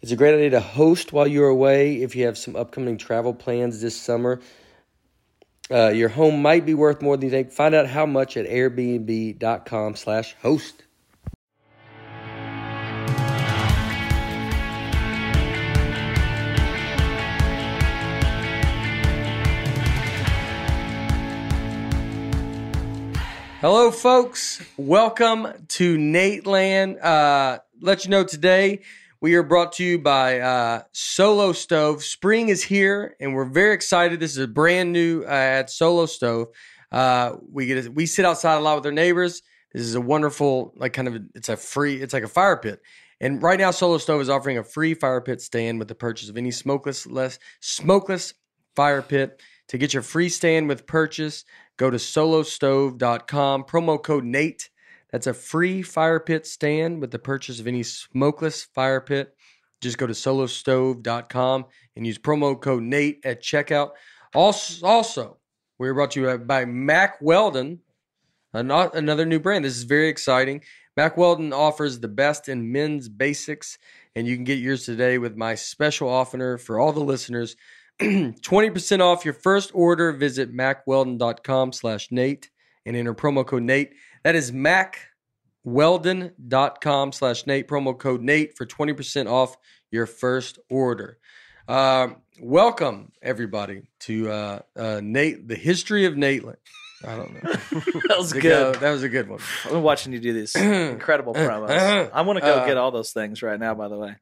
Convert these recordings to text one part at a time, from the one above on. It's a great idea to host while you're away if you have some upcoming travel plans this summer. Uh, your home might be worth more than you think. Find out how much at airbnb.com/host. Hello, folks. Welcome to Nate Land. Uh, let you know today we are brought to you by uh, Solo Stove. Spring is here, and we're very excited. This is a brand new uh, at Solo Stove. Uh, we get we sit outside a lot with our neighbors. This is a wonderful like kind of it's a free it's like a fire pit. And right now, Solo Stove is offering a free fire pit stand with the purchase of any smokeless less smokeless fire pit. To get your free stand with purchase, go to solostove.com, promo code Nate. That's a free fire pit stand with the purchase of any smokeless fire pit. Just go to solostove.com and use promo code Nate at checkout. Also, also we're brought to you by Mac Weldon, an- another new brand. This is very exciting. Mac Weldon offers the best in men's basics, and you can get yours today with my special offer for all the listeners. 20% off your first order. Visit macweldon.com slash Nate and enter promo code Nate. That is macweldon.com slash Nate, promo code Nate for 20% off your first order. Uh, welcome, everybody, to uh, uh, Nate, the history of Nateland. I don't know. That was Good Uh-huh. good. go. That was a good one. I've been watching you do these incredible promos. I want to go Uh, get all those things right now. By the way,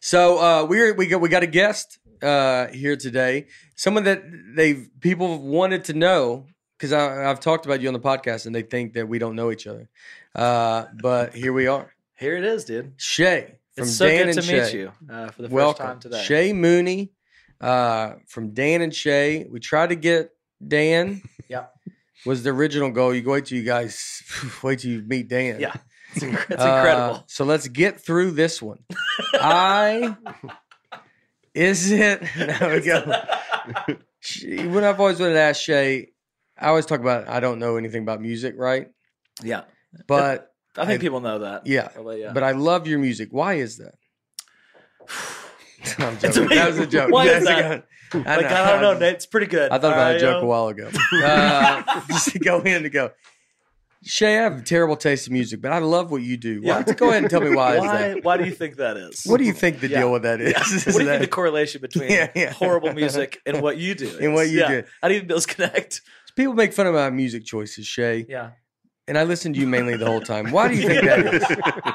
So uh, we're we got we got a guest uh, here today. Someone that they've people have wanted to know because I've talked about you on the podcast and they think that we don't know each other. Uh, but here we are. here it is, dude. Shay from it's so Dan good and to Shay. meet you uh, for the Welcome, first time today. Shay Mooney uh, from Dan and Shay. We tried to get Dan. Yeah. was the original goal. You wait till you guys wait till you meet Dan. Yeah, it's, inc- it's Uh, incredible. so let's get through this one. I is it? There we go. She, when I've always wanted to ask Shay, I always talk about I don't know anything about music, right? yeah, But I I- think people know that. yeah, Probably, yeah. but I love your music. Why is that? I'm It's joking. That was amazing. a joke. Why That's is a that? good- like I don't know, Nate, uh, it's pretty good. I thought about All a joke a right, while ago. Uh, just to go in to go. Shay, I have terrible taste in music, but I love what you do. Why, Yeah. Go ahead and tell me why, yo. is that? Why? Why do you think that is? What do you think the Yeah. deal with that is? Yeah. Is What do you that- think the correlation between Yeah, yeah. horrible music and what you do? And what is? you Yeah. do. How do you think those connect? People make fun of my music choices, Shay, Yeah. and I listened to you mainly the whole time. Why do you think that is?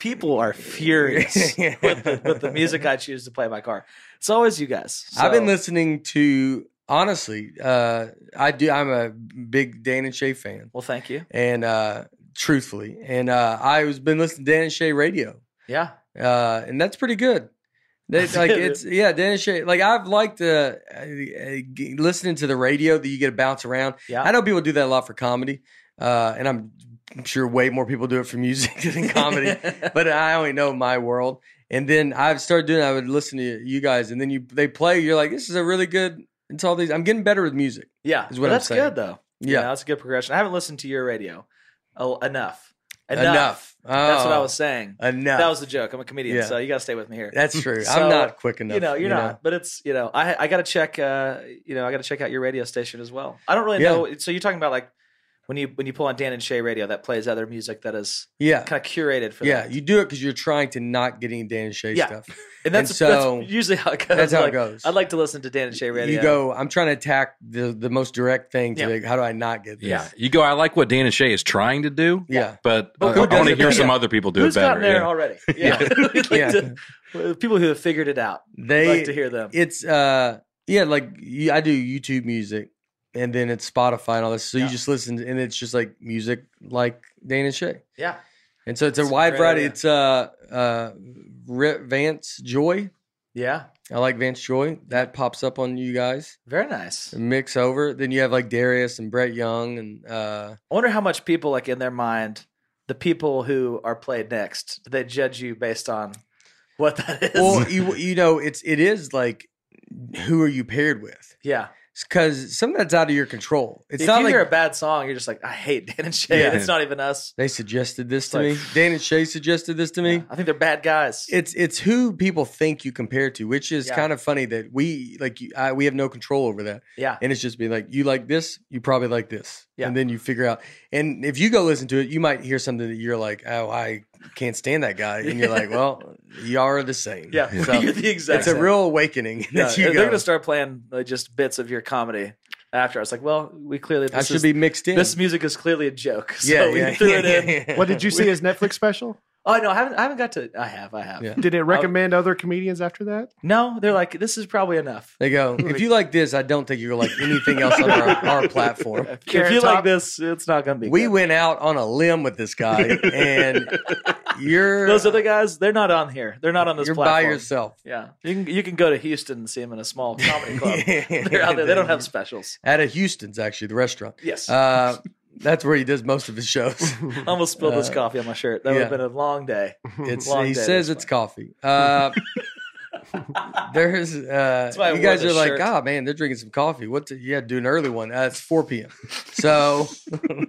People are furious Yeah. with, the, with the music I choose to play in my car. It's always you guys. I've been So- listening to honestly, uh, I do. I'm a big Dan and Shay fan, Well, thank you. and uh, truthfully, and uh, I was been listening to Dan and Shay radio, Yeah. uh, and that's pretty good. That's That's like good. it's yeah, Dan and Shay. Like I've liked uh, uh, g- listening to the radio that you get to bounce around. Yeah. I know people do that a lot for comedy, uh, and I'm I'm sure way more people do it for music than comedy. but I only know my world. And then I've started doing. I would listen to you guys, and then you they play. You're like, this is a really good. It's all these. I'm getting better with music. yeah. is what But I'm that's saying. good, though. You Yeah, know, that's a good progression. I haven't listened to your radio oh, enough. Enough. enough. That's what I Oh, was saying. Enough. That was the joke. I'm a comedian, Yeah. so you got to stay with me here. That's true. So, I'm not quick enough. you know, you're not, but it's you know, I I got to check. Uh, you know, I got to check out your radio station as well. I don't really Yeah. know. So you're talking about like when you when you pull on Dan and Shay radio, that plays other music that is Yeah. kind of curated for Yeah, that. you do it because you're trying to not get any Dan and Shay Yeah. stuff. and that's, and so- that's usually how it goes. That's how Like, it goes. I'd like to listen to Dan and Shay radio. You go, I'm trying to attack the, the most direct thing to Yeah. like, how do I not get this? Yeah, you go. I like what Dan and Shay is trying to do, Yeah. but, But uh, who I does want to it hear better? some other people do Who's it better. gotten there yeah. already? Yeah, We'd like Yeah. to- well, people who have figured it out. I'd They like to hear them. it's uh yeah, like you- I do YouTube music and then it's Spotify and all this. So Yeah. you just listen and it's just like music like Dan and Shay. Yeah, And so it's a That's a wide great variety. idea. It's uh uh Rip Vance Joy. yeah, I like Vance Joy. That pops up on you guys. very nice. Mix over. Then you have like Darius and Brett Young and uh I wonder how much people like in their mind, the people who are played next, do they judge you based on what that is. well you you know it's it is like who are you paired with? yeah, Because some of that's out of your control. It's if not you like hear a bad song, you're just like, I hate Dan and Shay. Yeah. It's not even us. they suggested this to Like- me. Dan and Shay suggested this to me. Yeah. I think they're bad guys. It's it's who people think you compare to, which is Yeah. kind of funny that we like you- I, we have no control over that, yeah, and it's just being like you like this, you probably like this, Yeah. and then you figure out. And if you go listen to it, you might hear something that you're like, oh, I can't stand that guy, and you're like, well, you are the same. yeah. So you're the exact. it's a same. real awakening Yeah, that they're you going go. to start playing like, just bits of your comedy after. I was like, well, we clearly this I should is- be mixed in. This music is clearly a joke. So yeah, we yeah, threw yeah, it in. yeah, yeah. What did you see as Netflix special? Oh no, I haven't. I haven't got to. I have. I have. Yeah. Did it recommend other comedians after that? No, they're like, this is probably enough. They go. If you like this, I don't think you're gonna like anything else on our, our platform. if Carrot you like Top? this, it's not going to be. We good. went out on a limb with this guy, and you're Those other guys, they're not on here. They're not on this uh, you're by platform. yourself. Yeah, you can you can go to Houston and see them in a small comedy club. They're out there. They don't have specials. out of Houston's actually the restaurant. Yes, Uh, that's where he does most of his shows. I almost spilled this uh, coffee on my shirt. That would have yeah. been a long day. It's Long he day says this it's coffee. Uh, there's uh, why I you wore guys this are like, shirt. ah man, they're drinking some coffee. What? The, yeah, do an early one. Uh, it's four p.m. So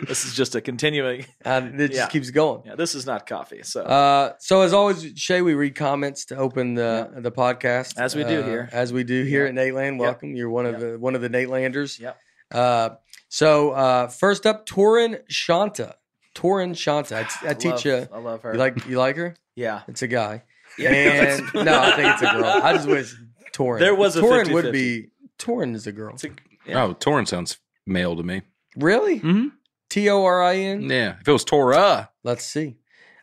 This is just a continuing. uh, it just Yeah. keeps going. Yeah, this is not coffee. So Uh, so as always, Shay, we read comments to open the the podcast As we do uh, here. As we do here at Nateland. Welcome, you're one of Yep. the one of the Natelanders. Yep. Uh, so uh, first up, Torin Shanta. Torin Shanta. I, t- I teach love, you. I love her. You like you like her? yeah, It's a guy. Yeah. And no, I think it's a girl. I just wish Torin. There was a Torin would be. Torin is a girl. It's a- Oh, Torin sounds male to me. really? Mm-hmm. Mhm. T O R I N. Yeah, if it was Torah, Let's see.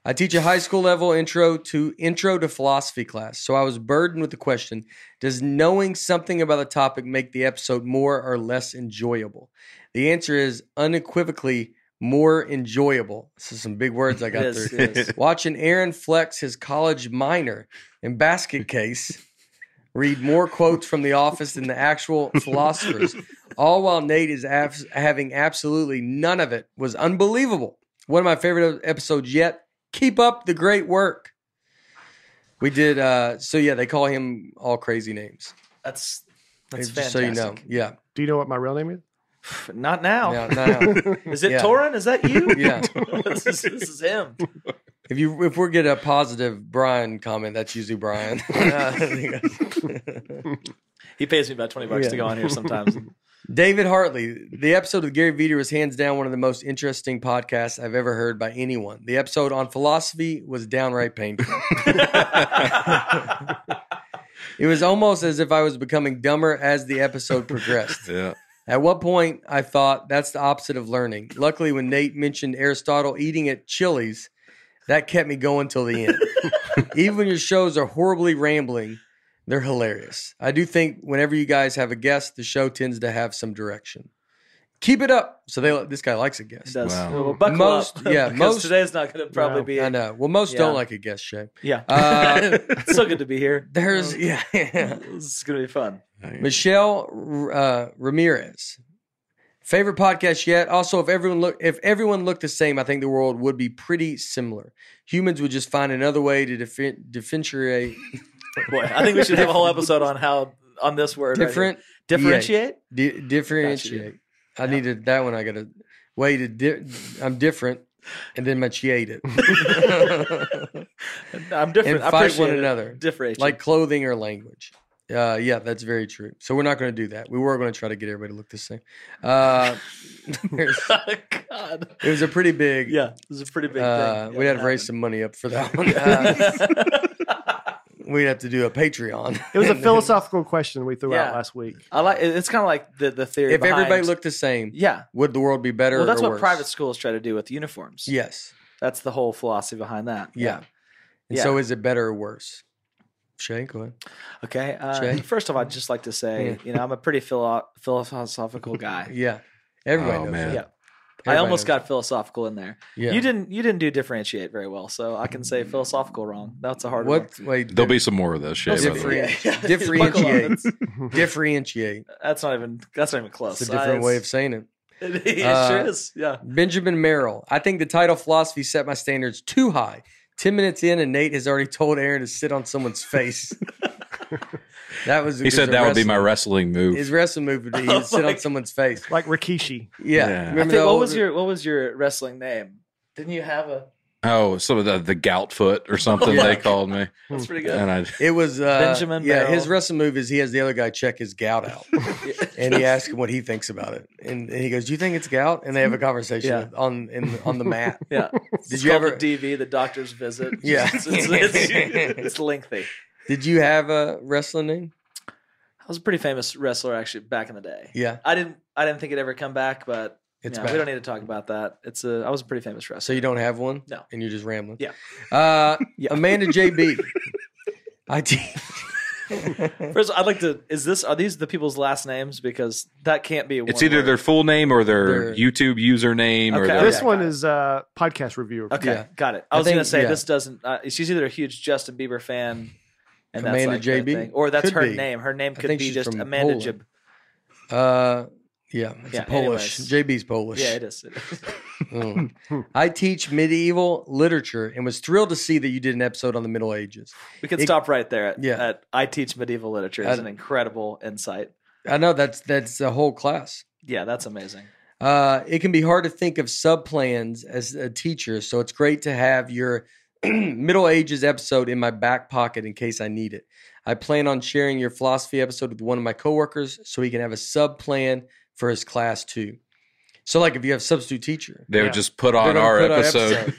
I teach a high school level intro to intro to philosophy class. So I was burdened with the question, does knowing something about the topic make the episode more or less enjoyable? The answer is unequivocally more enjoyable. This is some big words I it got is, through. it is. Watching Aaron flex his college minor and basket case, read more quotes from The Office than the actual philosophers, all while Nate is abs- having absolutely none of it, was unbelievable. One of my favorite episodes yet. Keep up the great work. We did. Uh, so yeah, they call him all crazy names. That's that's Just fantastic. Oh. so you know, yeah. Do you know what my real name is? Not now. No, no, no. Is it Yeah. Torin? Is that you? yeah. this, is, this is him. If you if we get a positive Brian comment, that's usually Brian. He pays me about twenty bucks to go on here sometimes. David Hartley, the episode with Gary Veeder was hands down one of the most interesting podcasts I've ever heard by anyone. The episode on philosophy was downright painful. it was almost as if I was becoming dumber as the episode progressed. yeah, At what point I thought that's the opposite of learning. Luckily, when Nate mentioned Aristotle eating at Chili's, that kept me going till the end. Even when your shows are horribly rambling, they're hilarious. I do think whenever you guys have a guest, the show tends to have some direction. Keep it up. So they this guy likes a It guest. does. Wow. Well, buckle Most- up. yeah, because most- today's not going to probably Wow. be. I know. Well, most Yeah. don't like a guest, Shay. Yeah, Uh, it's so good to be here. There's yeah. This is going to be fun. Michelle uh, Ramirez. Favorite podcast yet? Also, if everyone look if everyone looked the same, I think the world would be pretty similar. Humans would just find another way to different differentiate Boy, I think we should have a whole episode on how on this word right different here. differentiate. di- differentiate. I needed that one. I got to way to di- I'm different, and then machiate it I'm different. and I fight appreciate one it. another Differentiate. like clothing or language. Uh, yeah, that's very true. So we're not going to do that. We were going to try to get everybody to look the same. Uh, there's- God. it was a pretty big. Yeah, this is a pretty big uh, thing. we'd have to raise some money up for that one. Uh, we'd have to do a Patreon. It was a And then philosophical question we threw Yeah. out last week. I like. It's kind of like the the theory. If everybody behind- looked the same, yeah. would the world be better? Well, that's or what worse? private schools try to do with uniforms. Yes. that's the whole philosophy behind that. Yeah. And so, is it better or worse? Shay, go ahead. Okay. Uh, Shay? first of all, I'd just like to say, you know, I'm a pretty philo- philosophical guy. Yeah. Everybody Oh, knows. man. that. Yeah. I Everybody almost knows got philosophical in there. that. Yeah. You didn't. You didn't do differentiate very well, so I can say philosophical wrong. That's a hard one. What? Wait. There'll be some more of those. Shay, by the way. Different- Yeah, yeah. differentiate. Buckle up. That's- differentiate. That's not even. That's not even close. It's a different Uh, way of saying it. It, it Uh, sure is. Yeah. Benjamin Merrill. I think the title philosophy set my standards too high. Ten minutes in, and Nate has already told Aaron to sit on someone's face. that was He said that would be my wrestling- wrestling move. His wrestling move would be he'd sit on someone's face. Like Rikishi. Yeah. Yeah. I Remember think, the what old- was your What was your wrestling name? Didn't you have a? oh, some of the, the gout foot or something Yeah. they called me. That's pretty good. And I It was uh, Benjamin Yeah, Merrill. his wrestling move is he has the other guy check his gout out, and he asks him what he thinks about it, and, and he goes, "Do you think it's gout?" And they have a conversation Yeah. on in, on the mat. Yeah. Did It's you called ever? the DV, the doctor's visit? Yeah. it's, it's, it's- it's lengthy. Did you have a wrestling name? I was a pretty famous wrestler actually back in the day. Yeah, I didn't I didn't think it'd ever come back, but it's yeah, bad. we don't need to talk about that. It's a I was a pretty famous wrestler. So you don't have one? No. And you're just rambling? Yeah. Uh, Yeah. Amanda JB. I did. First, I'd like to. Is this are these the people's last names? Because that can't be. it's one either word. their full name or their, Their- YouTube username or Okay. their, This yeah. one is uh, podcast reviewer. Okay, Yeah. got it. I I was gonna think- say yeah. this doesn't. Uh, she's either a huge Justin Bieber fan, and Amanda that's like her JB? thing, or that's Could her be. name. Her name I could think be she's just from Amanda Jib. Poland. Uh, yeah, it's Yeah, Polish. anyways. JB's Polish. Yeah, it is. It is. Mm. I teach medieval literature and was thrilled to see that you did an episode on the Middle Ages. We can It- stop right there. At, Yeah. at I teach medieval literature is I- an incredible insight. I know that's that's a whole class. Yeah, that's amazing. Uh, it can be hard to think of subplans as a teacher, so it's great to have your Middle Ages episode in my back pocket in case I need it. I plan on sharing your philosophy episode with one of my coworkers so he can have a subplan for his class too. So, like if you have substitute teacher, they Yeah. would just put they're on gonna our put our episode.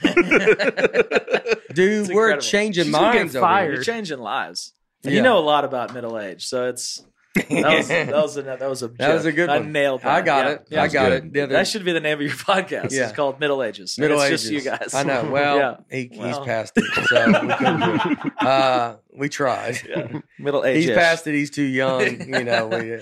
dude, It's we're incredible. changing She's gonna get minds. Over fired. here. You're changing lives. And Yeah. You know a lot about middle age, so it's that was that was a that was a, That was a joke. good I one. nailed. That. I got Yeah. it. Yeah. I was got good. it. The other That should be the name of your podcast. Yeah. It's called Middle Ages. Middle and it's Ages. just you guys. I know. Well, Yeah. he, he's Well. past it, so we couldn't do it. Uh, we tried. Yeah. Middle He's Ages. past it. He's too young. You know. We, uh,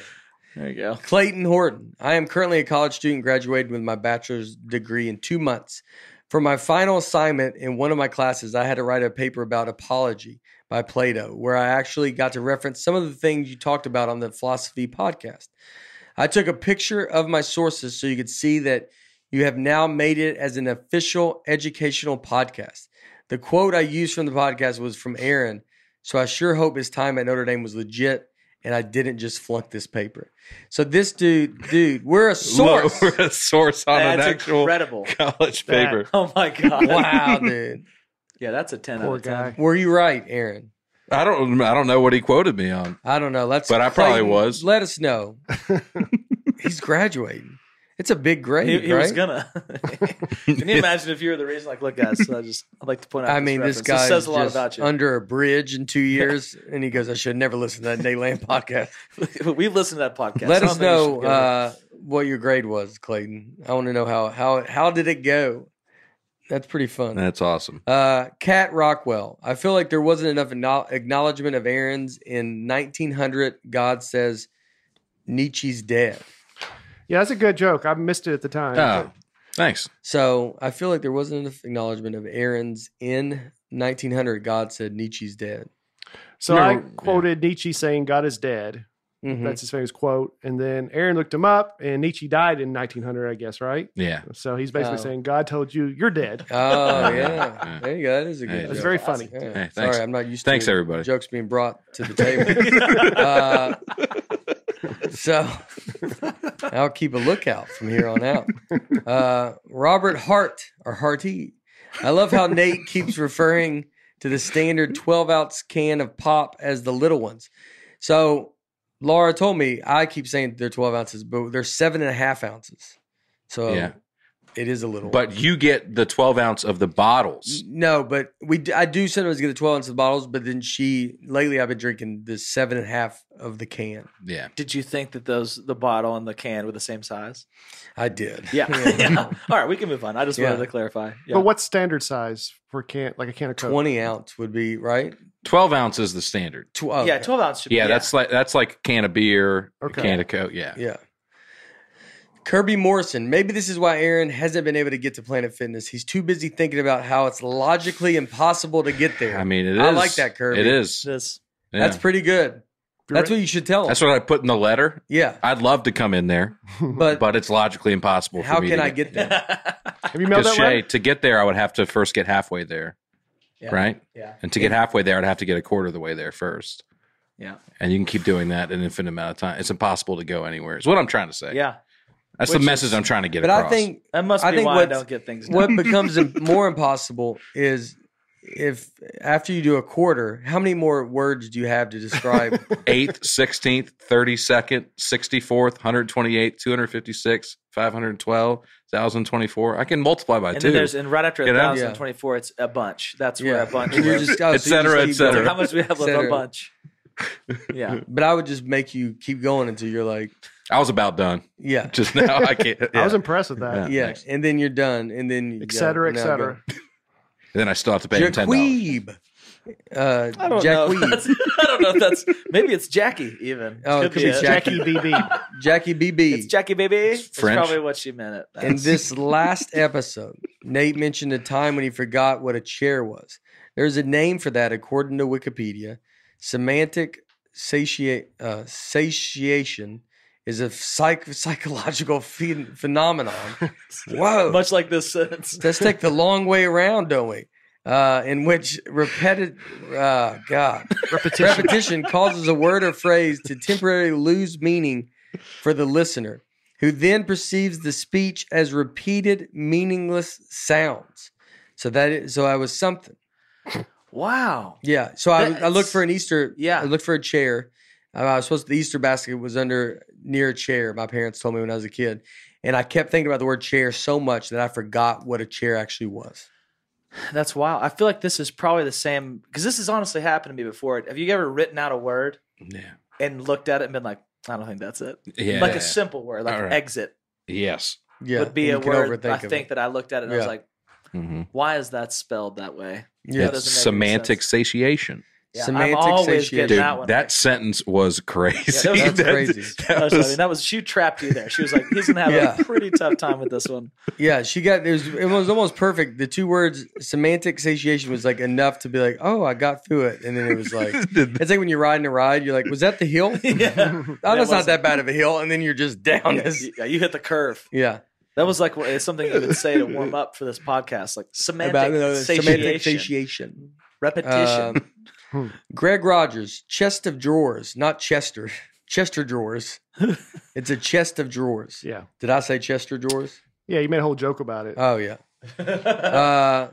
There you go. Clayton Horton. I am currently a college student, graduated with my bachelor's degree in two months. For my final assignment in one of my classes, I had to write a paper about apology by Plato, where I actually got to reference some of the things you talked about on the philosophy podcast. I took a picture of my sources so you could see that you have now made it as an official educational podcast. The quote I used from the podcast was from Aaron, so I sure hope his time at Notre Dame was legit and I didn't just flunk this paper. So this dude, dude, we're a Look, source. we're a source on That's an actual incredible. college That- paper. Oh my god. wow, dude. Yeah, that's a ten Poor out of ten. guy. Were you right, Aaron? I don't. I don't know what he quoted me on. I don't know. Let's But I probably was. Let us know. He's graduating. It's a big grade, He, he right? was gonna. Can you imagine if you were the reason? Like, look, guys, so I just I'd like to point out. I mean, this reference. guy says a lot just about you. under a bridge in two years, and he goes, "I should never listen to that Dayland podcast." We've listened to that podcast. Let I don't us think you should know go there. uh, what your grade was, Clayton. I want to know how how how did it go. That's pretty fun. That's awesome. Uh, Cat Rockwell. I feel like there wasn't enough acknow- acknowledgement of Aaron's in 1900. God says Nietzsche's dead. Yeah, that's a good joke. I missed it at the time. Oh, thanks. So I feel like there wasn't enough acknowledgement of Aaron's in 1900. God said Nietzsche's dead. So No, I yeah. quoted Nietzsche saying God is dead. Mhm. That's his famous quote. And then Aaron looked him up, and Nietzsche died in 1900, I guess, right? Yeah. So he's basically Oh. saying God told you you're dead. Oh Yeah, yeah, yeah. there you go. That is a good. Hey, That's joke. very funny. Yeah. Hey, thanks. Sorry, I'm not used. Thanks, to everybody. Jokes being brought to the table. uh, so I'll keep a lookout from here on out. Uh, Robert Hart or Harty. I love how Nate keeps referring to the standard 12 ounce can of pop as the little ones. So Laura told me I keep saying they're twelve ounces, but they're seven and a half ounces. So Yeah. it is a little. But you get the 12 ounce of the bottles. no, but we d- I do sometimes get the twelve ounce of bottles, but then she lately I've been drinking the seven and a half of the can. Yeah. Did you think that those the bottle and the can were the same size? I did. Yeah. yeah. All right, we can move on. I just wanted Yeah. to clarify. Yeah. But what's standard size for can like a can of Coke? Twenty ounce would be right. oh, 12 ounce is the standard. Twelve. yeah, twelve ounce. Should Yeah, be, that's like that's like a can of beer, Okay. a can of Coke. Yeah. Yeah. Kirby Morrison. Maybe this is why Aaron hasn't been able to get to Planet Fitness. He's too busy thinking about how it's logically impossible to get there. I mean, it is. I like that, Kirby. It is. This- Yeah. That's pretty good. That's what you should tell him. That's what I put in the letter. yeah. I'd love to come in there, But, but it's logically impossible. how for me can to I get there? Have you mailed Because that Shay, letter? to get there, I would have to first get halfway there, Yeah. right? Yeah. And to get halfway there, I'd have to get a quarter of the way there first. Yeah. And you can keep doing that an infinite amount of time. It's impossible to go anywhere. Is what I'm trying to say. Yeah. that's the Which is- message I'm trying to get But across. I think That must be I think why I what's- don't get things done. what becomes im- more impossible is if after you do a quarter, how many more words do you have to describe? eighth, sixteenth, thirty second, sixty fourth, hundred twenty eight, two hundred fifty six, five hundred twelve, thousand twenty four. I can multiply by and two. then there's and right after You know? Yeah. 1024, it's a bunch. That's where Yeah. a bunch. And you're lives. just- oh, Et so you just cetera, et keep cetera. going. how much we have left Center. a bunch. Yeah. But I would just make you keep going until you're like, I was about done yeah, just now. I can't. I yeah. was impressed with that. Yeah. yeah, Next. and then you're done, and then you Et cetera, et now go. cetera. then I still have to pay him ten dollars. Jaqueeb. Uh, I don't know. Jaqueeb. That's- I don't know if that's maybe it's Jackie even. Oh, it could be Jackie. Jackie BB. Jackie BB. It's Jackie, baby. It's It's French. probably what she meant. It. In That's- this last episode, Nate mentioned a time when he forgot what a chair was. There's a name for that, according to Wikipedia. Semantic satiate, uh, satiation is a psych- psychological phe- phenomenon. Whoa. much like this sentence. Let's take the long way around, don't we? Uh, in which repetitive, uh, God, repetition. causes a word or phrase to temporarily lose meaning for the listener, who then perceives the speech as repeated, meaningless sounds. So that is, so I was something. Wow. Yeah. So I, I looked That's- for an Easter. Yeah. I looked for a chair. Uh, I was supposed to, the Easter basket was under near a chair. My parents told me when I was a kid. And I kept thinking about the word chair so much that I forgot what a chair actually was. That's wild. I feel like this is probably the same because this has honestly happened to me before. Have you ever written out a word Yeah. and looked at it and been like, I don't think that's it? Yeah. Like a simple word, like All right. exit yes. Yeah, would be and a you can word. I overthink of think it. that I looked at it and I was Yeah. like, Mm-hmm. why is that spelled that way? Yeah. That It's doesn't make any semantic sense. satiation. Yeah, Semantic I'm always satiation. getting Dude, that one. that, sentence was crazy. Yeah, that That's was- crazy. that I was- mean, that was she trapped you there. She was like, he's gonna have Yeah. a pretty tough time with this one. Yeah, she got it was it was almost perfect. The two words semantic satiation was like enough to be like, oh, I got through it, and then it was like it's like when you're riding a ride, you're like, was that the hill? yeah. Oh, that's not wasn't. that bad of a hill, and then you're just down this. You, yeah, you hit the curve. Yeah, That was like it's something you would say to warm up for this podcast, like semantic about uh, satiation, semantic satiation. repetition. Um, Greg Rogers, chest of drawers, not Chester, Chester drawers. it's a chest of drawers. Yeah. Did I say Chester drawers? Yeah, you made a whole joke about it. Oh yeah. Uh,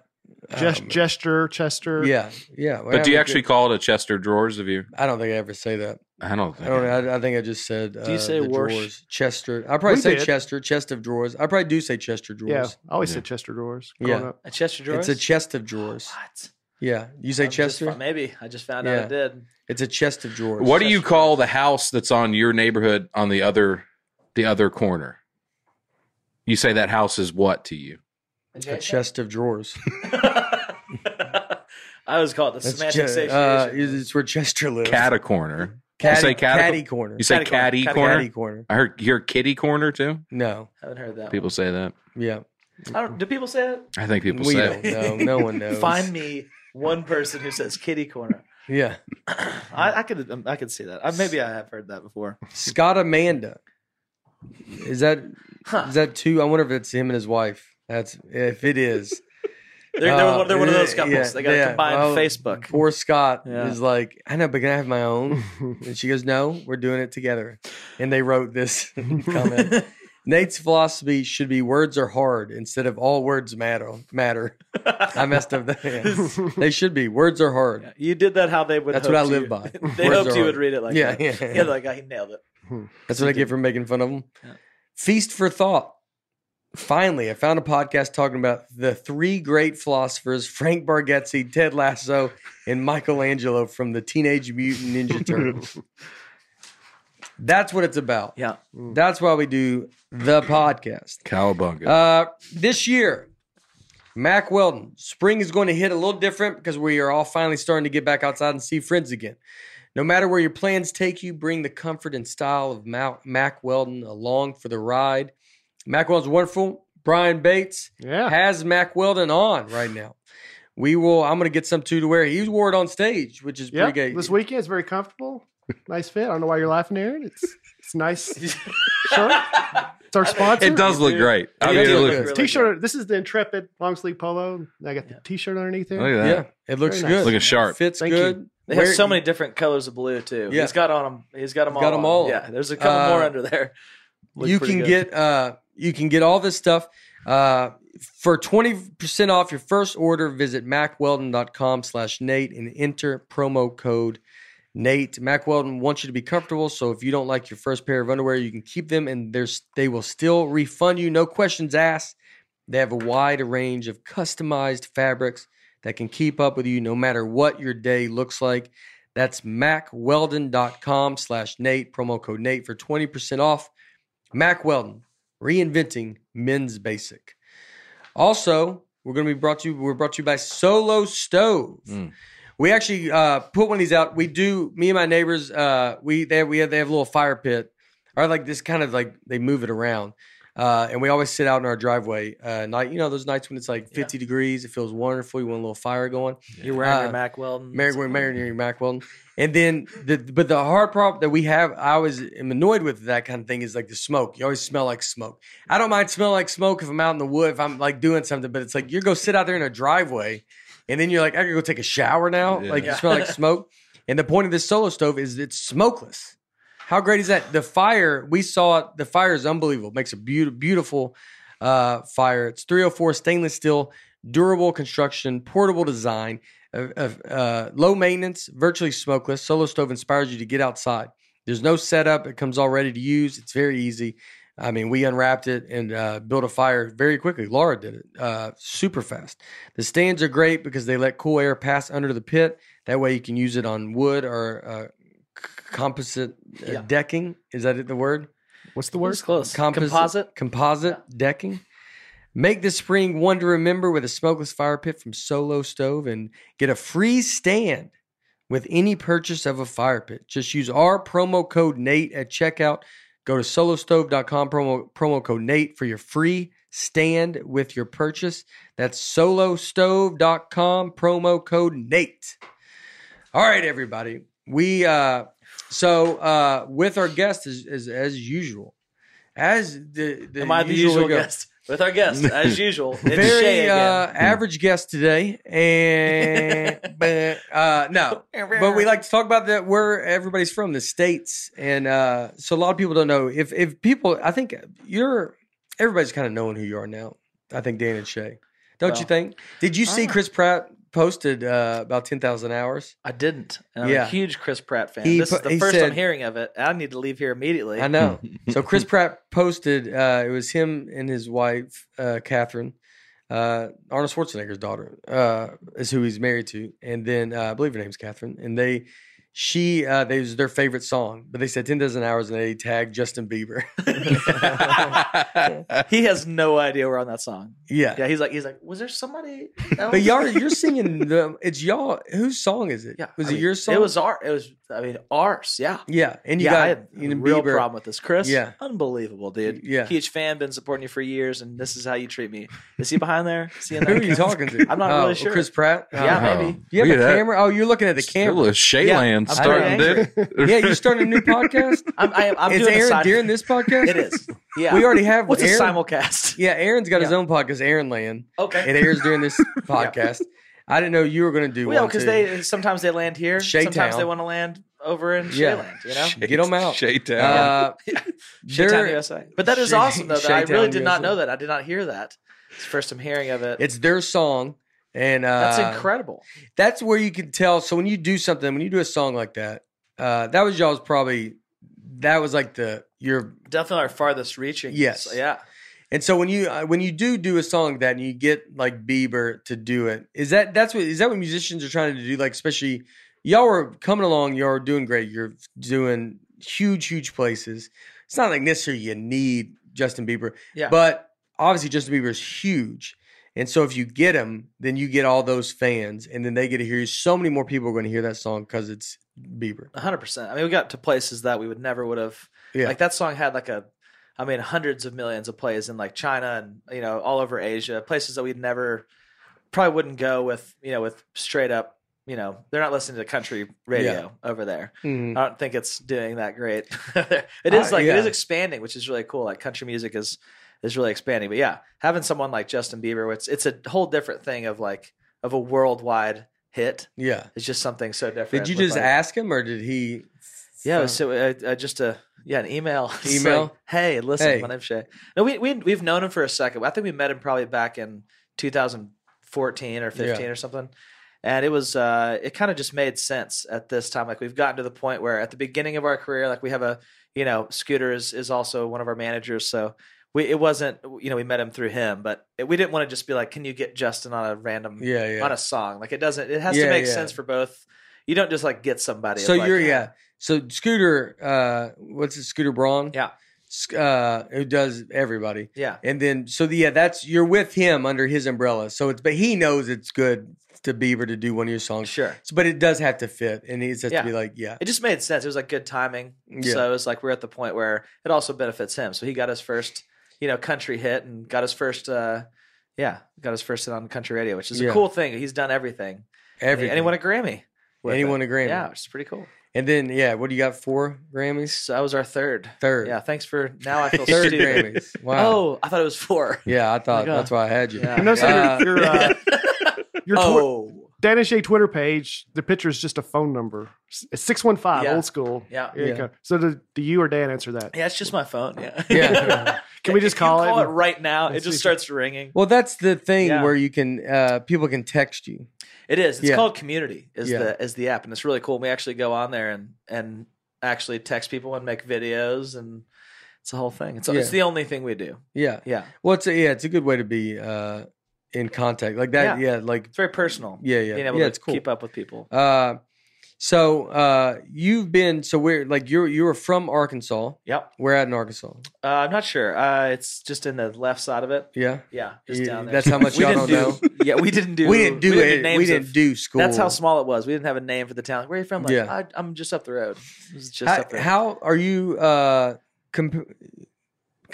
Gest- gesture, Chester. yeah, yeah. but do you actually call it a Chester drawers? Of you? I don't think I ever say that. I don't. Think I don't know. I, I think I just said. uh, Do you say the Warsh? drawers? Chester? I probably We say did. Chester. Chest of drawers. I probably do say Chester Yeah. drawers. I always Yeah. said Chester drawers. Yeah. Yeah. Up. a Chester drawers. It's a chest of drawers. What? Yeah, you say I'm just Chester. fi- maybe I just found Yeah. out I did. It's a chest of drawers. What do you call the house that's on your neighborhood on the other the other corner? You say that house is what to you? A chest of drawers. I always call it the That's semantic che- satiation. uh, it's where Chester lives. Cat a corner. Catty, say cat- catty corner. You say Catty corner. catty Catty corner. catty corner. I heard you hear kitty corner too. No. haven't heard that. People say that. Yeah. one. I don't, do people say that? I think people we say don't it. know. No one knows. Find me one person who says kitty corner. Yeah. I, I could um, I could see that. Uh, maybe I have heard that before. Scott Amanda. Is that Huh. is that two? I wonder if it's him and his wife. That's if it is. They're, they're, Uh, one, they're one of those yeah, couples. they got a yeah, combined well, Facebook. Poor Scott Yeah. is like, I know, but can I have my own? And she goes, No, we're doing it together. And they wrote this comment. Nate's philosophy should be words are hard instead of all words matter. Matter. I messed up that. they should be words are hard. You did that how they would. That's what I hoped live you- by. they Words are hoped you hard. would read it like Yeah, that. yeah, yeah. yeah. Like I he nailed it. That's what I get for making fun of them. Yeah. Feast for thought. Finally, I found a podcast talking about the three great philosophers Frank Bargatze, Ted Lasso, and Michelangelo from the Teenage Mutant Ninja Turtles. That's what it's about. Yeah. That's why we do the podcast. Cowabunga. Uh, this year, Mac Weldon, spring is going to hit a little different because we are all finally starting to get back outside and see friends again. No matter where your plans take you, bring the comfort and style of Mac, Mac Weldon along for the ride. Mac Weldon's wonderful. Brian Bates Yeah. has Mac Weldon on right now. We will. I'm going to get some too to wear. He wore it on stage, which is Yeah. pretty gay. This weekend it's very comfortable. Nice fit. I don't know why you're laughing, Aaron. It's it's nice shirt. It's our sponsor. it does look Yeah. great. I It mean, does it look looks, good. really T-shirt. This is the Intrepid long sleeve polo. I got the T-shirt underneath there. look at that. yeah, it looks Very nice. good. Looking sharp. Fits Thank good. They have Wear- so many different colors of blue too. Yeah. He's got on them. He's got them all. Got 'em on. all. Yeah. There's a couple Uh, more under there. Look you pretty can good. get uh you can get all this stuff uh for 20% off your first order visit macweldon.com slash nate and enter promo code nate mac weldon wants you to be comfortable so if you don't like your first pair of underwear you can keep them and there's they will still refund you no questions asked they have a wide range of customized fabrics that can keep up with you no matter what your day looks like that's macweldon.com slash nate promo code nate for 20% off Mac Weldon, reinventing men's basic. Also, we're going to be brought to you. We're brought to you by Solo Stove. Mm. We actually uh, put one of these out. We do. Me and my neighbors. Uh, we they we have they have a little fire pit, or like this kind of like they move it around. Uh, and we always sit out in our driveway. Uh, night, you know those nights when it's like 50 degrees, it feels wonderful. You want a little fire going. You're wearing uh, your Mac Weldon. Mary, we're married Mary Mac Weldon. And then, the, but the hard problem that we have, I always am annoyed with that kind of thing is like the smoke. You always smell like smoke. I don't mind smelling like smoke if I'm out in the wood, if I'm like doing something, but it's like you're go sit out there in a driveway and then you're like, I gotta go take a shower now. Yeah. Like you Yeah. smell like smoke. And the point of this solo stove is it's smokeless. How great is that? The fire, we saw it, the fire is unbelievable. It makes a beautiful, beautiful uh, fire. It's 304 stainless steel, durable construction, portable design, uh, uh, uh, low maintenance, virtually smokeless. Solo Stove inspires you to get outside. There's no setup, it comes all ready to use. It's very easy. I mean, we unwrapped it and uh, built a fire very quickly. Laura did it uh, super fast. The stands are great because they let cool air pass under the pit. That way, you can use it on wood or uh, c- composite uh, Yeah. decking. Is that it, the word? What's the It word? was close. Composite- Composite. composite decking. Make the spring one to remember with a smokeless fire pit from Solo Stove and get a free stand with any purchase of a fire pit. Just use our promo code Nate at checkout. Go to solostove.com promo promo code Nate for your free stand with your purchase. That's solostove.com promo code Nate. All right, everybody. We uh so uh with our guest is as, as usual. As the, the Am I the usual usual go- guest with our guest as usual? It's Shay very uh, again. average guest today, and but uh, Oh, no, but we like to talk about that where everybody's from, the states, and uh, so a lot of people don't know if if people. I think you're everybody's kind of knowing who you are now. I think Dan and Shay, don't you Well, think? Did you see ah. Chris Pratt posted uh, about ten thousand hours? I didn't. And I'm Yeah. a huge Chris Pratt fan. He this is pu- the he first said- I'm hearing of it. I need to leave here immediately. I know. so Chris Pratt posted. Uh, it was him and his wife uh, Catherine, uh, Arnold Schwarzenegger's daughter, uh, is who he's married to, and then uh, I believe her name's Catherine. And they, she, uh, they it was their favorite song, but they said ten thousand hours, and they tagged Justin Bieber. He has no idea we're on that song. yeah. Yeah, he's like, he's like, was there somebody? Else? But y'all, you're singing the. It's y'all. Whose song is it? yeah, was I it mean, your song? It was our. It was. I mean, ours. Yeah. Yeah, and you yeah, got I had a you know, real Bieber. problem with this, Chris. Yeah. unbelievable, dude. Yeah. huge fan, been supporting you for years, and this is how you treat me. Is he behind there? Is he in Who are that you camera? talking to? I'm not Oh, really sure. Chris Pratt. Yeah, Oh. maybe. You Look have at a that. camera. Oh, you're looking at the camera. Little Shayland Yeah, I'm starting, very dude. yeah, you starting a new podcast? I'm, I am, I'm it's doing a Aaron side- during this podcast? It is. Yeah. We already have What's Aaron. a simulcast? yeah, Aaron's got his Yeah. own podcast, Aaron Land. Okay. It airs during this podcast. I didn't know you were going to do Well, one. because too. they sometimes they land here. Sometimes Shaytown. they want to land over in Yeah. Shayland, you know? Get 'em out. Shade down. Uh, Shaytown, they're- USA. But that is Shay- awesome, though. That I Shaytown, really did not USA. know that. I did not hear that. It's the first I'm hearing of it. it's their song, and uh, That's incredible. that's where you can tell. So when you do something, when you do a song like that, uh, that was y'all's probably that was like the your Definitely our farthest reaching. Yes. So, yeah. and so when you uh, when you do do a song like that and you get like Bieber to do it, is that that's what is that what musicians are trying to do? Like especially y'all were coming along, y'all were doing great, you're doing huge huge places. It's not like necessarily you need Justin Bieber, Yeah. But obviously, Justin Bieber is huge. And so if you get him, then you get all those fans, and then they get to hear you. So many more people are going to hear that song because it's Bieber. 100%. I mean, we got to places that we would never would have. Yeah. Like that song had like a, I mean, hundreds of millions of plays in like China and, you know, all over Asia, places that we'd never, probably wouldn't go with, you know, with straight up, you know, they're not listening to country radio over there. Mhm. I don't think it's doing that great. it is Uh, like it yeah. is expanding, which is really cool. Like country music is is really expanding. But yeah, having someone like Justin Bieber, it's it's a whole different thing of like of a worldwide hit. Yeah. It's just something so different. Did you with, just like- ask him, or did he? Yeah, so uh, uh, just a yeah, an email. It's like, Email? hey, listen, Hey. my name's Shay. No, we we we've known him for a second. I think we met him probably back in 2014 or 15 or something. And it was uh, it kind of just made sense at this time. Like we've gotten to the point where at the beginning of our career, like we have a you know Scooter is is also one of our managers, so. We, it wasn't you know we met him through him but we didn't want to just be like can you get justin on a random yeah, yeah. on a song like it doesn't it has to Yeah, make yeah. sense for both you don't just like get somebody so like, uh, you're yeah. So Scooter, uh, what's it? Scooter Braun. Yeah. Sc- Uh, who does everybody? yeah And then so the, yeah, that's you're with him under his umbrella. So it's but he knows it's good to Bieber to do one of your songs, Sure. but it does have to fit, and it has Yeah. to be like yeah, It just made sense. It was like good timing. Yeah. So it was like we're at the point where it also benefits him. So he got his first, you know, country hit and got his first uh yeah, got his first hit on country radio, which is Yeah. a cool thing. He's done everything. everything. And he won a Grammy. with Anyone it. a Grammy. Yeah, which is pretty cool. And then yeah, what do you got? Four Grammys. So that was our third. Third. Yeah, thanks for now I feel Third stupid. Grammys. Wow. Oh, I thought it was four. Yeah, I thought God. that's why I had you. Yeah. You know, so Uh, your your, uh, your tw- Oh. Dan and Shay Twitter page, the picture is just a phone number. S- It's six one five, Yeah. old school. Yeah. Here you Yeah. go. So do, do you or Dan answer that? Yeah, it's just my phone. Yeah. Yeah. Can we just If you call it Call it and- right now. It Let's just see. starts ringing. Well, that's the thing Yeah. where you can uh, people can text you. It is. It's Yeah. called Community is Yeah. the is the app, and it's really cool. We actually go on there and and actually text people and make videos, and it's a whole thing. It's Yeah. it's the only thing we do. Yeah. Yeah, Well, it's a, yeah, it's a good way to be uh, in contact like that. Yeah, like it's very personal. yeah, yeah, being able yeah. to It's cool. keep up with people. Uh, so uh, you've been so we're like you're you were from Arkansas. Yep. We're at in Arkansas. Uh, I'm not sure. Uh, it's just in the left side of it. Yeah. Yeah, just Yeah, down there. that's how much We y'all didn't don't do, know. Yeah, we didn't do. we didn't do it. names we of- didn't do school. That's how small it was. We didn't have a name for the town. Where are you from? Like, Yeah. I, I'm just up the road. It was just how, up there. how are you? Uh, comp-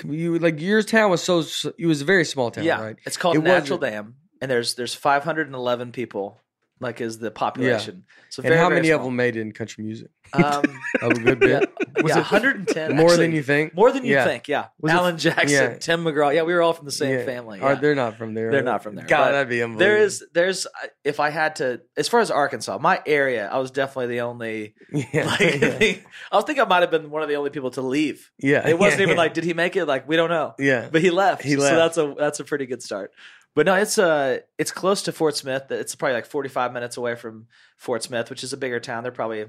you like your town was so it was a very small town, yeah, right? it's called It wasn't- Natural Dam, and there's there's 511 people, like is the population. So And very, how very many of small. them made it in country music? Um, A good bit. yeah, it- 110 More than actually. you think. more than you Yeah. think. Yeah, Was it- Alan Jackson, yeah. Tim McGraw. Yeah, we were all from the same Yeah. family. Are yeah. they're not from there? They're right? not from there, God, but that'd be unbelievable. There is, there's, if I had to, as far as Arkansas, my area, I was definitely the only. Yeah. Like, yeah. I was think I might have been one of the only people to leave. yeah. It wasn't yeah, even yeah. like, did he make it? Like, we don't know. Yeah. But he left. He So left. that's a that's a pretty good start. But no, it's uh it's close to Fort Smith. It's probably like 45 minutes away from Fort Smith, which is a bigger town. They're probably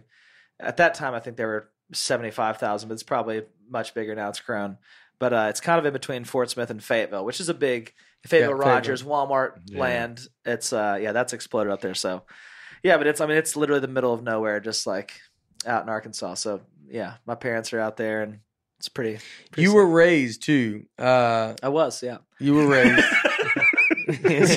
at that time I think they were 75,000, but it's probably much bigger now. It's grown. But uh, it's kind of in between Fort Smith and Fayetteville, which is a big Fayetteville Fayetteville. Rogers Walmart Yeah. land. It's uh yeah, that's exploded up there. So yeah, but it's I mean it's literally the middle of nowhere, just like out in Arkansas. So yeah, my parents are out there, and it's pretty. pretty You sick. were raised too. Uh, I was yeah. you were raised. It's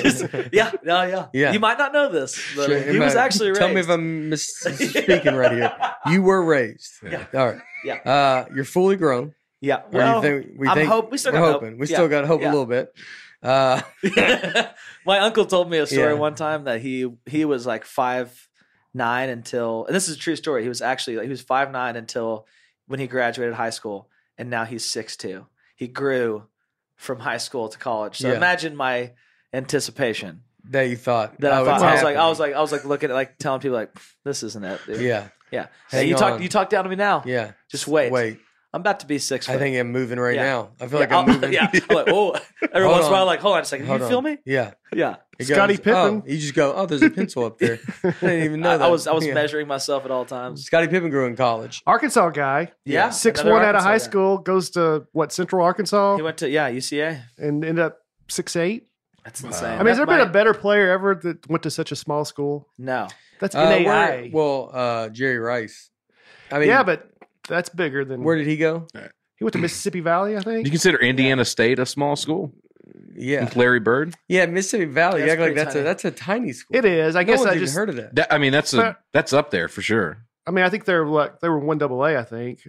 just- yeah, no, yeah, Yeah. You might not know this, but Sure, he am was I- actually raised. Tell me if I'm misspeaking right here. You were raised. Yeah. All right. Yeah. Uh, you're fully grown. yeah. What do Well, you think? We I'm think hope- we still we're got hope. hoping. We Yeah. still got hope Yeah. a little bit. Uh, my uncle told me a story Yeah. one time that he he was like five nine until, and this is a true story. He was actually like, he was five nine until when he graduated high school, and now he's six two. He grew from high school to college. So Yeah. imagine my anticipation that you thought. that I oh, thought it's I was like I happening. was like I was like looking at like telling people like this isn't it. Dude. Yeah. Yeah. So Hang you talk on. you talk down to me now. Yeah. Just wait. Wait. I'm about to be six. I foot. think I'm moving right Yeah. now. I feel Yeah, like I'm I'll- moving. yeah. I'm like, oh, every Hold once in a on. while, like, hold on a second. Do Hold you on. feel me? Yeah. Yeah. It Scottie goes, oh, Pippen. you just go, oh, there's a pencil up there. I didn't even know I, that. I was I was Yeah. measuring myself at all times. Scottie Pippen grew in college. Arkansas guy, Yeah. six another one out of Arkansas high guy. school, goes to what Central Arkansas He went to yeah UCA. and ended up six eight. That's Wow. insane. I And mean, has there That been a might- better player ever that went to such a small school? no? That's Uh, where- NAI. well, uh, Jerry Rice. I mean, yeah, but that's bigger than where did he go? he went to Mississippi Valley, I Do you think. consider Indiana State a small school? Yeah. With Larry Bird. Yeah, Mississippi Valley. That's you act like pretty that's a tiny. that's a tiny school. It is. I No guess one's I even just. heard of that. That, I mean, that's a But- that's up there for sure. I mean, I think they're like they were one double A. I think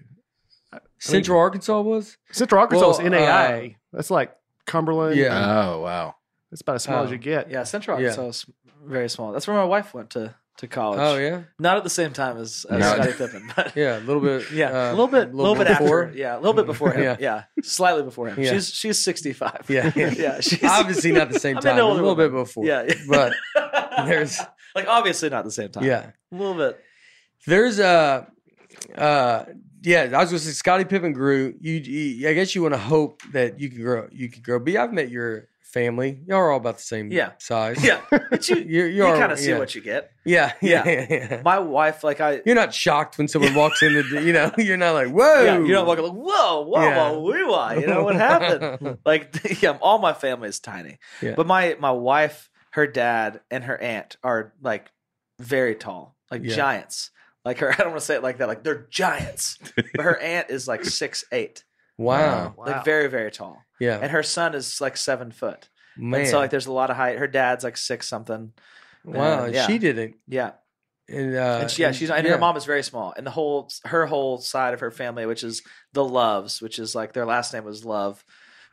Central Arkansas was. Central Arkansas Well, is NAI. that's like Cumberland. Yeah. Oh wow. that's about as small as you get. Yeah, Central Yeah. Arkansas is very small. That's where my wife went to to college. Oh yeah, Not at the same time as, as No. Scottie Pippen, but yeah, a little bit. yeah, uh, a little bit, a little, bit before. after. Yeah, a little bit before him. Yeah. yeah. slightly before him. Yeah. She's she's sixty five. Yeah. yeah. She's, Obviously not the same I'm an time. A older little woman. bit before. Yeah, yeah. but there's like obviously not the same time. yeah, a little bit. there's a. Uh, yeah, I was gonna say Scottie Pippen grew. You, you, I guess you want to hope that you can grow. You can grow. But yeah, I've met your family. Y'all are all about the same Yeah. size. Yeah, but you you, you, you, are kind of see yeah. what you get. Yeah, yeah, yeah. yeah. My wife, like I, You're not shocked when someone walks in. The, you know, you're not like whoa. yeah, you don't look like whoa, whoa, Yeah. whoa, wee wah. You know what happened? like yeah, all my family is tiny. Yeah. But my my wife, her dad, and her aunt are like very tall, like Yeah. giants. Like her, I don't want to say it like that. Like they're giants, but her aunt is like six eight, Wow. like very very tall, Yeah. and her son is like seven foot. Man. And so like there's a lot of height. Her dad's like six something. wow. uh, yeah. She didn't. Yeah, And, uh, and she, yeah, she's and yeah. her mom is very small, and the whole her whole side of her family, which is the Loves, which is like their last name was Love,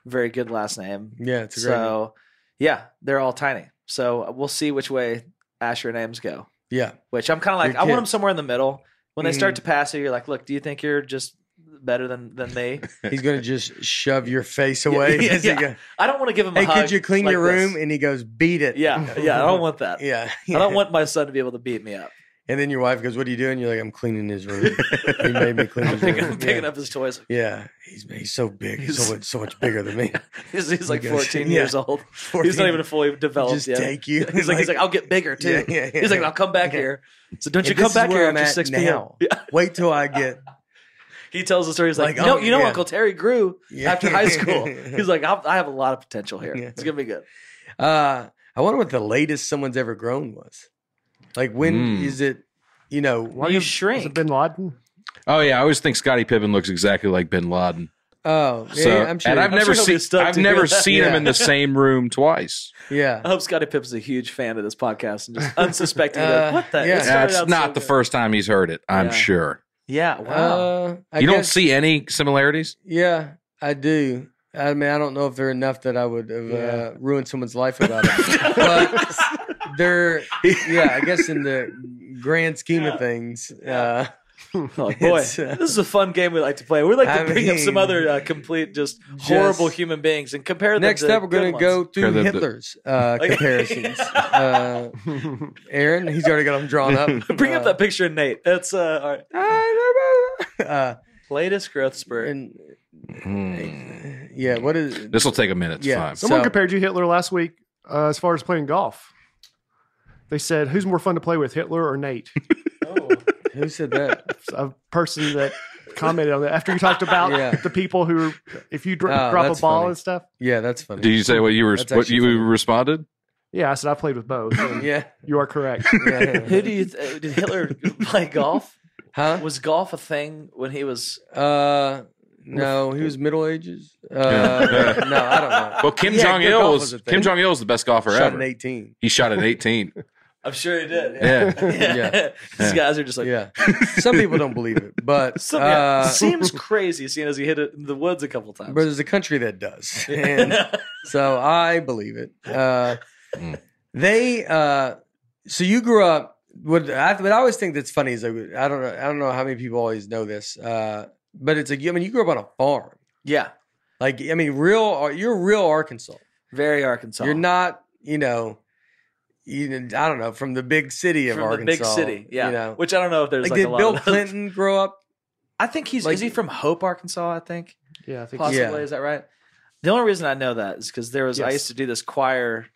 very good last name. Yeah, it's a great. name. So, yeah, they're all tiny. So we'll see which way Asher and Ames go. yeah, Which I'm kind of like, Your I kid. want them somewhere in the middle. When they Mhm. start to pass you, you're like, look, do you think you're just better than than me? he's gonna just shove your face away. yeah, as he yeah. go- I don't want to give him. Hey, a hug could you clean like your room? this. And he goes, "Beat it." Yeah, yeah, I don't want that. Yeah, I don't want my son to be able to beat me up. And then your wife goes, "What are you doing?" You're like, "I'm cleaning his room. he made me clean I'm his picking, room." I'm picking yeah. up his toys. Yeah, he's he's so big. He's so He's- much, so much bigger than me. He's, he's like goes, 14 yeah. years old. He's not even fully developed just yet. take you. He's like, he's like, I'll get bigger too. Yeah, yeah, yeah. He's like, I'll come back Yeah. here. So don't And you come this is back where here I'm after at 6 p.m. now. wait till I get He tells the story. He's like, Like, no, oh, you know, yeah. Uncle Terry grew Yeah. after high school. He's like, I'll, I have a lot of potential here. Yeah. It's gonna be good. Uh, I wonder what the latest someone's ever grown was. Like when is Mm. it? You know, Hmm. You you- shrink. Was it Bin Laden? Oh yeah, I always think Scottie Pippen looks exactly like Bin Laden. oh, yeah, So, yeah, I'm sure. and I've I'm sure never he'll be seen stoked I've to never hear that. seen him Yeah. in the same room twice. yeah, I hope Scotty Pippen's a huge fan of this podcast and just unsuspecting. Uh, like, what the? yeah. It started That's out not so the good. Oh, first time he's heard it. I'm Yeah. sure. Yeah. Wow. Uh, I you don't guess- see any similarities. Yeah, I do. I mean, I don't know if they're enough that I would have uh, Yeah. ruined someone's life about it, but they're. Yeah, I guess in the grand scheme of things, uh, oh boy, it's, uh, this is a fun game we like to play. We like to I bring up some mean, other uh, complete, just horrible just- human beings and compare them. next to up we're good going to ones. go through Compare them to- Hitler's uh, Like- comparisons. Uh, Aaron, he's already got them drawn up. Bring up Uh, that picture of Nate. That's uh, all right. uh, latest growth spurt. and yeah, what is This will Hmm. take a minute. It's Yeah. fine. Someone So- compared you Hitler last week uh, as far as playing golf. They said, "Who's more fun to play with, Hitler or Nate?" oh. who said that? a person that commented on that after you talked about Yeah. the people who, if you dr- Oh, drop that's a ball funny. and stuff. Yeah, that's funny. Did you say what you were? That's What actually you funny. responded? Yeah, I said I played with both. and yeah, You are correct. Who yeah. do you th- did Hitler play golf? huh? Was golf a thing when he was? Uh, no, he was Middle Ages. Uh, no, Yeah. I don't know. Well, Kim Yeah, Jong good golf Il was was a thing. Kim Jong Il is the best golfer Shot an ever. eighteen. He shot at 18. I'm sure he did. yeah. Yeah. These guys are just like. Yeah, some people don't believe it, but Some, yeah, uh, seems crazy, seeing as he hit it in the woods a couple times. but there's a country that does, and so I believe it. Uh, Hmm. Mm. they uh, so you grew up. What I, what I always think that's funny is like, I don't know I don't know how many people always know this, uh, but it's like I mean you grew up on a farm, yeah, like I mean real you're real Arkansas. very Arkansas. You're not you know you know, I don't know, from the big city of from Arkansas. the big city. Yeah, You know, which I don't know if there's like, like, a did lot Bill of those. Clinton grow up? I think he's like- is he from Hope, Arkansas? I think Yeah, I think possibly Yeah. is that right? The only reason I know that is because there was I Yes. used to do this choir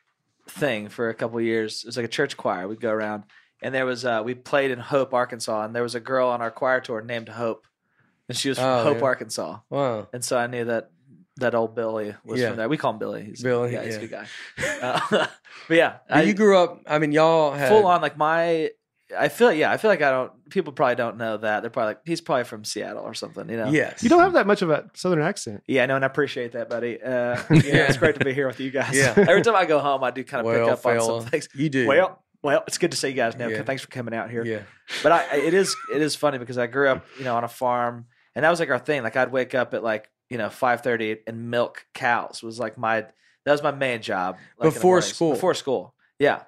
thing for a couple years. It was like a church choir. We'd go around and there was uh, we played in Hope, Arkansas, and there was a girl on our choir tour named Hope, and she was from Oh, Hope, yeah. Arkansas, Wow. and so I knew that that old Billy was Yeah. from there. We call him Billy. He's Billy, yeah, he's a yeah. good guy. Uh, but yeah, But you grew up. I mean, y'all had full on like my I feel yeah, I feel like I don't people probably don't know that. They're probably like he's probably from Seattle or something, you know. Yes. you don't have that much of a southern accent. Yeah, I know, and I appreciate that, buddy. Uh, you know, it's great to be here with you guys. Yeah. Every time I go home, I do kind of Well, pick up on fella. some things. You do. Well, well, it's good to see you guys now. Yeah. Thanks for coming out here. Yeah. But I, it is it is funny because I grew up, you know, on a farm, and that was like our thing. Like I'd wake up at like you know five thirty and milk cows was like my that was my main job like, in the Before mornings. school. Before school, yeah.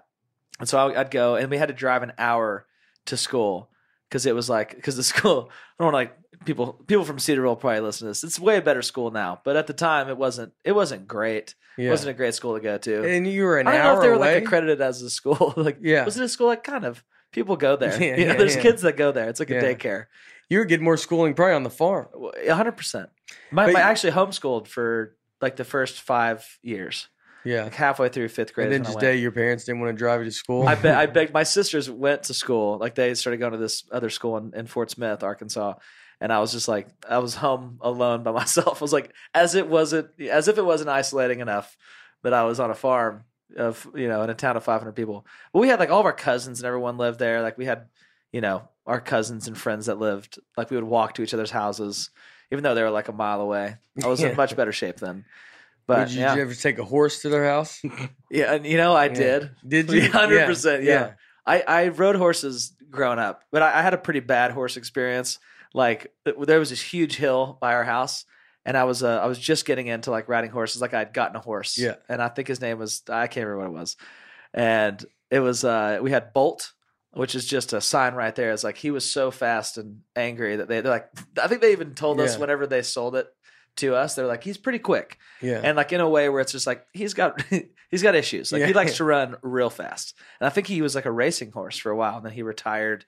And so I, I'd go, and we had to drive an hour to school because it was like because the school I don't want to like people people from Cedarville probably listen to this. It's way better school now, but at the time it wasn't it wasn't great. It Yeah. wasn't a great school to go to. and you were an I don't hour know if they were away. like accredited as a school. like, Yeah. was it a school? Like, kind of. People go there. Yeah, you know, yeah, there's yeah. kids that go there. It's like Yeah. a daycare. you were getting more schooling probably on the farm. Well, 100%. My, But- my actually homeschooled for like the first five years, Yeah. like halfway through fifth grade. And is then when I just went. day your parents didn't want to drive you to school. I, be- I begged my sisters went to school. Like they started going to this other school in, in Fort Smith, Arkansas. And I was just like, I was home alone by myself. I was like, as it wasn't, as if it wasn't isolating enough that I was on a farm of, you know, in a town of 500 people. But we had like all of our cousins and everyone lived there. Like we had, you know, our cousins and friends that lived, like we would walk to each other's houses, even though they were like a mile away. I was in Yeah. much better shape then. But Did you, yeah, did you ever take a horse to their house? yeah, and you know, I did. Did you? 100%, yeah. I, I rode horses growing up, but I, I had a pretty bad horse experience. Like th- there was this huge hill by our house, and I was uh, I was just getting into like riding horses. Like I'd gotten a horse, Yeah. And I think his name was I can't remember what it was, and it was uh, we had Bolt, which is just a sign right there. It's like he was so fast and angry that they they're like I think they even told us Yeah. whenever they sold it to us they're like he's pretty quick Yeah. and like in a way where it's just like he's got he's got issues. Like Yeah. he likes to run real fast, and I think he was like a racing horse for a while, and then he retired.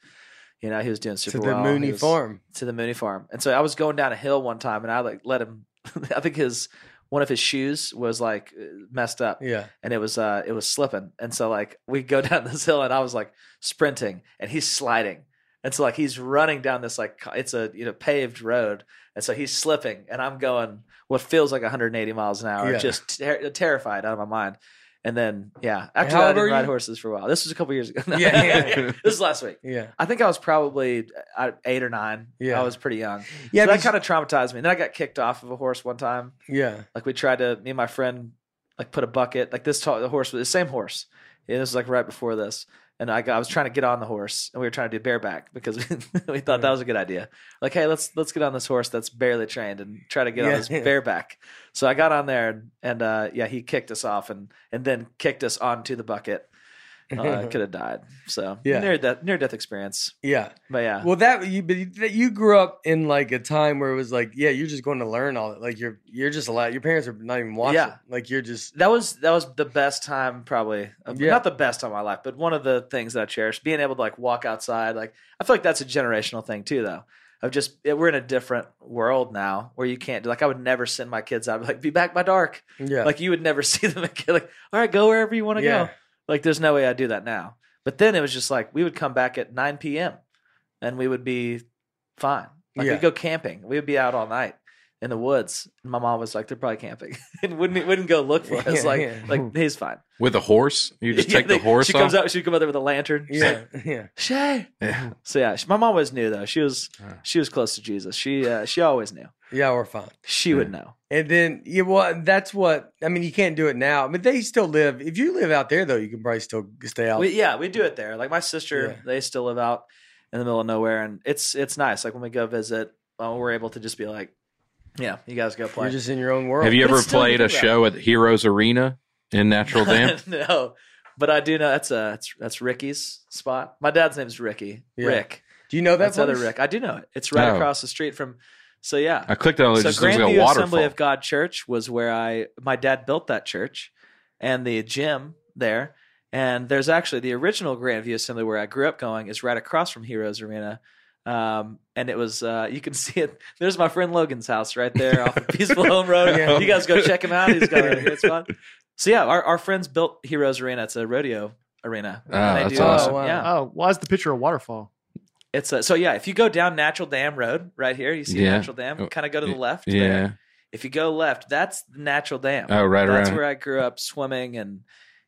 You know, he was doing super to the well. He Mooney was- farm. to the Mooney farm, and so I was going down a hill one time, and I like let him. I think his one of his shoes was like messed up, Yeah. and it was uh it was slipping and so like we go down this hill and i was like sprinting and he's sliding and so like he's running down this like co- it's a you know paved road and so he's slipping and i'm going what feels like 180 miles an hour Yeah. just ter- terrified out of my mind and then yeah after how that i old didn't are ride you? horses for a while this was a couple years ago Yeah, yeah. this is last week Yeah. i think i was probably uh, eight or nine Yeah. i was pretty young Yeah. so that because- kind of traumatized me and then i got kicked off of a horse one time yeah. like we tried to me and my friend like put a bucket like this t- the horse was the same horse. Yeah, this was like right before this, and I, got, I was trying to get on the horse, and we were trying to do bareback because we, thought that was a good idea. Like, hey, let's let's get on this horse that's barely trained and try to get Yeah. on his bareback. So I got on there, and, and uh, yeah, he kicked us off, and and then kicked us onto the bucket. Uh, Could have died. So Yeah. near death near death experience. Yeah. But yeah, Well, that you but you- that you grew up in like a time where it was like, yeah, you're just going to learn all that. Like you're you're just allowed. Your parents are not even watching. Yeah. Like you're just that was that was the best time probably of- Yeah. not the best time of my life but one of the things that i cherish being able to like walk outside like i feel like that's a generational thing too though of just yeah, we're in a different world now where you can't do like i would never send my kids out like be back by dark yeah. like you would never see them again like all right go wherever you want to Yeah. go like there's no way i'd do that now but then it was just like we would come back at 9 p.m and we would be fine like Yeah. we'd go camping we would be out all night in the woods and my mom was like they're probably camping and wouldn't wouldn't go look for Yeah, us like yeah. like he's fine With a horse? You just Yeah, take they- the horse she off? comes out she'd come out there with a lantern She's like, yeah. Yeah. shay Yeah. so yeah she, my mom always knew though she was Yeah. she was close to jesus she uh, she always knew Yeah. We're fine. she would know And then yeah, well, that's what I mean. You can't do it now, but they still live. If you live out there, though, you can probably still stay out. We, yeah, we do it there. Like my sister, Yeah. they still live out in the middle of nowhere, and it's it's nice. Like when we go visit, well, we're able to just be like, yeah, you guys go You're play. just in your own world. Have you But ever still, you played do a that. show at Heroes Arena in Natural Dam? no, but I do know that's a that's, that's Ricky's spot. My dad's name's Ricky. Yeah. Rick. Do you know Oh, that? That's other place? Rick. I do know it. It's right Oh. across the street from. So yeah, I clicked on it. It so just looks like a Grandview Assembly waterfall. of God Church was where I my dad built that church and the gym there. And there's actually the original Grandview Assembly where I grew up going is right across from Heroes Arena. Um, and it was uh, you can see it. There's my friend Logan's house right there off of Peaceful Home Road. Yeah. You guys go check him out. He's got a great spot. So yeah, our, our friends built Heroes Arena. It's a rodeo arena. Ah, And that's awesome. Yeah, Oh, why is the picture a waterfall? it's a, so yeah. If you go down Natural Dam Road right here, you see Yeah. Oh, Natural Dam. Kind of go to the left. Yeah. there. If you go left, that's Natural Dam. Oh, right that's around. where I grew up swimming and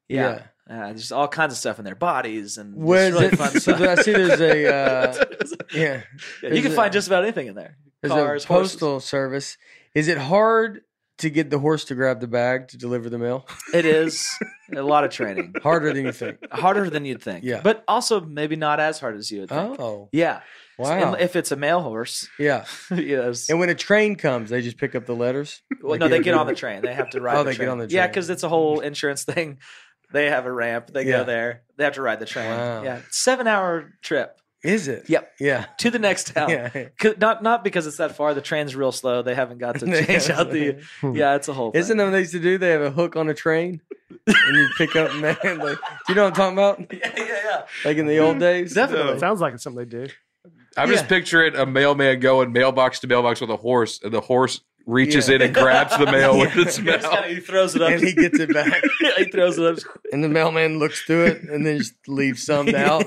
yeah, Uh, just all kinds of stuff in their bodies and Where is just really it? fun So stuff. I see there's a, uh, Yeah. Yeah, you Is can it- find just about anything in there. There's Cars, a horses. postal service. Is it hard to get the horse to grab the bag to deliver the mail? It is a lot of training, Harder than you think. harder than you'd think. Yeah. but also maybe not as hard as you would think. Oh, Yeah, wow. And if it's a male horse, yeah. yes. And when a train comes, they just pick up the letters. Well, like no, you- they get on the train. They have to ride. Oh, the they get train. on the Yeah, train. because it's a whole insurance thing. They have a ramp. They Yeah. go there. They have to ride the train. Wow. Yeah, seven hour trip Is it? Yep. Yeah. to the next town. Yeah. 'Cause- Not not because it's that far. The train's real slow. They haven't got to change out the. Yeah, it's a whole. Isn't thing. that what they used to do? They have a hook on a train and you pick up man like you know what I'm talking about? Yeah, yeah, yeah. Like in the old days? It Definitely. sounds like it's something they do. I'm just Yeah. picturing a mailman going mailbox to mailbox with a horse, and the horse reaches Yeah. in and grabs the mail with Yeah. its He just mouth. kinda- he throws it up. And he gets it back. Yeah, he throws it up. And the mailman looks through it and then just leaves some out.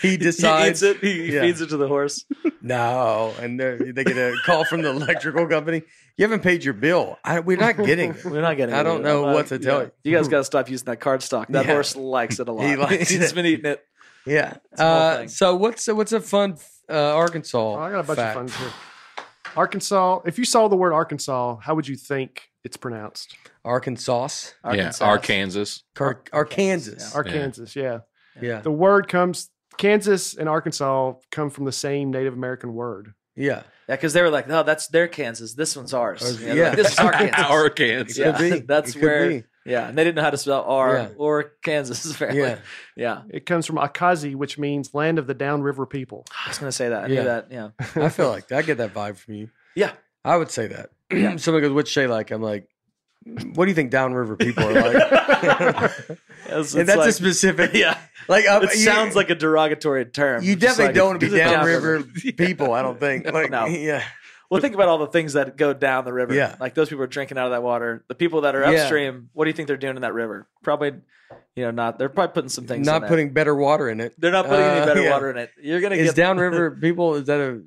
He he decides eats it. He Yeah. feeds it to the horse. No, and they're- they get a call from the electrical company. You haven't paid your bill. I, we're not getting it. We're not getting. I rid of don't it. know I'm what to like, tell yeah. you. guys got to stop using that cardstock. That Yeah. horse likes it a lot. He likes has it. been eating it. Yeah. a whole Uh, thing. so what's a, what's a fun uh, Arkansas? Oh, I got a bunch fact? of fun here. Arkansas. If you saw the word Arkansas, how would you think it's pronounced? Arkansas, Arkansas. Yeah, Arkansas. Car- Arkansas. Arkansas. Arkansas. Yeah. Yeah. The word comes. Kansas and Arkansas come from the same Native American word. Yeah. Yeah, because they were like, no, that's their Kansas. This one's ours. Ours- Yeah, yeah. like, this is our Kansas. Arkansas. Yeah, Could be. that's It could where- be. Yeah, and they didn't know how to spell R Yeah. or Kansas. Apparently. Yeah. Yeah, It comes from Akazi, which means land of the downriver people. I was gonna say that. I Yeah. knew that. Yeah, I feel like I get that vibe from you. Yeah. I would say that. Somebody goes, "What's Shay like?" I'm like, "What do you think downriver people are like?" And It's- it's that's like- a specific. Yeah, Like uh, it you- sounds like a derogatory term. you It's just definitely like, don't want to "This be is downriver people. I don't think. Like, No. yeah, Well, think about all the things that go down the river. Yeah. Like those people are drinking out of that water. The people that are Yeah. upstream, what do you think they're doing in that river? Probably, you know, not. They're probably putting some things. in not that. putting better water in it. They're not putting uh, any better yeah. water in it. You're gonna Is get downriver people? Is that a?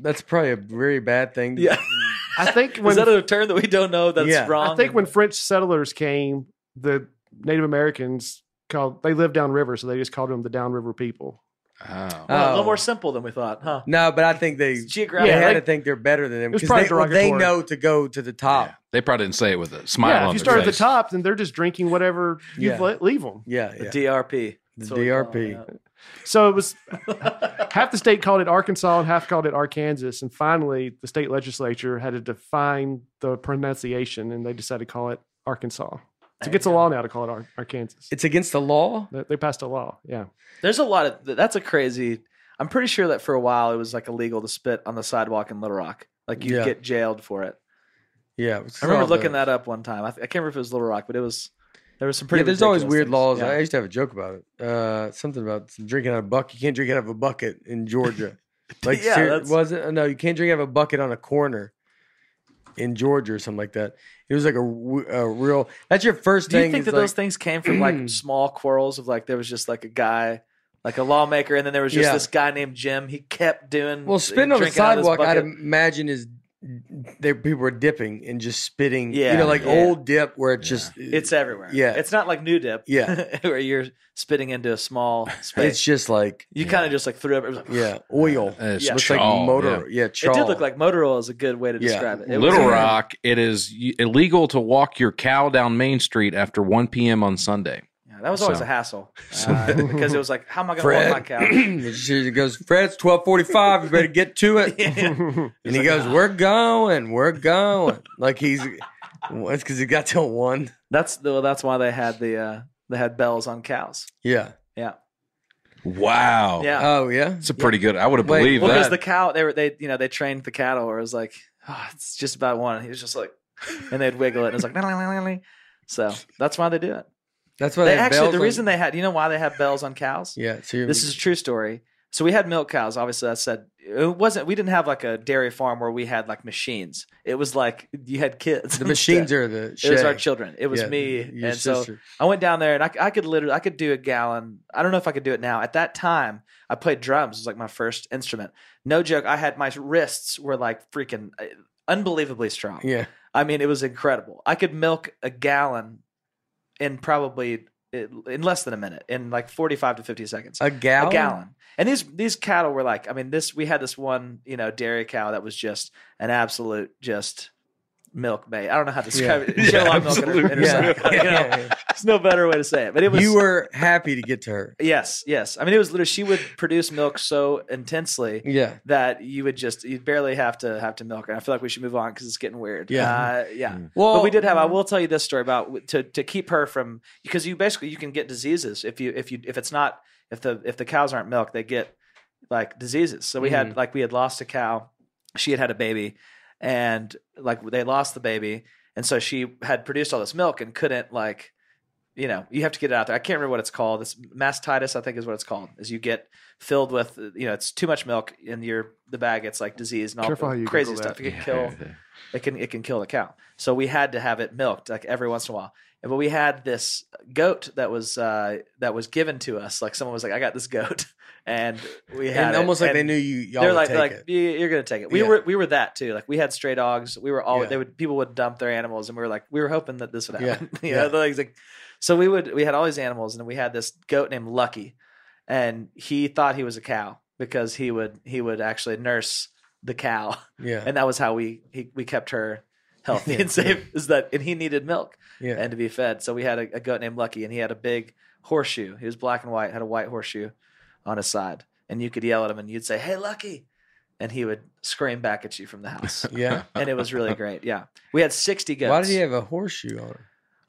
That's probably a very bad thing. Yeah. I think Is when that a term that we don't know? That's Yeah. I wrong. I think when French settlers came, the Native Americans called they lived downriver, so they just called them the downriver people. Oh. Oh, a little Oh. more simple than we thought, huh? No, but I think they. It's They geographic. Yeah, had like- to think they're better than them It was because probably they, well, they derogatory. know to go to the top. Yeah. They probably didn't say it with a smile on yeah, if you their start at the face. top, then they're just drinking whatever you Yeah. le- leave them. Yeah, yeah. The DRP. The That's what we call it, DRP. yeah. So it was half the state called it Arkansas and half called it Arkansas, and finally the state legislature had to define the pronunciation, and they decided to call it Arkansas. It's against the law now to call it Ar- Arkansas. It's against the law. They- they passed a law. Yeah, There's a lot of that's a crazy. I'm pretty sure that for a while it was like illegal to spit on the sidewalk in Little Rock. Like you Yeah. would get jailed for it. Yeah, I remember looking that up one time. I, th- I can't remember if it was Little Rock, but it was there was some pretty. yeah, there's always ridiculous weird things. laws. Yeah. I used to have a joke about it. Uh, something about some drinking out of a bucket. You can't drink out of a bucket in Georgia. like, Yeah, ser- that's- was it? No, you can't drink out of a bucket on a corner in Georgia or something like that. It was like a, w- a real. That's your first Do thing. you think is that like, those things came from like small quarrels of like there was just like a guy, like a lawmaker, and then there was just Yeah. this guy named Jim. He kept doing Well, spitting on the uh, drinking out of this sidewalk, I'd bucket. imagine is there people were dipping and just spitting. you Yeah, know, like yeah. old dip where it's Yeah. just it's everywhere. Yeah. it's not like New Dip. Yeah. where you're spitting into a small space. it's just like you kind of just like threw up. It, was like, yeah oil. It's Yeah. Oh, Looks chaw, like motor. Yeah, it chaw. did look like motor oil is a good way to Yeah. describe it. yeah. it Little was, Rock, it is y- illegal to walk your cow down Main Street after 1 p.m. on Sunday. Yeah, that was always So- a hassle uh, because it was like, how am I going to Fred. walk my couch? it goes, Fred, it's twelve forty five. You better get to it. And he goes, "We're going, we're going." Like he's, well, it's because he got till one. That's the, well, that's why they had the uh, they had bells on cows. Yeah. Yeah, Wow. yeah. Oh yeah. It's a pretty good. I would have Wait, believed Well, because that. the cow, they were they you know they trained the cattle, where it was like oh, it's just about one. He was just like, and they'd wiggle it, and it was like, "Nah, nah, nah, nah, nah." so that's why they do it. That's why They they, have actually bells the on- reason they had you know why they have bells on cows? Yeah, so you're, This is a true story. So we had milk cows. Obviously, I said it wasn't. We didn't have like a dairy farm where we had like machines. It was like you had kids. the machines are the. It was our shay. children. It was Yeah, me, your and so sister. I went down there and I, I could literally I could do a gallon. I don't know if I could do it now. At that time, I played drums. It was like my first instrument. No joke. I had my wrists were like freaking uh, unbelievably strong. Yeah, I mean, it was incredible. I could milk a gallon in probably in less than a minute, in like forty-five to fifty seconds. a gallon. A gallon. And these these cattle were like, I mean, this we had this one, you know, dairy cow that was just an absolute just milk mate. I don't know how to describe it. Yeah. She had a Yeah, lot of milk in her, in her Yeah. sack. You know, there's no better way to say it. But it was you were happy to get to her. yes, yes. I mean, it was literally she would produce milk so intensely Yeah, that you would just you'd barely have to have to milk her. And I feel like we should move on because it's getting weird. Yeah. uh, yeah. well, But we did have. I will tell you this story about to to keep her from because you basically you can get diseases if you if you if it's not if the if the cows aren't milked they get like diseases. So we had like we had lost a cow. She had had a baby, and like they lost the baby, and so she had produced all this milk and couldn't like. You know, you have to get it out there. I can't remember what it's called. It's mastitis, I think, is what it's called. Is you get filled with, you know, it's too much milk in your the bag. It's like disease and all Careful how you crazy Google that. stuff. You can kill it can it can kill the cow. So we had to have it milked like every once in a while. And But we had this goat that was uh, that was given to us. Like someone was like, "I got this goat," and we had and it. almost like And they knew you. Y'all They're would like, take like it. "You- you're gonna take it. We Yeah. were we were that too. Like we had stray dogs. We were all Yeah. they would people would dump their animals, and we were like we were hoping that this would Yeah. happen. you Yeah. know, like, like- so we would we had all these animals, and then we had this goat named Lucky, and he thought he was a cow because he would he would actually nurse the cow yeah, and that was how we he, we kept her healthy Yeah. and safe is that and he needed milk yeah. and to be fed so we had a, a goat named lucky and he had a big horseshoe he was black and white had a white horseshoe on his side and you could yell at him and you'd say hey lucky and he would scream back at you from the house yeah. and it was really great yeah we had 60 goats Why did he have a horseshoe on him?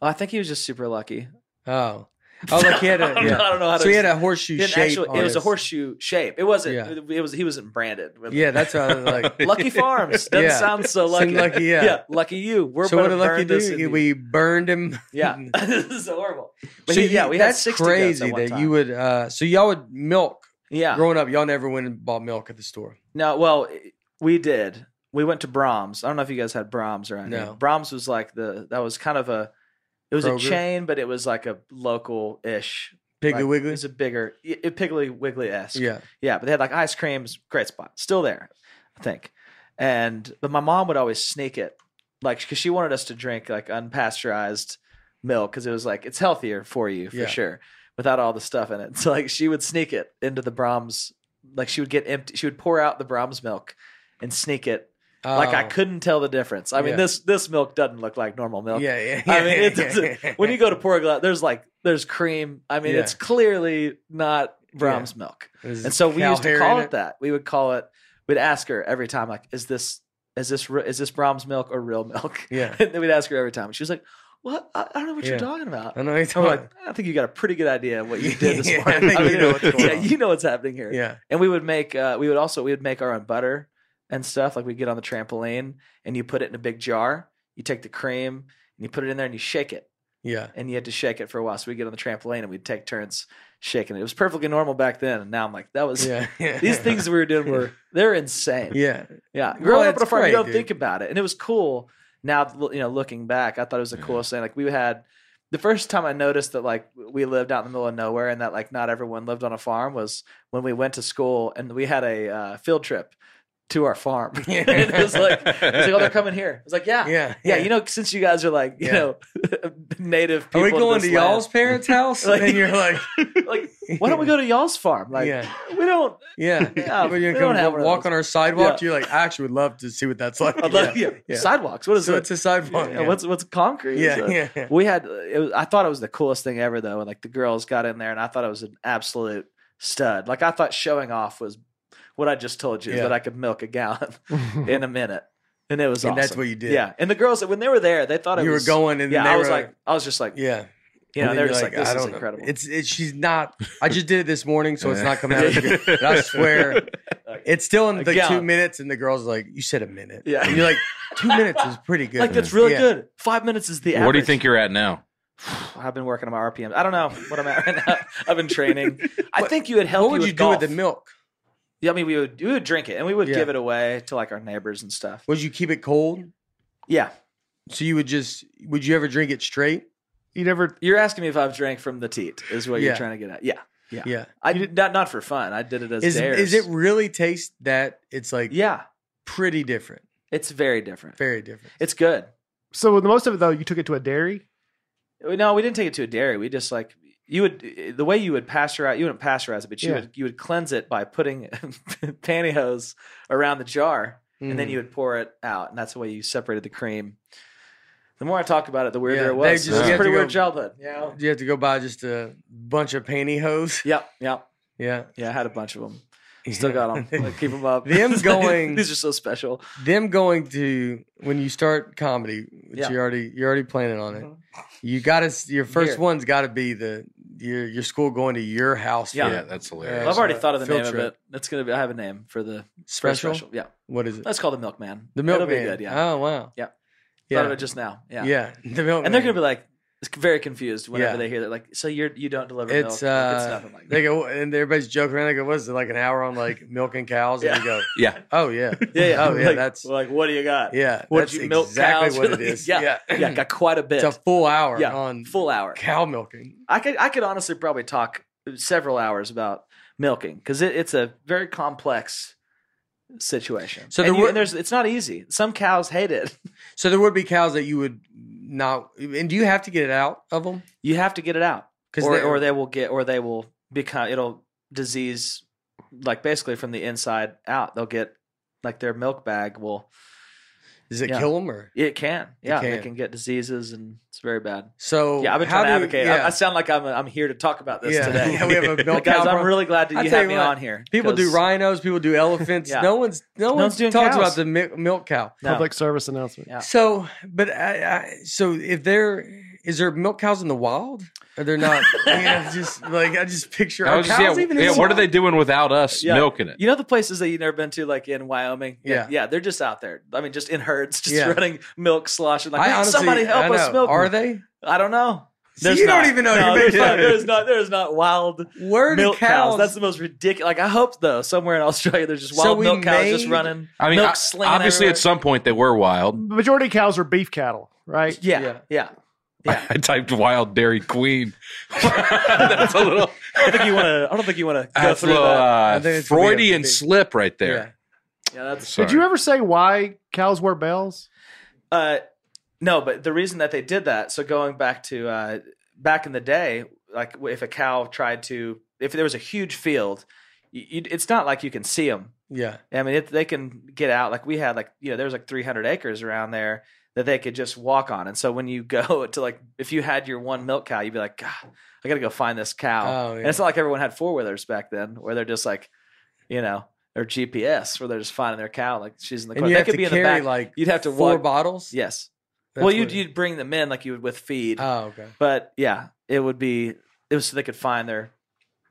oh, i think he was just super lucky Oh, oh, like he had a. I don't know- Yeah. i don't know how to So he had explain- a horseshoe he had an shape. actual- on it was a his- horseshoe shape it wasn't Yeah. it, was he wasn't branded with Yeah, that's what I was like. Lucky Farms doesn't Yeah. sound so lucky. Seemed lucky, yeah. lucky you. We're so what gonna did Lucky burn this in do? the- We burned him. Yeah, this is horrible. But so he- you- yeah, we had that's 60 goats at crazy one that time. you would. Uh, so y'all would milk Yeah. growing up. Y'all never went and bought milk at the store. No, well, we did. We went to Brahms. I don't know if you guys had Brahms around No. here. Brahms was like the that was kind of a it was Kroger? a chain, but it was like a local ish. Piggly like, It Wiggly. was a bigger, it, it Piggly Wiggly esque. Yeah, Yeah, but they had like ice creams, great spot, still there, I think. And but my mom would always sneak it, like because she wanted us to drink like unpasteurized milk because it was like it's healthier for you for Yeah. sure without all the stuff in it. So like she would sneak it into the Brahms, like she would get empty, she would pour out the Brahms milk and sneak it. Like I Oh. couldn't tell the difference. I mean Yeah. this this milk doesn't look like normal milk. Yeah, yeah. I mean, it yeah, doesn't. yeah. When you go to pour a glass, there's like there's cream. I mean, Yeah. it's clearly not Brahms milk. There's And so we cow used to hair call in it that. We would call it. We'd ask her every time, like, "Is this is this re- is this Brahm's milk or real milk?" Yeah, And then we'd ask her every time. She was like, "What? I, I don't know what Yeah. you're talking about." I know what you're I'm talking. like, "I think you got a pretty good idea of what you did this Yeah, I morning." think I we mean, know what's going yeah, on. you know what's happening here. about. Yeah, And we would make. Uh, we would also we would make our own butter and stuff. Like we'd get on the trampoline and you put it in a big jar. You take the cream and you put it in there and you shake it yeah. and you had to shake it for a while. So we'd get on the trampoline and we'd take turns shaking it. It was perfectly normal back then. And now I'm like, that was Yeah, these things we were doing were they're insane. Yeah. Yeah, Growing up it's on a farm, great, you don't dude. think about it. And it was cool. Now you know, looking back, I thought it was the coolest thing. Like we had the first time I noticed that like we lived out in the middle of nowhere and that like not everyone lived on a farm was when we went to school and we had a uh, field trip to our farm. and it was like it's like, oh, they're coming here. It's like, yeah, yeah, yeah, You know, since you guys are like, you Yeah. know, native people. Are we to going this to land, y'all's parents' house? Like- and you're like, like why don't we go to y'all's farm like yeah, we don't yeah. Yeah, But we you're don't gonna have come one of walk those. on our sidewalk. You're like, I actually would love to see what that's like. I'd love- yeah, yeah. sidewalks what is So it it's a sidewalk. Yeah, what's what's concrete Is Oh, yeah, it- yeah, yeah. we had it was, i thought it was the coolest thing ever though and like the girls got in there and i thought it was an absolute stud like i thought showing off was what i just told you Yeah. that i could milk a gallon in a minute and it was And that's awesome. what you did. yeah and the girls when they were there they thought it You were was going, and yeah they i were was like i was just like yeah. you know And they you're were just like, I this is don't know. incredible It's it's she's not. I just did it this morning, so it's not coming out. As good. But I swear, it's still in Like, the yeah. two minutes, and the girl's like, "You said a minute." Yeah. and you're like, two minutes is pretty good. like that's really Yeah. good five minutes is the average Where do you think you're at now? I've been working on my RPMs. I don't know what I'm at right now. I've been training. I think you would help. what would you you with do golf. with the milk? Yeah, I mean, we would we would drink it and we would Yeah. give it away to like our neighbors and stuff. Would you keep it cold? Yeah, So you would just would you ever drink it straight? You never. you're asking me if I've drank from the teat is what Yeah. you're trying to get at. Yeah, Yeah. I did not not for fun. I did it as Is dares. is it really taste that it's like Yeah, pretty different, it's very different. very different. It's good. So with most of it though, you took it to a dairy. No, we didn't take it to a dairy. We just like you would the way you would pasteurize. You wouldn't pasteurize it, but you Yeah. would you would cleanse it by putting pantyhose around the jar, and Mm. then you would pour it out, and that's the way you separated the cream. The more I talked about it, the weirder Yeah, it they was. just- it was you a have pretty to weird go- childhood. Yeah. Do you have to go buy just a bunch of pantyhose? Yep. Yep. Yeah. Yeah. I had a bunch of them. Still got them. keep them up. Them going- These are so special. Them going to when you start comedy, which Yeah. you already you're already planning on it. Mhm. You got to your first Here. one's got to be the your your school going to your house. Yeah. for Yeah, that's Yeah. hilarious. I've already uh, thought of the field name of trip. it. It's gonna be. I have a name for the first special? special. Yeah. What is it? Let's call the Milkman. The That'll milkman. be good. Yeah. Oh wow. Yeah. Yeah. Thought of it just now. yeah. Yeah. The milkman. And they're gonna be like it's very confused whenever Yeah. they hear that. Like, so you're you don't deliver It's milk? Like, it's uh, nothing like that. they go and everybody's joking around. They go, "What's it like an hour on like milking cows?" And Yeah. you go, Yeah. "Oh yeah, Yeah, yeah. oh yeah, Like- that's like what do you got? yeah, What that's you milk exactly cows what with? it is." Yeah. Yeah, got quite a bit. it's a full hour Yeah. on Full hour. cow milking. I could I could honestly probably talk several hours about milking because it, it's a very complex situation. So So there and you- were- and there's it's not easy. Some cows hate it. So there would be cows that you would not. And do you have to get it out of them? You have to get it out, Because or or they will get or they will become it'll disease like basically from the inside out. They'll get like their milk bag will does it yeah. kill them or it can yeah they can. can get diseases and it's very bad. so? Yeah, I've been how trying to do- advocate. I, yeah. I sound like I'm I'm here to talk about this Yeah. today. Yeah, we have a milk guys. cow I'm problem. really glad that I you tell had you me what, on here. People do 'cause- rhinos. People do elephants. Yeah. No one's no, one's one's, doing talks about cows. the mi- milk cow. No. Public service announcement. Yeah. So, but I, I, so if there is there milk cows in the wild? Are there not? I mean, I just like I just picture. I Are was just, cows yeah, even in yeah, the what are wild? they doing without us Yeah. milking it? You know the places that you've never been to, like in Wyoming. Yeah. yeah, they're just out there. I mean, just in herds, just Yeah. running milk sloshing. Like, I "Man, honestly, somebody help I know. us milk. Are them." they? I don't know. See, you don't even know. No, You're there's, making- not, there's not. There's not wild Where do milk cows. cows? That's the most ridiculous. Like I hope though, somewhere in Australia, there's just So wild we milk cows just made- running. I mean, milk I- slinging obviously, everywhere. at some point they were wild. Majority of cows are beef cattle, right? yeah, Yeah. yeah. Yeah. I typed "wild dairy queen." That's a little, I don't think you want to. I don't think you want to go that's a through little that. uh, I think it's gonna be a Freudian big- slip right Yeah. there. Yeah, that's Did you ever say why cows wear bells? Uh, no, but the reason that they did that. So going back to uh, back in the day, like if a cow tried to, if there was a huge field, you, you, it's not like you can see them. yeah. I mean, if they can get out, like we had, like you know, there was like 300 acres around there that they could just walk on. And so when you go to like, if you had your one milk cow, you'd be like, God, I got to go find this cow. Oh, yeah. And it's not like everyone had four wheelers back then, where they're just like, you know, or GPS, where they're just finding their cow, like she's in the And car. you They have could to be in carry the back. like You'd have to four walk. bottles. Yes That's well, you'd what- you'd bring them in like you would with feed, Oh, okay. but yeah, it would be it was so they could find their.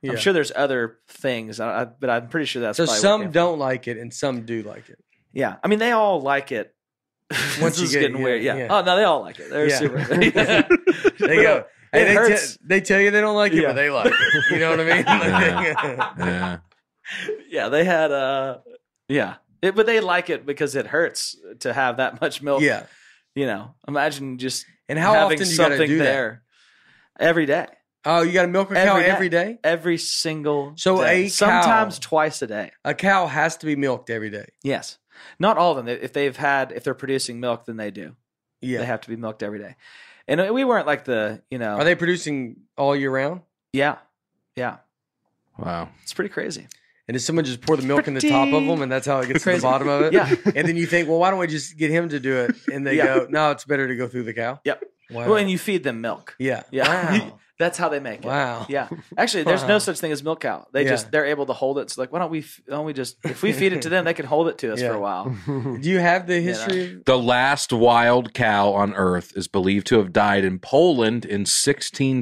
Yeah. I'm sure there's other things, I, I, but I'm pretty sure that's so probably what some came- don't like it and some do like it. Yeah, I mean they all like it. Once Once you it's get- getting yeah, weird, yeah. yeah. Oh no, they all like it. They're Yeah. super. They go. It Hey, they, te- hurts. they tell you they don't like it, Yeah. but they like it. You know what I mean? Like- Yeah. yeah, they had uh, yeah, it, but they like it because it hurts to have that much milk. yeah. you know, imagine just And how having often do you got to something do that? there every day, Oh, you got to milk a cow Every day. every day. every single So day. a cow- sometimes twice a day. A cow has to be milked every day. Yes. Not all of them. They- If they've had, if they're producing milk, then they do. Yeah. They have to be milked every day. And we weren't like the, you know, Are they producing all year round? yeah, yeah. Wow. It's pretty crazy. And does someone just pour the milk in the top of Pretty them, and that's how it gets to the crazy. bottom of it? Yeah. And then you think, well, why don't we just get him to do it? And they Yeah. go, no, it's better to go through the cow. Yep. Wow. Well, and you feed them milk. yeah. Yeah. Wow. That's how they make it. Wow. Yeah. Actually, there's Wow. no such thing as milk cow. They Yeah. just, they're able to hold it. So like, why don't we, f- why don't we just, if we feed it to them, they can hold it to us Yeah. for a while. Do you have the history? The last wild cow on Earth is believed to have died in Poland in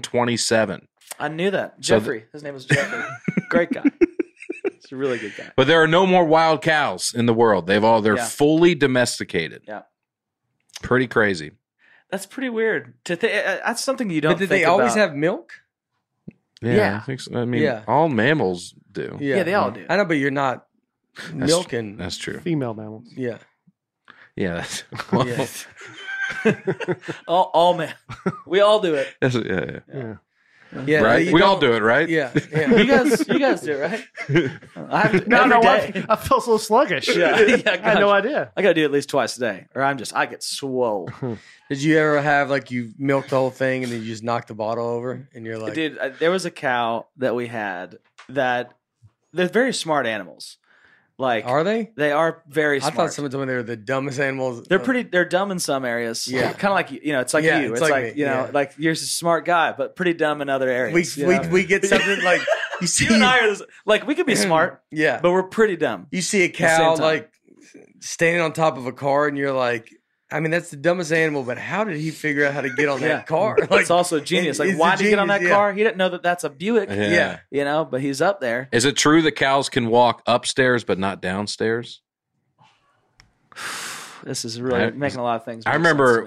1627. I knew that. So Jeffrey. his name was Jeffrey. Great guy. He's a really good guy. But there are no more wild cows in the world. They've all they're Yeah. fully domesticated. Yeah. Pretty crazy. That's pretty weird. To thi- uh, that's something you don't. but did think they always about. have milk? Yeah, Yeah. I think so. I mean, Yeah. all mammals do. Yeah, they all do. I know, but you're not milking. That's true. Female mammals. yeah. Yeah, that's, yeah. all, all men. Oh, We all do it. that's- yeah, yeah. Yeah. Yeah, right. you We all don't- do it, right? Yeah. You yeah. guys, you guys do it, right? I have to, No, every no, day. I, I felt so sluggish. Yeah, yeah, I had no idea. I gotta do it at least twice a day, or I'm just I get swole. Did you ever have like you milked the whole thing and then you just knocked the bottle over and you're like, Dude, I, uh, there was a cow that we had that they're very smart animals. Like are they? they are very I smart. thought someone told me they were the dumbest animals. they're pretty. They're dumb in some areas. Yeah. kind of like you you know. It's like Yeah, you. it's It's, like like, me, you know, yeah. like you're just a smart guy, but pretty dumb in other Uh, We, areas. you we, know? we get something like you see you and I are this, like we could be smart, yeah. but we're pretty dumb. You see a same cow time. like standing on top of a car and you're like, I mean that's the dumbest animal, but how did he figure out how to get on Yeah. that car? it's also genius. Like, he's why a did he get on that genius, yeah. car? He didn't know that that's a Buick. Yeah. Yeah. You know, but he's up there. Is it true that cows can walk upstairs but not downstairs? This is really I- making a lot of things. I make remember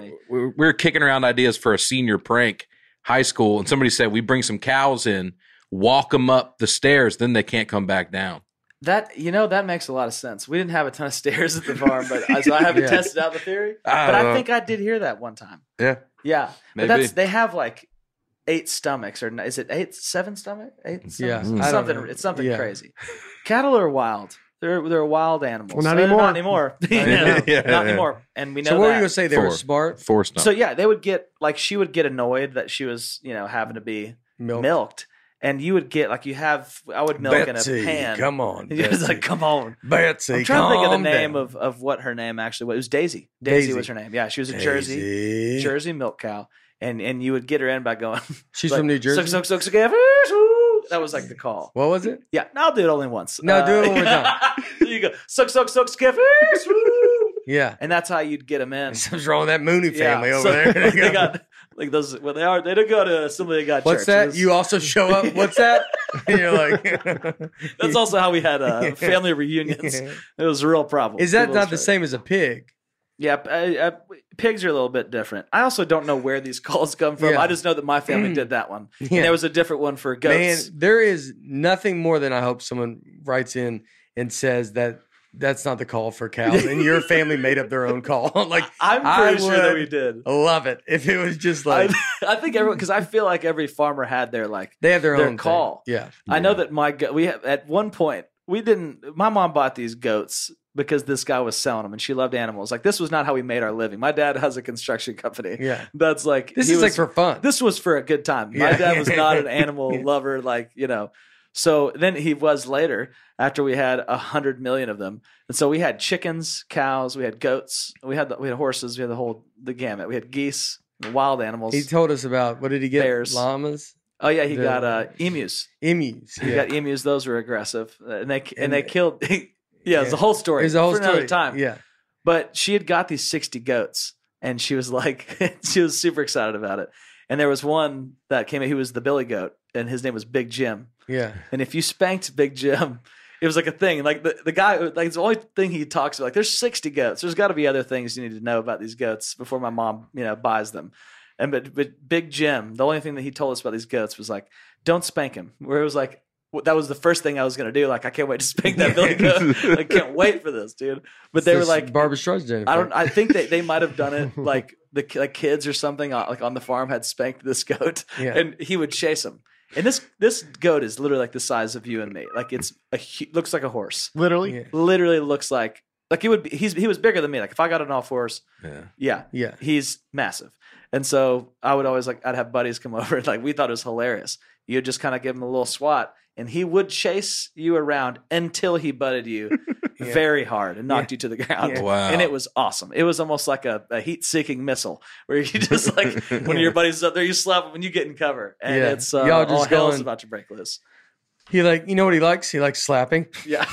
sense to me. we we were kicking around ideas for a senior prank high school, and somebody said we bring some cows in, walk them up the stairs, then they can't come back down. that. You know, that makes a lot of sense. We didn't have a ton of stairs at the farm, but I, so I haven't Yeah. tested out the theory. I but don't I know. think I did hear that one time. Yeah. Yeah. Uh, Maybe. But that's they have like eight stomachs or n- is it eight seven stomach? Eight Yeah, stomachs? I don't something know. it's something Yeah. crazy. Cattle are wild. They're they're wild animals. Well, not They're anymore. Not anymore. You know, Yeah. Not anymore. And we know so what were you that. gonna say? They were Four. smart Forced so yeah, they would get like she would get annoyed that she was, you know, having to be milk. milked. And you would get like you have I would milk Betsy, in a pan. Come on. It was like, come on. Betsy, I'm trying to think of the calm name down. of, of what her name actually was. It was Daisy. Daisy, Daisy. was her name. Yeah, she was a Jersey Daisy. Jersey milk cow. And and you would get her in by going She's like, from New Jersey. "Suck, suck, suck, suck, woo." That was like the call. What was it? Yeah, no, I'll do it only once. No, do it one more time. there you go. Suck, suck, suck, skiffers. woo. Yeah. And that's how you'd get them in. Something's wrong with that Mooney Yeah, family so over there. they got like those. Well, they are. They don't go to somebody that got. What's that? churches. You also show up. What's that? And you're like, That's also how we had uh, family reunions. It was a real problem. is that People not the started- same as a pig? Yeah, p- I, I, pigs are a little bit different. I also don't know where these calls come from. Yeah. Mm. I just know that my family did that one. Yeah. And there was a different one for Man, goats. there is nothing more than I hope someone writes in and says that that's not the call for cows, and your family made up their own call. like, I'm I pretty sure that we would- did. love it if it was just I, like I think everyone because I feel like every farmer had their like. they have their, Their own thing. call. Yeah, I know that my go- we have, at one point we didn't. My mom bought these goats because this guy was selling them, and she loved animals. Like this was not how we made our living. My dad has a construction company. yeah. That's like This he is like was- for fun. this was for a good time. My Yeah. dad was not an animal lover, like you know. So then he was later after we had a hundred million of them, and so we had chickens, cows, we had goats, we had the, we had horses, we had the whole the gamut. We had geese, wild animals. he told us about what did he get? Bears. Llamas, oh yeah, he the- got uh, emus. emus. He Yeah. got emus. Those were aggressive, uh, and they and, And- they killed. yeah, it's Yeah. the whole story. It's the whole for story. another time. Yeah, But she had got these 60 goats and she was like, she was super excited about it. And there was one that came in, he was the billy goat and his name was Big Jim. yeah. And if you spanked Big Jim, it was like a thing. Like the, the guy, like it's the only thing he talks about, like there's 60 goats. There's got to be other things you need to know about these goats before my mom, you know, buys them. And but, but Big Jim, the only thing that he told us about these goats was like, don't spank him. Where it was like, w- that was the first thing I was gonna do. Like, I can't wait to spank that billy goat. I can't wait for this, dude. But they It's were just like, Barbara Streisand. I don't. I think they, they might have done it like the ki- like kids or something uh, like on the farm had spanked this goat, Yeah. and he would chase him. And this this goat is literally like the size of you and me. Like it's a hu- looks like a horse. Literally. Yeah. Literally looks like like he would be. He's he was bigger than me. Like if I got an all fours, Yeah. yeah, Yeah. he's massive. And so I would always like I'd have buddies come over. and Like we thought it was hilarious. You'd just kind of give him a little swat, and he would chase you around until he butted you Yeah. very hard and knocked you to the ground. Yeah. Wow. And it was awesome. It was almost like a, a heat seeking missile where you just like when your buddy's up there, you slap him and you get in cover. And Yeah. it's uh, Y'all all just hell is going- about to break loose. He like you know what he likes? He likes slapping. Yeah.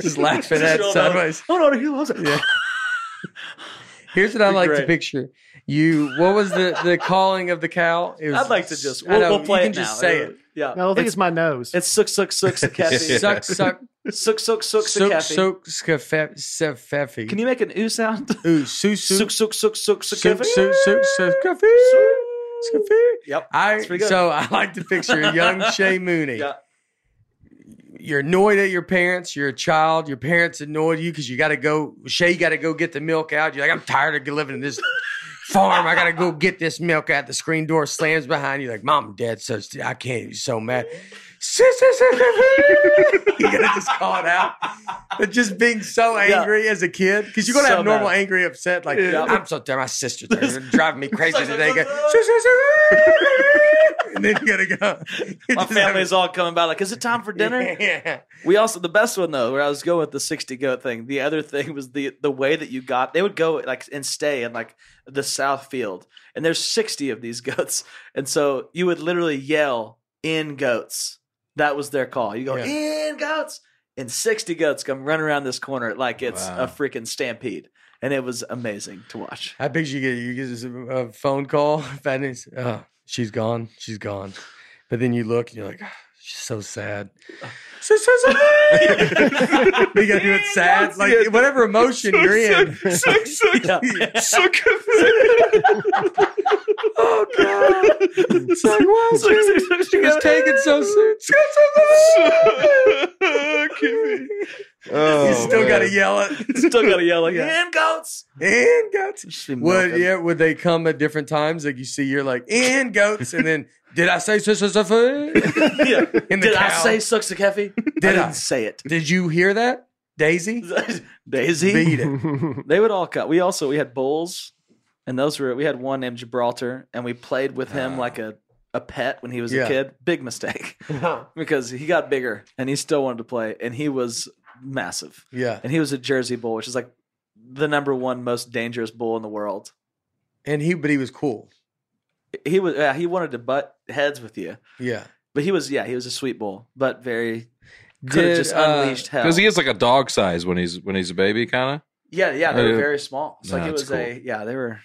Just laughing Just at roll down. sideways. oh no, he loves it. Yeah. Here's what I Be like to great. picture. You, what was the, the calling of the cow? It was, I'd like to just I we'll, know, we'll play you it can just now. say it. Yeah, No, I think it's, my nose. it's sook sook sook Sakefi. Suck, suck, sook sook sook soak, Sakefi. soak, scafef- sefefi. Can you make an ooh sound? Ooh, su, su, Sook sook sook sook su, su, Sakefi. su, scafe- scafe. Yep. I It's pretty good. so I like to picture a young Shay Mooney. Yeah. You're annoyed at your parents. You're a child. Your parents annoyed you because you got to go. Shay, you got to go get the milk out. You're like, I'm tired of living in this farm. I got to go get this milk out. The screen door slams behind you. Like, mom, and dad, so I can't. You're so mad. Sis, sis, sis, sis. you gotta just call it out. But just being so Yeah. angry as a kid, because you're gonna So have normal mad. angry upset. Like, Yeah. I'm so tired. My sister's there. They're driving me crazy It's like, today. Go, "Sis, sis, sis." and then you gotta go. You My just family's have- all coming by like, is it time for dinner? Yeah. We also the best one though, where I was going with the sixty goat thing. The other thing was the the way that you got. They would go like and stay in like the south field, and there's sixty of these goats, and so you would literally yell in goats. That was their call. You go in goats, and sixty goats come run around this corner like it's Wow. a freaking stampede, and it was amazing to watch. I picture you get you get this, uh, a phone call. That is, oh, she's gone. She's gone. But then you look and you're like, "Ah, she's so sad. Sis, sis, sis. you gotta do it sad, like whatever emotion you're in. Yeah. Oh god! It's like, wow, she was taken so soon. you still Oh, gotta yell it. Still gotta yell like Yeah. in goats. And goats. Just be Would milking. yeah? Would they come at different times? Like you see, you're like and goats, and then did I say so so so? so?" Yeah. And the Did I cow. say sucks to Did Keffy? I? didn't say it. Did you hear that, Daisy? Daisy. Beat it. They would all cut. We also we had bulls, and those were we had one named Gibraltar, and we played with him like a a pet when he was Ah. Yeah. a kid. Big mistake because he got bigger and he still wanted to play, and he was massive, Yeah. and he was a Jersey bull, which is like the number one most dangerous bull in the world. And he, but he was cool. He was yeah, he wanted to butt heads with you, Yeah. but he was yeah he was a sweet bull, but very could Did, have just uh, unleashed hell. Because he is like a dog size when he's when he's a baby, kind of. Yeah, yeah, Oh, they were Uh, very small. It's like no, it that's was a yeah, they were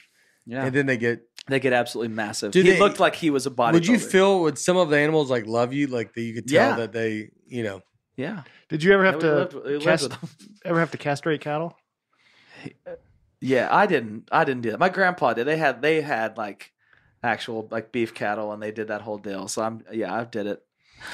yeah, And then they get. they get absolutely massive. Do he they- looked like he was a bodybuilder. Would you feel? Would some of the animals like love you? Like that you could tell Yeah. that they, you know. Yeah, Did you ever have we to lived- we lived cast- with them. ever have to castrate cattle? yeah, I didn't, I didn't do that. My grandpa did. They had, they had like actual like beef cattle, and they did that whole deal. So I'm yeah, I did it.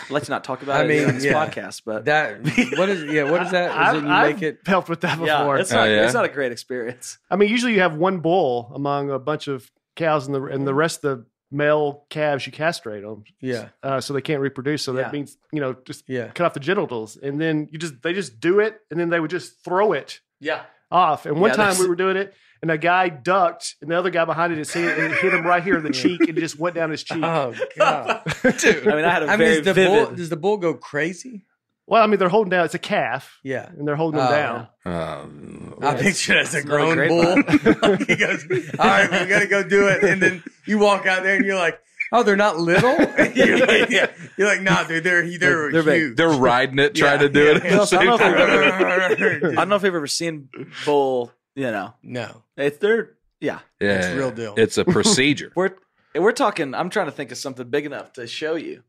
I'd like to not talk about I it mean, on this yeah. podcast, but That what is yeah? What is that? I've, Is it you I've make it? helped with that yeah, before. it's Oh, not, yeah? it's not a great experience. I mean, usually you have one bull among a bunch of cows, and the and the rest of the male calves you castrate them, Yeah, uh, so they can't reproduce. So that Yeah. means you know just yeah. cut off the genitals, and then you just they just do it, and then they would just throw it Yeah, off. And one Yeah, time that's- we were doing it, and a guy ducked, and the other guy behind it had seen it and it hit him right here in the cheek, and it just went down his cheek. Oh god, dude. I mean, I had a I mean, very is the vivid. bull, does the bull go crazy? Well, I mean, they're holding down. It's a calf, Yeah. and they're holding him Oh, down. Um, I picture it as a it's not a grown great bull. Like, he goes, "All right, we gotta go do it," and then you walk out there and you're like, "Oh, they're not little." you're, like, yeah. you're like, "Nah, dude, they're they're, They're big. huge." They're riding it, trying to do yeah, it. at yeah. the Well, so I same don't know if time. I don't know if you've ever seen bull. You know, no, it's they're yeah. Yeah, It's real deal. It's a procedure. We're we're talking. I'm trying to think of something big enough to show you.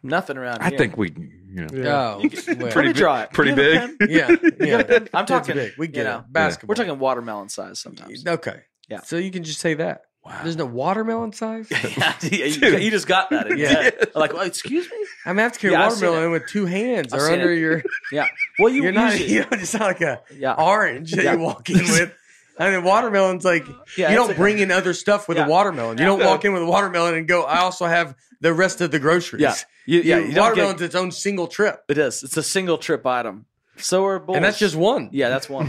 Nothing around I here. think we, you know, Oh, no, well, Let me pretty big- draw it. pretty You have a big. pen? yeah, yeah. I'm talking. It's big. We get you it. know, basketball. we're talking watermelon size sometimes. okay. Yeah. So you can just say that. Wow. There's no watermelon size. yeah, you, you just got that. in your Yeah. head. Like, well, excuse me. I mean, I have to carry Yeah, I've seen watermelon with two hands I've or seen under it. your. Yeah. Well, you You're not. Oh, usually- You know, just not like a yeah. orange that Yeah. you walk in with. I mean, watermelon's like Yeah, you it's don't like- bring in other stuff with Yeah. a watermelon. You don't walk in with a watermelon and go. I also have the rest of the groceries. Yeah. You- yeah. You don't watermelon's get, its own single trip, it is. It's a single trip item. So are bulls. and that's just one. Yeah, that's one.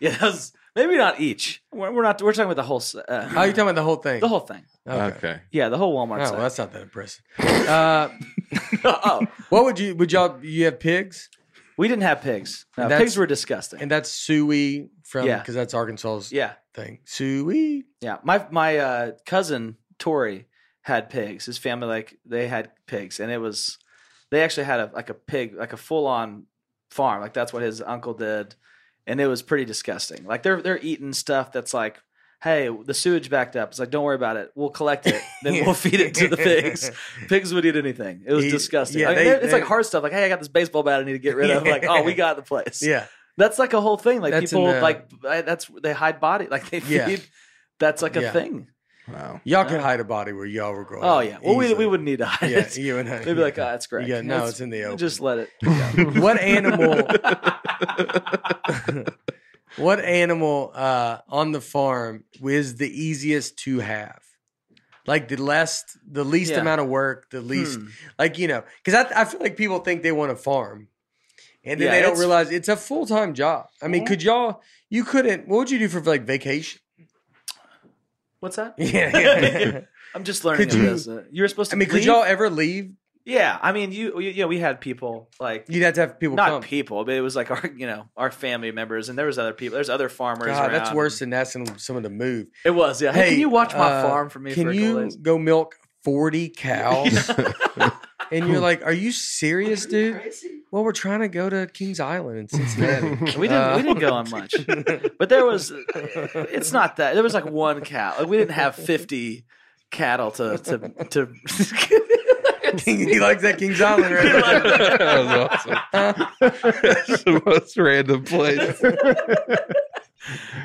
yeah, that's, maybe not each. We're, we're not. We're talking about the whole. s- Uh, How are you talking about the whole thing? the whole thing. Okay. okay. Yeah, the whole Oh, Walmart. well, side. that's not that impressive. Uh, oh, what would you? Would y'all? You have pigs, we didn't have pigs. No, And that's- pigs were disgusting. and that's suey from Yeah. because that's Arkansas's yeah. thing. Suey. Yeah, my my uh, cousin Tori had pigs. His family like they had pigs, and it was they actually had a like a pig like a full on farm. Like that's what his uncle did, and it was pretty disgusting. Like they're they're eating stuff that's like hey, the sewage backed up. It's like, don't worry about it. We'll collect it. Then we'll feed it to the pigs. Pigs would eat anything. It was He- disgusting. yeah, I mean, they- it's like they- hard stuff. Like, hey, I got this baseball bat I need to get rid of. Like, oh, we got the place. Yeah. That's like a whole thing. Like That's in people the- like I- that's they hide body. Like they feed. Yeah. That's like a Yeah. thing. Wow. Y'all could hide a body where y'all were growing Uh, Oh up yeah. Well, we, easily. we wouldn't need to hide Yeah, it. you and I. They'd be like, oh, that's great. Yeah, no, it's in the open. Just let it. what animal what animal uh, on the farm is the easiest to have like the less the least Yeah. Hmm. amount of work the least like you know because I, I feel like people think they want to farm and then Yeah, they don't it's- Mm-hmm. realize it's a full-time job i mean could y'all you couldn't what would you do for like vacation What's that? yeah, yeah. I'm just learning Could you- this. Uh, You were supposed to. i mean could leave? y'all ever leave Yeah, I mean, you, you. Yeah, we had people like you'd have to have people not come people, but it was like our, you know, our family members, and there was other people. There's other farmers. God, that's around. worse than asking someone to move It was. Yeah. Hey, can you watch my uh, farm for me? Can for a couple you days? go milk forty cows? and you're like, are you serious, dude? Well, we're trying to go to Kings Island in Cincinnati. We didn't. Uh, we didn't go on much, but there was. It's not that there was like one cow. Like we didn't have fifty cattle to to to. he likes that Kings Island, right? that was awesome. That's the most random place.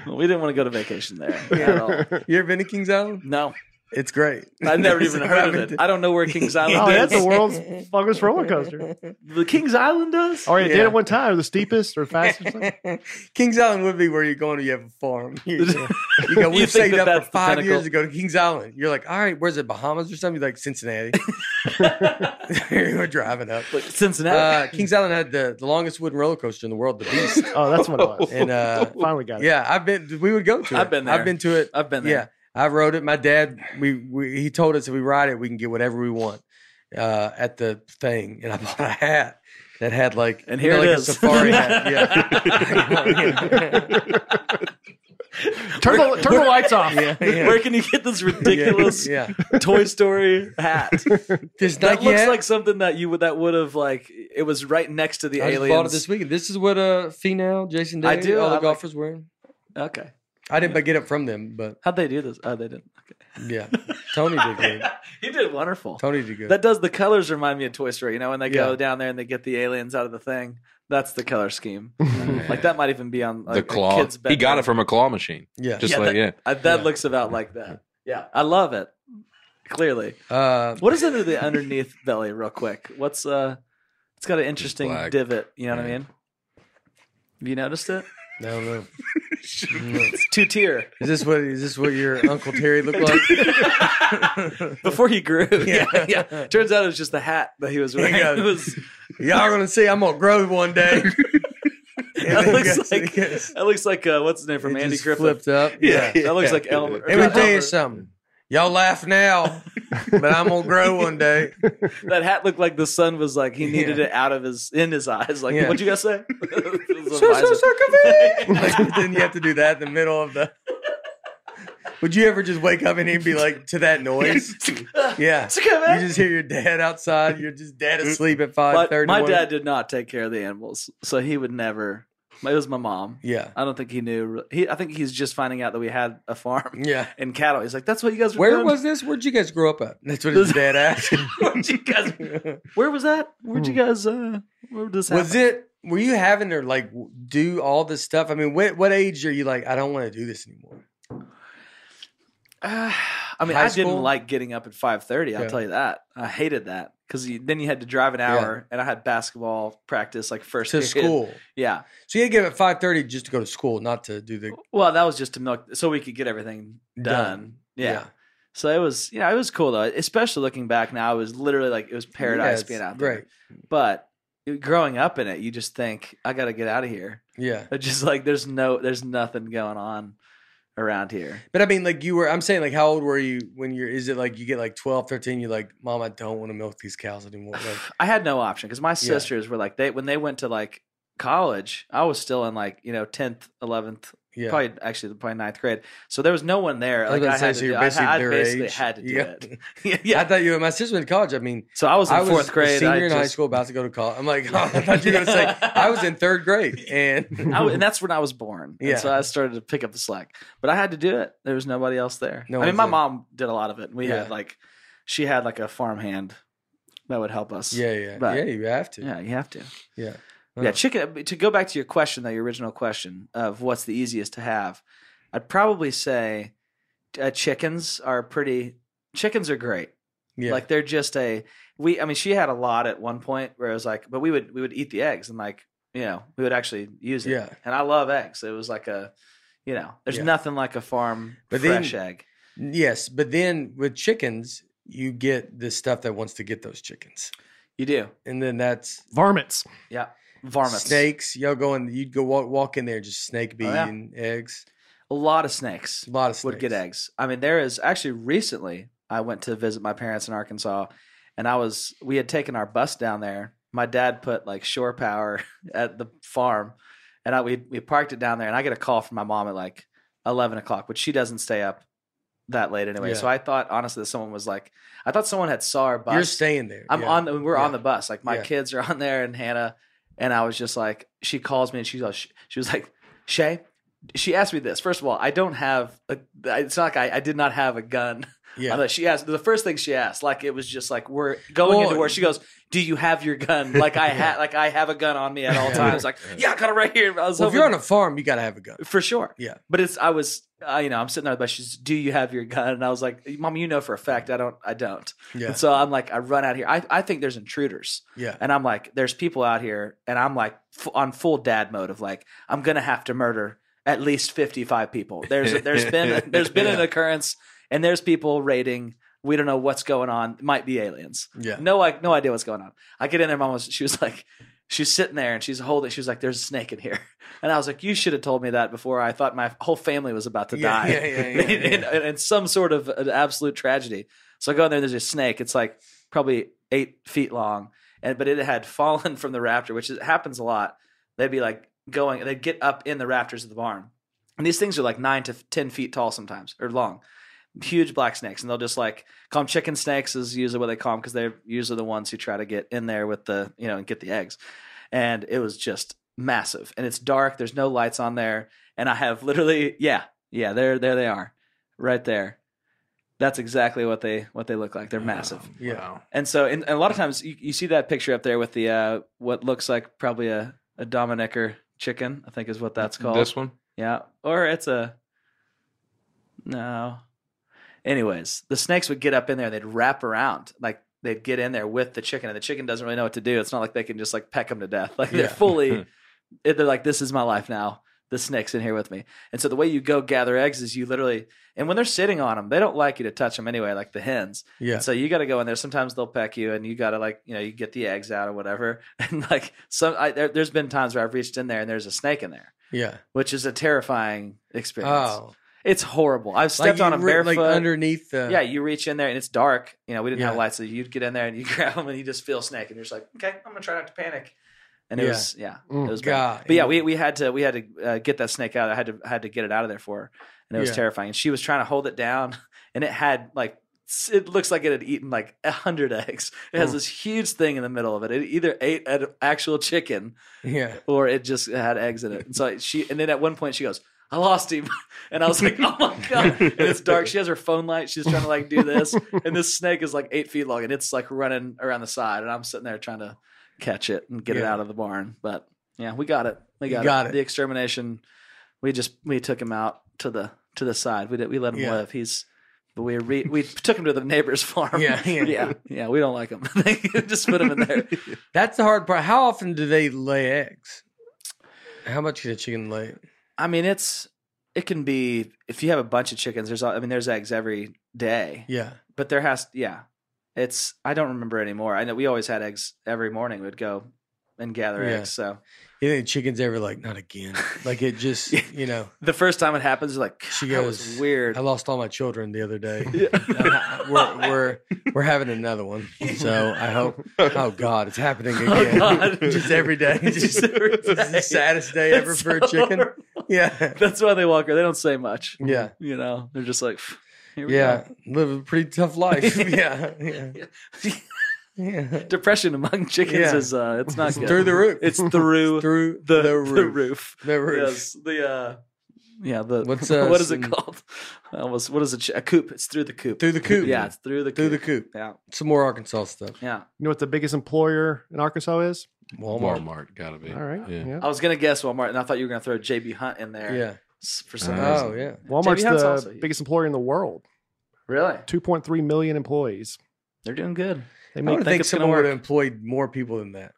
we didn't want to go to vacation there. At all. you ever been to Kings Island? No, It's great. I've never even heard of it. I don't know where Kings Island Oh, that's the is. world's longest roller coaster. The Kings Island does. Or you did Yeah. it one time, the steepest or fastest. thing. Kings Island would be where you're going. if You have a farm. You, you go. We've think saved that up that's for the five pinnacle? years to go to Kings Island. You're like, all right, where's it? Bahamas or something? You're like Cincinnati. We're driving up. Like Cincinnati. Uh, Kings Island had the, the longest wooden roller coaster in the world, the Beast. Oh, that's what it was. And uh, Finally got it. Yeah, I've been. We would go to it. I've been I've there. been to it. I've been there. Yeah, I rode it. My dad. We, we he told us if we ride it, we can get whatever we want uh, at the thing. And I bought a hat that had like And you know, here it like is. a safari hat. Yeah. Turn, the, turn the lights off. yeah, yeah. Where can you get this ridiculous Yeah, Toy Story hat? this That Nike looks hat, like something that you would that would have like it was right next to the I just aliens. bought it this weekend. This is what uh, female Jason I Day, do, all I the like- golfers wearing. Okay, I didn't get it from them, but how'd they do this? Oh, they didn't. yeah, Tony did good. Okay, he did wonderful. Tony did good. That does the colors remind me of Toy Story. You know when they go Yeah. down there and they get the aliens out of the thing. That's the color scheme. like that might even be on like, the a claw. kid's He got bedroom. it from a claw machine. yeah. Just Yeah, like yeah. Uh, that looks about like that. Yeah, I love it. Clearly, uh, what is under the underneath belly? Real quick, what's uh? It's got an interesting Black. divot. You know what I Yeah. mean? Have you noticed it? I don't know. I don't know. It's two tier. Is this what is this what your Uncle Terry looked like? before he grew. Yeah. Yeah. yeah, Turns out it was just the hat that he was wearing. Yeah. It was. Y'all are gonna see I'm gonna grow one day. That looks It like. gets- That looks like uh, what's his name from it Andy just Griffith. flipped up. Yeah. That looks like Elmer. Let me tell you Elmer. something. Y'all laugh now, but I'm gonna grow one day. That hat looked like the sun was like he needed Yeah. it out of his in his eyes. Like Yeah. what'd you guys say? It was a So, so, visor. so, come in. Like, then you have to do that in the middle of the. Would you ever just wake up and he'd be like to that noise? Yeah, It's okay, you man. just hear your dad outside. You're just dad asleep at five But thirty. my dad did not take care of the animals, so he would never. It was my mom. Yeah, I don't think he knew. He, I think he's just finding out that we had a farm yeah. and cattle. He's like, "That's what you guys were Where doing." was this? Where'd you guys grow up at? Um, That's what his dad asked. Where'd you guys? Where was that? Where'd you guys? Uh, where did this happen? Hmm. Was it? Were you having to like w- do all this stuff? I mean, what what age are you like? I don't want to do this anymore. Uh, I mean, High I school? didn't like getting up at five thirty. I'll Yeah. tell you that. I hated that because you, then you had to drive an Yeah. hour, and I had basketball practice like first To period. school, Yeah. so you had to get up at five thirty just to go to school, not to do the Well, that was just to milk, so we could get everything done. Done. Yeah. So it was, you know, it was cool though. Especially looking back now, it was literally like it was Yeah, paradise it's being out there. Great, But growing up in it, you just think I got to get out of here. yeah. It's just like there's no, there's nothing going on around here. But I mean, like you were. I'm saying, like, how old were you when you're? Is it like you get like 12, 13, You're like, mom, I don't want to milk these cows anymore. Like, I had no option because my sisters were like they when they went to like college, I was still in like you know tenth, eleventh Yeah. probably actually probably ninth grade. So there was no one there. I was Like gonna I say, had so to do, you're I, basically had- I their basically age. had to do Yeah. it. yeah, I thought you. My sister went to college. I mean, So I was in I was fourth grade. a senior I in high just- school, about to go to college. I'm like, oh, I thought you were going to say I was in third grade, and I w- and that's when I was born. And Yeah. so I started to pick up the slack. But I had to do it. There was nobody else there. No I mean, one's my there. mom did a lot of it. We Yeah. had like, she had like a farmhand that would help us. yeah, yeah, But- yeah. You have to. Yeah, you have to. Yeah. Yeah, Oh. chicken. To go back to your question, though, your original question of what's the easiest to have, I'd probably say uh, chickens are pretty. Chickens are great. yeah. Like they're just a we. I mean, she had a lot at one point where it was like, but we would we would eat the eggs and like you know we would actually use it. Yeah. And I love eggs. It was like a, you know, there's Yeah. nothing like a farm But then- fresh egg. Yes, but then with chickens, you get the stuff that wants to get those chickens, You do and then that's Varmints. varmints, snakes. Y'all go in, you'd go walk, walk in there, just snake bee Oh, yeah. and eggs. a lot of snakes. A lot of snakes would get eggs. I mean, there is actually recently I went to visit my parents in Arkansas, and I was we had taken our bus down there. My dad put like shore power at the farm, and I, we we parked it down there. And I get a call from my mom at like eleven o'clock, which she doesn't stay up that late anyway. Yeah. So I thought honestly that someone was like, I thought someone had saw our bus. You're staying there. I'm yeah. on. The, we're Yeah. on the bus. Like my Yeah. kids are on there, and Hannah, and I was just like, she calls me, and she's like, she, she was like, Shay. She asked me this. First of all, I don't have. A, it's not like I, I did not have a gun. Yeah. Although she asked the first thing she asked, like it was just like we're going Well- into war. She goes, "Do you have your gun? Like I had, like I have a gun on me at all times. Like yeah, I got it right here." I was Well, if hoping- you're on a farm, you got to have a gun. for sure. Yeah. But it's I was uh, you know I'm sitting there, but she's, "Do you have your gun?" And I was like, "Mom, you know for a fact I don't. I don't." Yeah. And so I'm like, I run out here. I, I think there's intruders. Yeah. And I'm like, there's people out here, and I'm like f- on full dad mode of like, I'm gonna have to murder at least 55 people. There's there's been there's been an Yeah. occurrence, and there's people raiding. We don't know what's going on. It might be aliens. Yeah. No, like no idea what's going on. I get in there, mom was she was like, she's sitting there and she's holding. She was like, there's a snake in here, and I was like, you should have told me that before. I thought my whole family was about to Yeah, die yeah, yeah, yeah, yeah. in, in- in some sort of an absolute tragedy. So I go in there. There's a snake. It's like probably eight feet long, and but it had fallen from the raptor, which is, happens a lot. They'd be like going, they'd get up in the rafters of the barn, and these things are like nine to ten feet tall sometimes or long, huge black snakes, and they'll just like call them chicken snakes is usually what they call them because they're usually the ones who try to get in there with the you know and get the eggs, and it was just massive, and it's dark. There's no lights on there, and I have literally yeah yeah there there they are right there. That's exactly what they what they look like. They're massive. Yeah. Wow. And so, and, and a lot of times you, you see that picture up there with the uh, what looks like probably a a Dominicker chicken, I think is what that's called. This one. Yeah, or it's a no. Anyways, the snakes would get up in there. They'd wrap around like they'd get in there with the chicken, and the chicken doesn't really know what to do. It's not like they can just like peck them to death. Like they're Yeah. fully, it- they're like, this is my life now. The snake's in here with me. And so the way you go gather eggs is you literally, and when they're sitting on them, they don't like you to touch them anyway, like the hens. Yeah. And so you got to go in there. Sometimes they'll peck you, and you got to like you know you get the eggs out or whatever. And like some, I, there, there's been times where I've reached in there and there's a snake in there, Yeah. which is a terrifying experience. Oh. It's horrible. I've Like stepped on you a re- barefoot. Like underneath the. yeah, you reach in there and it's dark. You know, we didn't have Yeah. lights, so you'd get in there and you grab them and you just feel a snake, and you're just like, okay, I'm gonna try not to panic. And it Yeah. Oh, was yeah, Mm. it was bad. God. But yeah, we, we had to we had to uh, get that snake out. I had to had to get it out of there for her, and it was Yeah. terrifying. And she was trying to hold it down, and it had like s- it looks like it had eaten like a hundred eggs. It has Mm. this huge thing in the middle of it. It either ate an actual chicken Yeah. or it just had eggs in it. And so she and then at one point she goes. I lost him, and I was like, "Oh my god!" And it's dark. She has her phone light. She's trying to like do this, and this snake is like eight feet long, and it's like running around the side. And I'm sitting there trying to catch it and get it Yeah. out of the barn. But yeah, we got it. We You got, got it. it. The extermination. We just we took him out to the to the side. We did, we let him Yeah. live. He's but we re, we took him to the neighbor's farm. Yeah, yeah. yeah, yeah, We don't like him. they just put him in there. That's the hard part. How often do they lay eggs? How much can a chicken lay? I mean, it's it can be if you have a bunch of chickens. There's I mean, there's eggs every day. Yeah. but there has yeah it's i don't remember anymore i know we always had eggs every morning we'd go and gather Yeah. eggs so You think chickens ever like not again? Like it just you know. the first time it happens you're like She she goes, that was goes, weird I lost all my children the other day. Yeah. we're, we're we're having another one, so I hope. Oh God, it's happening Oh, again. God. just every day. It's Just, just every It's the day. saddest day ever It's for a so chicken. horrible. Yeah. That's why they walk her. They don't say much. Yeah. You know, they're just like, "Pff, here we Yeah. Live a pretty tough life. yeah. Yeah. go." yeah. Depression among chickens Yeah. is uh, it's not good. Through the roof. It's through through the, the roof. roof. The roof. Yes. The uh, yeah. The What's, uh, what is it some- called? I Almost. What is it? A coop. It's through the coop. Through the coop. Yeah. It's through the Through the coop. coop. Yeah. Some more Arkansas stuff. Yeah. You know what the biggest employer in Arkansas is? Walmart. Walmart, gotta be. All right. Yeah. Yeah. I was gonna guess Walmart, and I thought you were gonna throw JB Hunt in there. Yeah. s- For some Uh, reason. Oh yeah. Walmart's Hunt's the also huge. biggest employer in the world. Really? 2.3 million employees. They're doing good. They I make would think think it's gonna someone would work. have employed more people than that.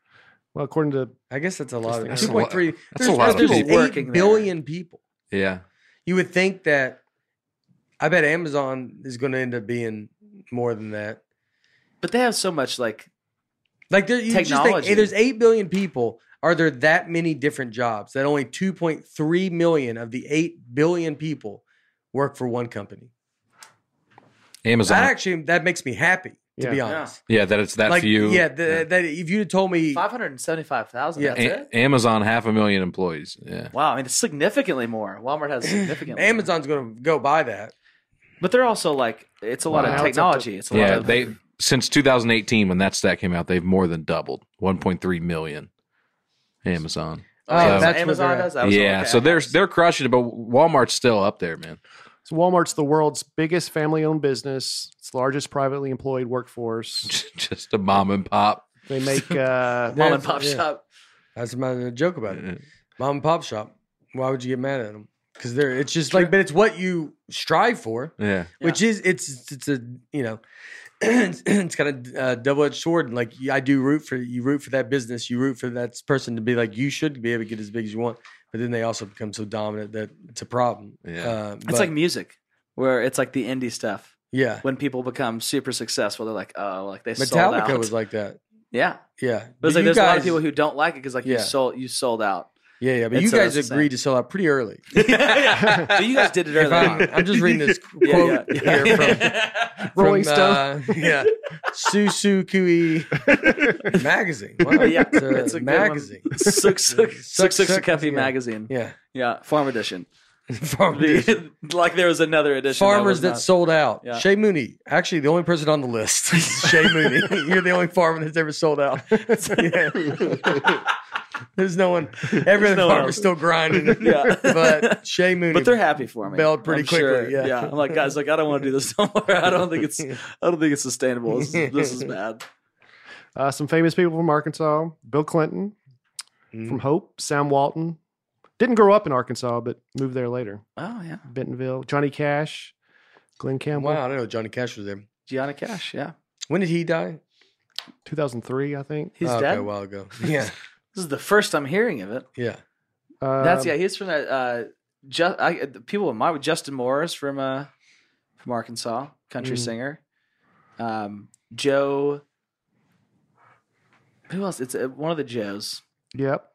well, according to I guess that's a lot. That's Two point three. that's a lot of there's people. eight Working there. billion people. Yeah. You would think that. I bet Amazon is going to end up being more than that. But they have so much like Like there, you just think Technology. hey, there's eight billion people. Are there that many different jobs that only 2.3 million of the eight billion people work for one company? Amazon. That actually that makes me happy to Yeah. be Yeah. honest. yeah, that it's that like few. yeah, the, that if you told me five hundred and seventy five thousand. Yeah. That's A- it. Amazon half a million employees. Yeah. Wow, I mean, it's significantly more. Walmart has significantly. more. Amazon's going to go buy that, but they're also like it's a lot Wow. of Now it's up to- technology. It's, a lot Yeah. of They since 2018 when that stat came out, they've more than doubled. 1.3 million. Amazon. Oh, Yeah, that's that's what where Amazon they're at. does. That was- yeah. okay, um, So I they're thought it they're crushing it, but Walmart's still up there, man. so Walmart's the world's biggest family-owned business. It's the largest privately employed workforce. Just a mom and pop. They make uh, was mom and There's- pop yeah. shop. That's my the joke about it. Mom and pop shop. Why would you get mad at them? Because they're it's just like, but it's what you strive for, Yeah. which is it's it's a you know, it's, kind of a double edged sword. Like I do root for you root for that business, you root for that person to be like you should be able to get as big as you want, but then they also become so dominant that it's a problem. Yeah. uh, but, It's like music, where it's like the indie stuff. yeah, When people become super successful, they're like, oh, like they sold out. Metallica was like that. yeah, Yeah, but it's like you there's a lot of guys- people who don't like it because like you Yeah. sold you sold out. Yeah, yeah, but And you so guys that's the agreed to sell out pretty early. but you guys did it early on. I'm just reading this quote Yeah, yeah, yeah. here from Rolling from, Stone. uh, yeah. Susu Kui magazine. Wow. Yeah, it's a, it's a good one. magazine. Suk Suk Suk Suk Suk Suk, Coffee yeah. magazine. Yeah. Yeah, farm edition. Farm edition. The, like there was another edition. Farmers that, that, was not- sold out. Yeah. Shay Mooney. Actually, the only person on the list is Shay Mooney. You're the only farmer that's ever sold out. Yeah. There's no one. Every other no one farmer's else. still grinding. Yeah. But Shay Mooney. but they're happy for me. Bailed pretty I'm sure. quickly, yeah. I'm like, guys, like I don't want to do this no more. I don't think it's, I don't think it's sustainable. This is, this is bad. Uh, some famous people from Arkansas: Bill Clinton, Hmm. Mm. from Hope, Sam Walton. Didn't grow up in Arkansas, but moved there later. Oh yeah, Bentonville, Johnny Cash, Glenn Campbell, Wow, I don't know. Johnny Cash was there. Gianna Cash. Yeah, When did he die? 2003, I think. he's Oh, okay, dead. a while ago. Yeah. This is the first I'm hearing of it. Yeah. Uh, That's Um, yeah. He's from that. Uh, ju- I, the people in my Justin Morris from uh, from Arkansas, country Mm. Mhm. singer. Um, Joe. Who else? It's uh, one of the Joes. Yep,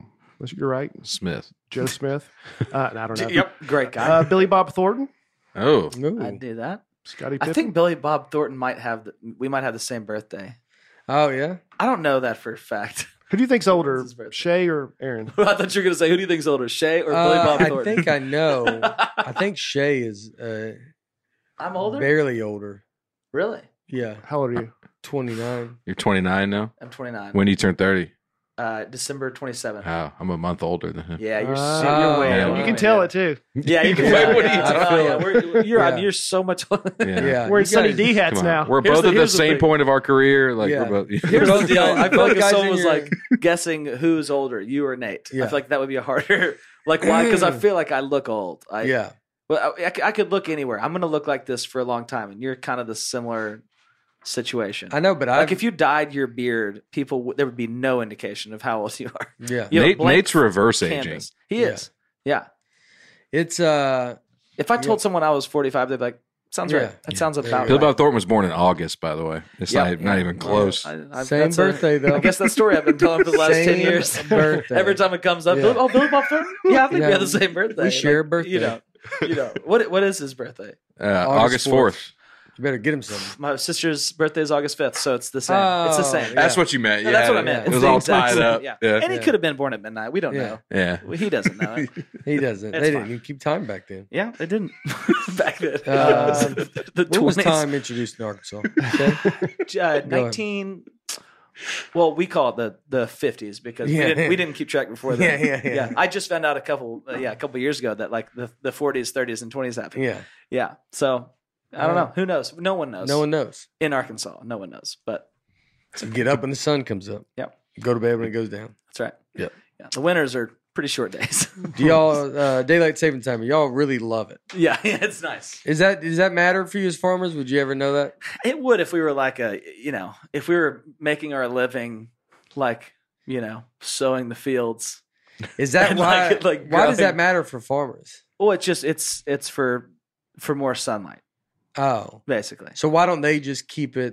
you're right, Smith. Joe Smith. Uh, I don't know. great guy. Uh, Billy Bob Thornton, Oh. Ooh. I do that. Scotty I Pippen. think Billy Bob Thornton might have. The, we might have the same birthday. Oh, yeah. I don't know that for a fact. Who do you think's older, This is birthday. Shay or Aaron? I thought you were going to say, who do you think's older, Shay or Billy Uh, Bob I Thornton? think I know. I think Shay is uh, I'm older. barely older. Really? Yeah, How old are you? 29. You're 29 now? I'm 29. When do you turn 30? uh, December 27th. Oh, I'm a month older than him. yeah, you're, Uh, so, you're way. Yeah. older you than can me, tell yeah. it too. Yeah, you can. Yeah. tell. What do you- yeah, I oh, feel yeah, it. we're- you're on. Yeah. You're so much. older. Yeah. Wearing you Sunny guys- D Come hats on. now. We're Here's both the- at the here's the same thing. point of our career. Like Yeah. we're both. Here's Both the of deal. y'all- I feel like if guys someone in was your- like guessing who's older, you or Nate, I Yeah. feel like that would be a harder. Like why? Because I feel like I look old. I, yeah, But I, I c- I could look anywhere. I'm going to look like this for a long time, and you're kind of the similar situation. I know, but I like if you dyed your beard, people w- there would be no indication of how old you are. yeah, You have a Nate, blank Nate's reverse aging. canvas. He Yeah. is. Yeah. it's uh, If I told someone I was 45, they'd be like, "Sounds Yeah. right. That sounds There you about go. Bill right." Bob Thornton was born in August, by the way. It's Yeah. not, not Yeah. even close. I, I, same that's a- birthday though. I guess that story I've been telling for the last ten Same years. birthday. Every time it comes up, Yeah. Bill- oh, Bill Bob Thornton. Yeah, I think we Yeah, have the same birthday. we share a You know, you know what? What is his birthday? Uh, August August 4th. You better get him some. My sister's birthday is August fifth, so it's the same. it's the Oh, same. That's what you meant. No, yeah, that's what I meant. It It's was the all exact tied same. up. Yeah. Yeah. and he could have been born at midnight. We don't Yeah. know. yeah. Well, He doesn't know. it. He doesn't. It's they didn't fine. even keep time back then. yeah, they didn't back then. Uh, the When was 20s. time introduced in Arkansas? uh, 19 well we call it the the 50s because Yeah. we, didn't, we didn't keep track before then Yeah, yeah, yeah. i just found out a couple uh, yeah a couple years ago that like the, the 40s 30s and 20s happened yeah, yeah, so i don't Yeah. know who knows no one knows no one knows. in arkansas no one knows but So get up when the sun comes up. Yep. Go to bed when it goes down. that's right Yep. yeah the winters are pretty short days Do y'all uh, daylight saving time? Y'all really love it. yeah, yeah it's nice Is that does that matter for you as farmers? Would you ever know that? it would if we were like a you know if we were making our living like you know sowing the fields Is that And why? like- like why does that growing- matter for farmers? well it's Oh, just it's it's for for more sunlight Oh, basically so why don't they just keep it?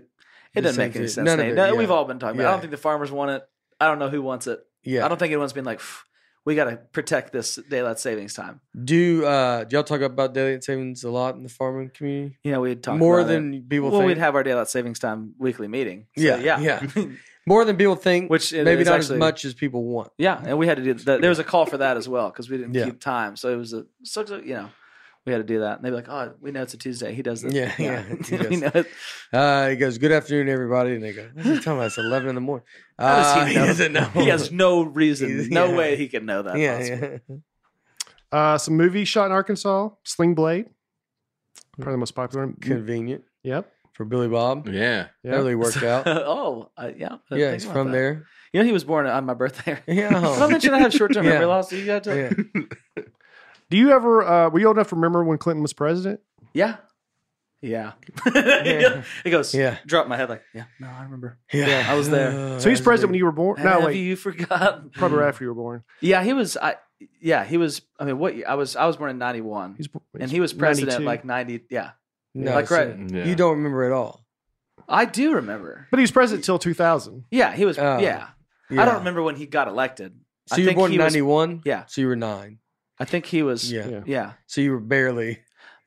the It doesn't make same any thing? sense. None of Nate. it, No, yeah. We've all been talking about. it. I Yeah. don't think the farmers want it. I don't know who wants it. Yeah. I don't think anyone's been like, "Pff, we got to protect this daylight savings time. do uh, do y'all talk about daylight savings a lot in the farming community? You know, we'd talk More about it. than people well, think. we'd have our daylight savings time weekly meeting. So, Yeah, yeah, yeah. More than people think. Which it maybe is not as actually- much as people want. yeah. And we had to do that. There was a call for that as well because we didn't Yeah. keep time. So it was a so so, you know we had to do that. And they'd be like, "Oh, we know it's a Tuesday. He does this. Yeah, yeah, he we does. know it. Uh, he goes, "Good afternoon, everybody." And they go, "What are you talking about? It's eleven in the morning." How does Uh, he know? doesn't know. He has no reason, He's- no yeah. way he can know that. yeah, possibly. yeah. Uh, some movies shot in Arkansas. Sling Blade, probably the most popular. one. Convenient Yep. for Billy Bob. Yeah. That yep. really worked out. oh, I, yeah. I didn't Yeah, think he's about from that. there. You know, he was born on my birthday. Did I Yeah. mention I have short term Oh. Yeah. memory loss? You got to, yeah. Yeah. Do you ever? Uh, were you old enough to remember when Clinton was president? yeah. Yeah. Yeah. He goes, Yeah. yeah. drop my head like, yeah, no, I remember. Yeah. I was there. So he was president when you were born. No, Have wait, you forgotten? probably right after you were born. Yeah, he was I yeah, he was I mean what year? I was I was born in ninety one. He's, And he was president 92. like ninety yeah. No, like, right. so Yeah. You don't remember at all. I do remember. but he was president till 2000. Yeah, he was Oh, yeah. Yeah. I don't remember when he got elected. So I you were think born in he was- ninety one. Yeah. So you were nine. I think he was yeah. Yeah. Yeah. So you were barely.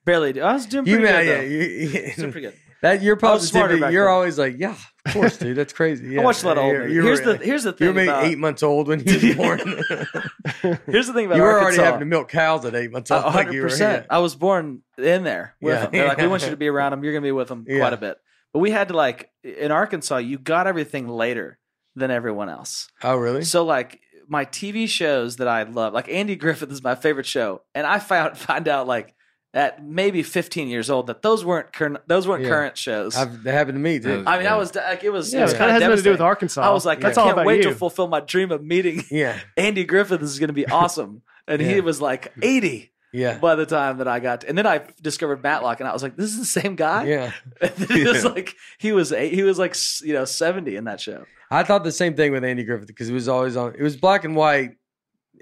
Barely I was doing You pretty yeah, good. yeah. though. you- I was doing pretty good. that you're I was smarter positivity. back You're then. always like, yeah, of course, dude. That's crazy. Yeah. I watched a lot of old You're- movies. you were- Here's the here's the You were thing maybe about eight months old when you were born. here's the thing about you were already Arkansas. having to milk cows at eight months old. A like hundred you were, percent. I was born in there with Yeah. them. They're like, we want you to be around them. You're gonna be with them Yeah. quite a bit. But we had to like in Arkansas, you got everything later than everyone else. yeah. Oh, really? So like my TV shows that I love, like Andy Griffith is my favorite show, and I found find out like at maybe 15 years old that those weren't current those weren't Yeah. current shows. i I've, that happened to me, dude. Uh, mean, I was like, it was Yeah, it was it kind of has nothing to do with Arkansas. I was like, that's I all can't about wait you. to fulfill my dream of meeting yeah, Andy Griffith. This is gonna be awesome. And Yeah. he was like 80 yeah, by the time that I got, and then I discovered Matlock, and I was like, "This is the same guy." yeah. it was Yeah. like he was eight, he was like s- you know seventy in that show. I thought the same thing with Andy Griffith because it was always on. It was black and white,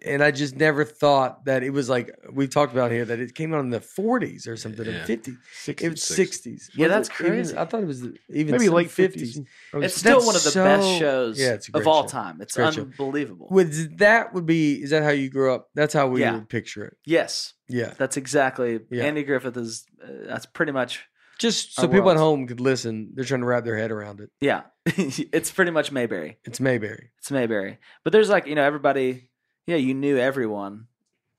and I just never thought that it was like we've talked about here that it came out in the 40s or something, Yeah. the 50s, it was 60s. 60s. Yeah, Was that's it even- crazy. I thought it was even Maybe some late 50s. early It's Oh, still That's one of the so- best shows Yeah, it's a great of all show. time. It's Great show. unbelievable. Would that would be is that how you grew up? That's how we Yeah. would picture it. yes, Yeah, that's exactly Yeah. Andy Griffith is. Uh, that's pretty much just so Our people at worlds. home could listen. They're trying to wrap their head around it. yeah. it's pretty much Mayberry. It's Mayberry. It's Mayberry, but there's like you know everybody. Yeah, you knew everyone,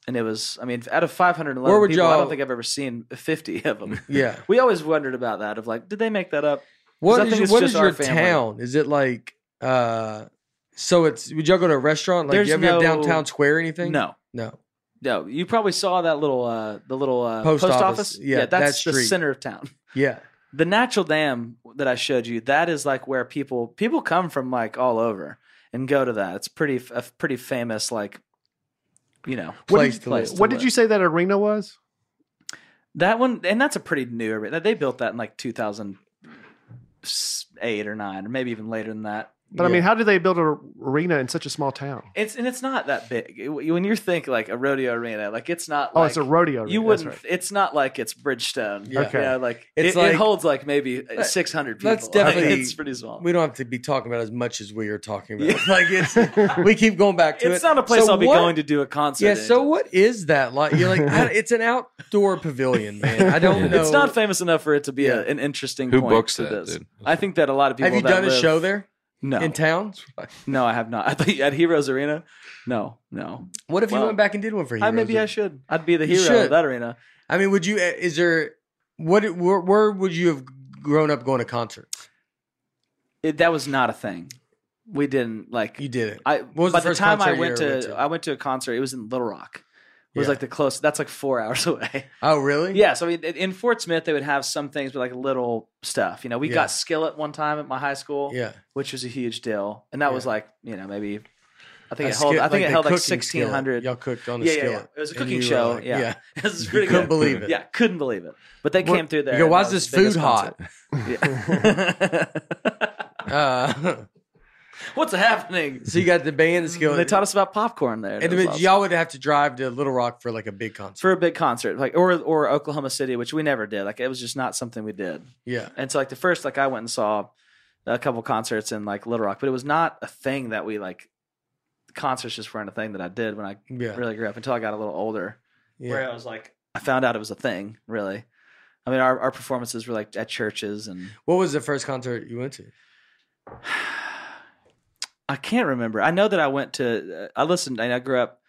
and it was. I mean, out of five hundred Where eleven would people, I y'all- don't think I've ever seen fifty of them. Yeah. We always wondered about that. Of like, did they make that up? What I think is, it's what just is your our family. town? Is it like uh so it's would y'all go to a restaurant? Like There's do you ever have no- downtown square or anything? No, No. No, you probably saw that little uh the little uh, Post post, office. office. Yeah, that that's the street. center of town. Yeah. The natural dam that I showed you, that is like where people people come from like all over and go to that. It's pretty f- a pretty famous like you know What Place did, to live. place. what did you say that arena was? That one and that's a pretty new area. They built that in like 2008 or 9 or maybe even later than that. But I mean, how do they build an arena in such a small town? It's and it's not that big. It- when you think like a rodeo arena, like it's not. Oh, like, it's a rodeo. You arena. That's wouldn't. It's not like it's Bridgestone. Yeah. Okay. You know, like, It's it, like- it holds like maybe six hundred people. That's Like, definitely- it's pretty small. We don't have to be talking about as much as we are talking about. Like it's we keep going back to it. it's not a place So I'll be what- going to do a concert. Yeah. So in. what is that like? You're like I- it's an outdoor pavilion, man. I don't know. It's not famous enough for it to be a, Yeah. an interesting. Who point books to that, this. dude? I think that a lot of people. Have you that done a live- show there No, in town? no, I have not. I thought at Heroes Arena. No, no. What if you Well, went back and did one for you? I, maybe I should. I'd be the You hero should. of that arena. I mean, would you? eh, Is there what? Where, where would you have grown up going to concerts? It, that was not a thing. We didn't like. You did it. I was by the the, first time I concert you went ever to, went to? I went to a concert. It was in Little Rock. It was Yeah. like the close. That's like four hours away. oh, really? yeah. So I mean, in Fort Smith, they would have some things, but like little stuff. You know, we Yeah. got Skillet one time at my high school, Yeah. which was a huge deal, and that was Yeah. like you know maybe I A think it held. skit- I think the it held like cooking skillet. sixteen hundred. Y'all cooked on the Yeah, yeah, skillet. yeah. It was a And cooking you were show, like- yeah. it was pretty Couldn't good. believe it. Yeah, couldn't believe it. But they What- came through there. You go, and why that is was this the biggest food hot? concert. Yeah. Uh, What's happening? so you got the band And skillet. they taught us about popcorn there. and And it was then awesome. y'all would have to drive to Little Rock for like a big concert. for a big concert, like or or Oklahoma City, which we never did. Like it was just not something we did. Yeah. And so like the first, like I went and saw a couple concerts in like Little Rock, but it was not a thing that we like. Concerts just weren't a thing that I did when I Yeah. really grew up until I got a little older, where Yeah. I was like, I found out it was a thing. Really, I mean, our our performances were like at churches and What was the first concert you went to? I can't remember. I know that I went to. uh, I listened. and I grew up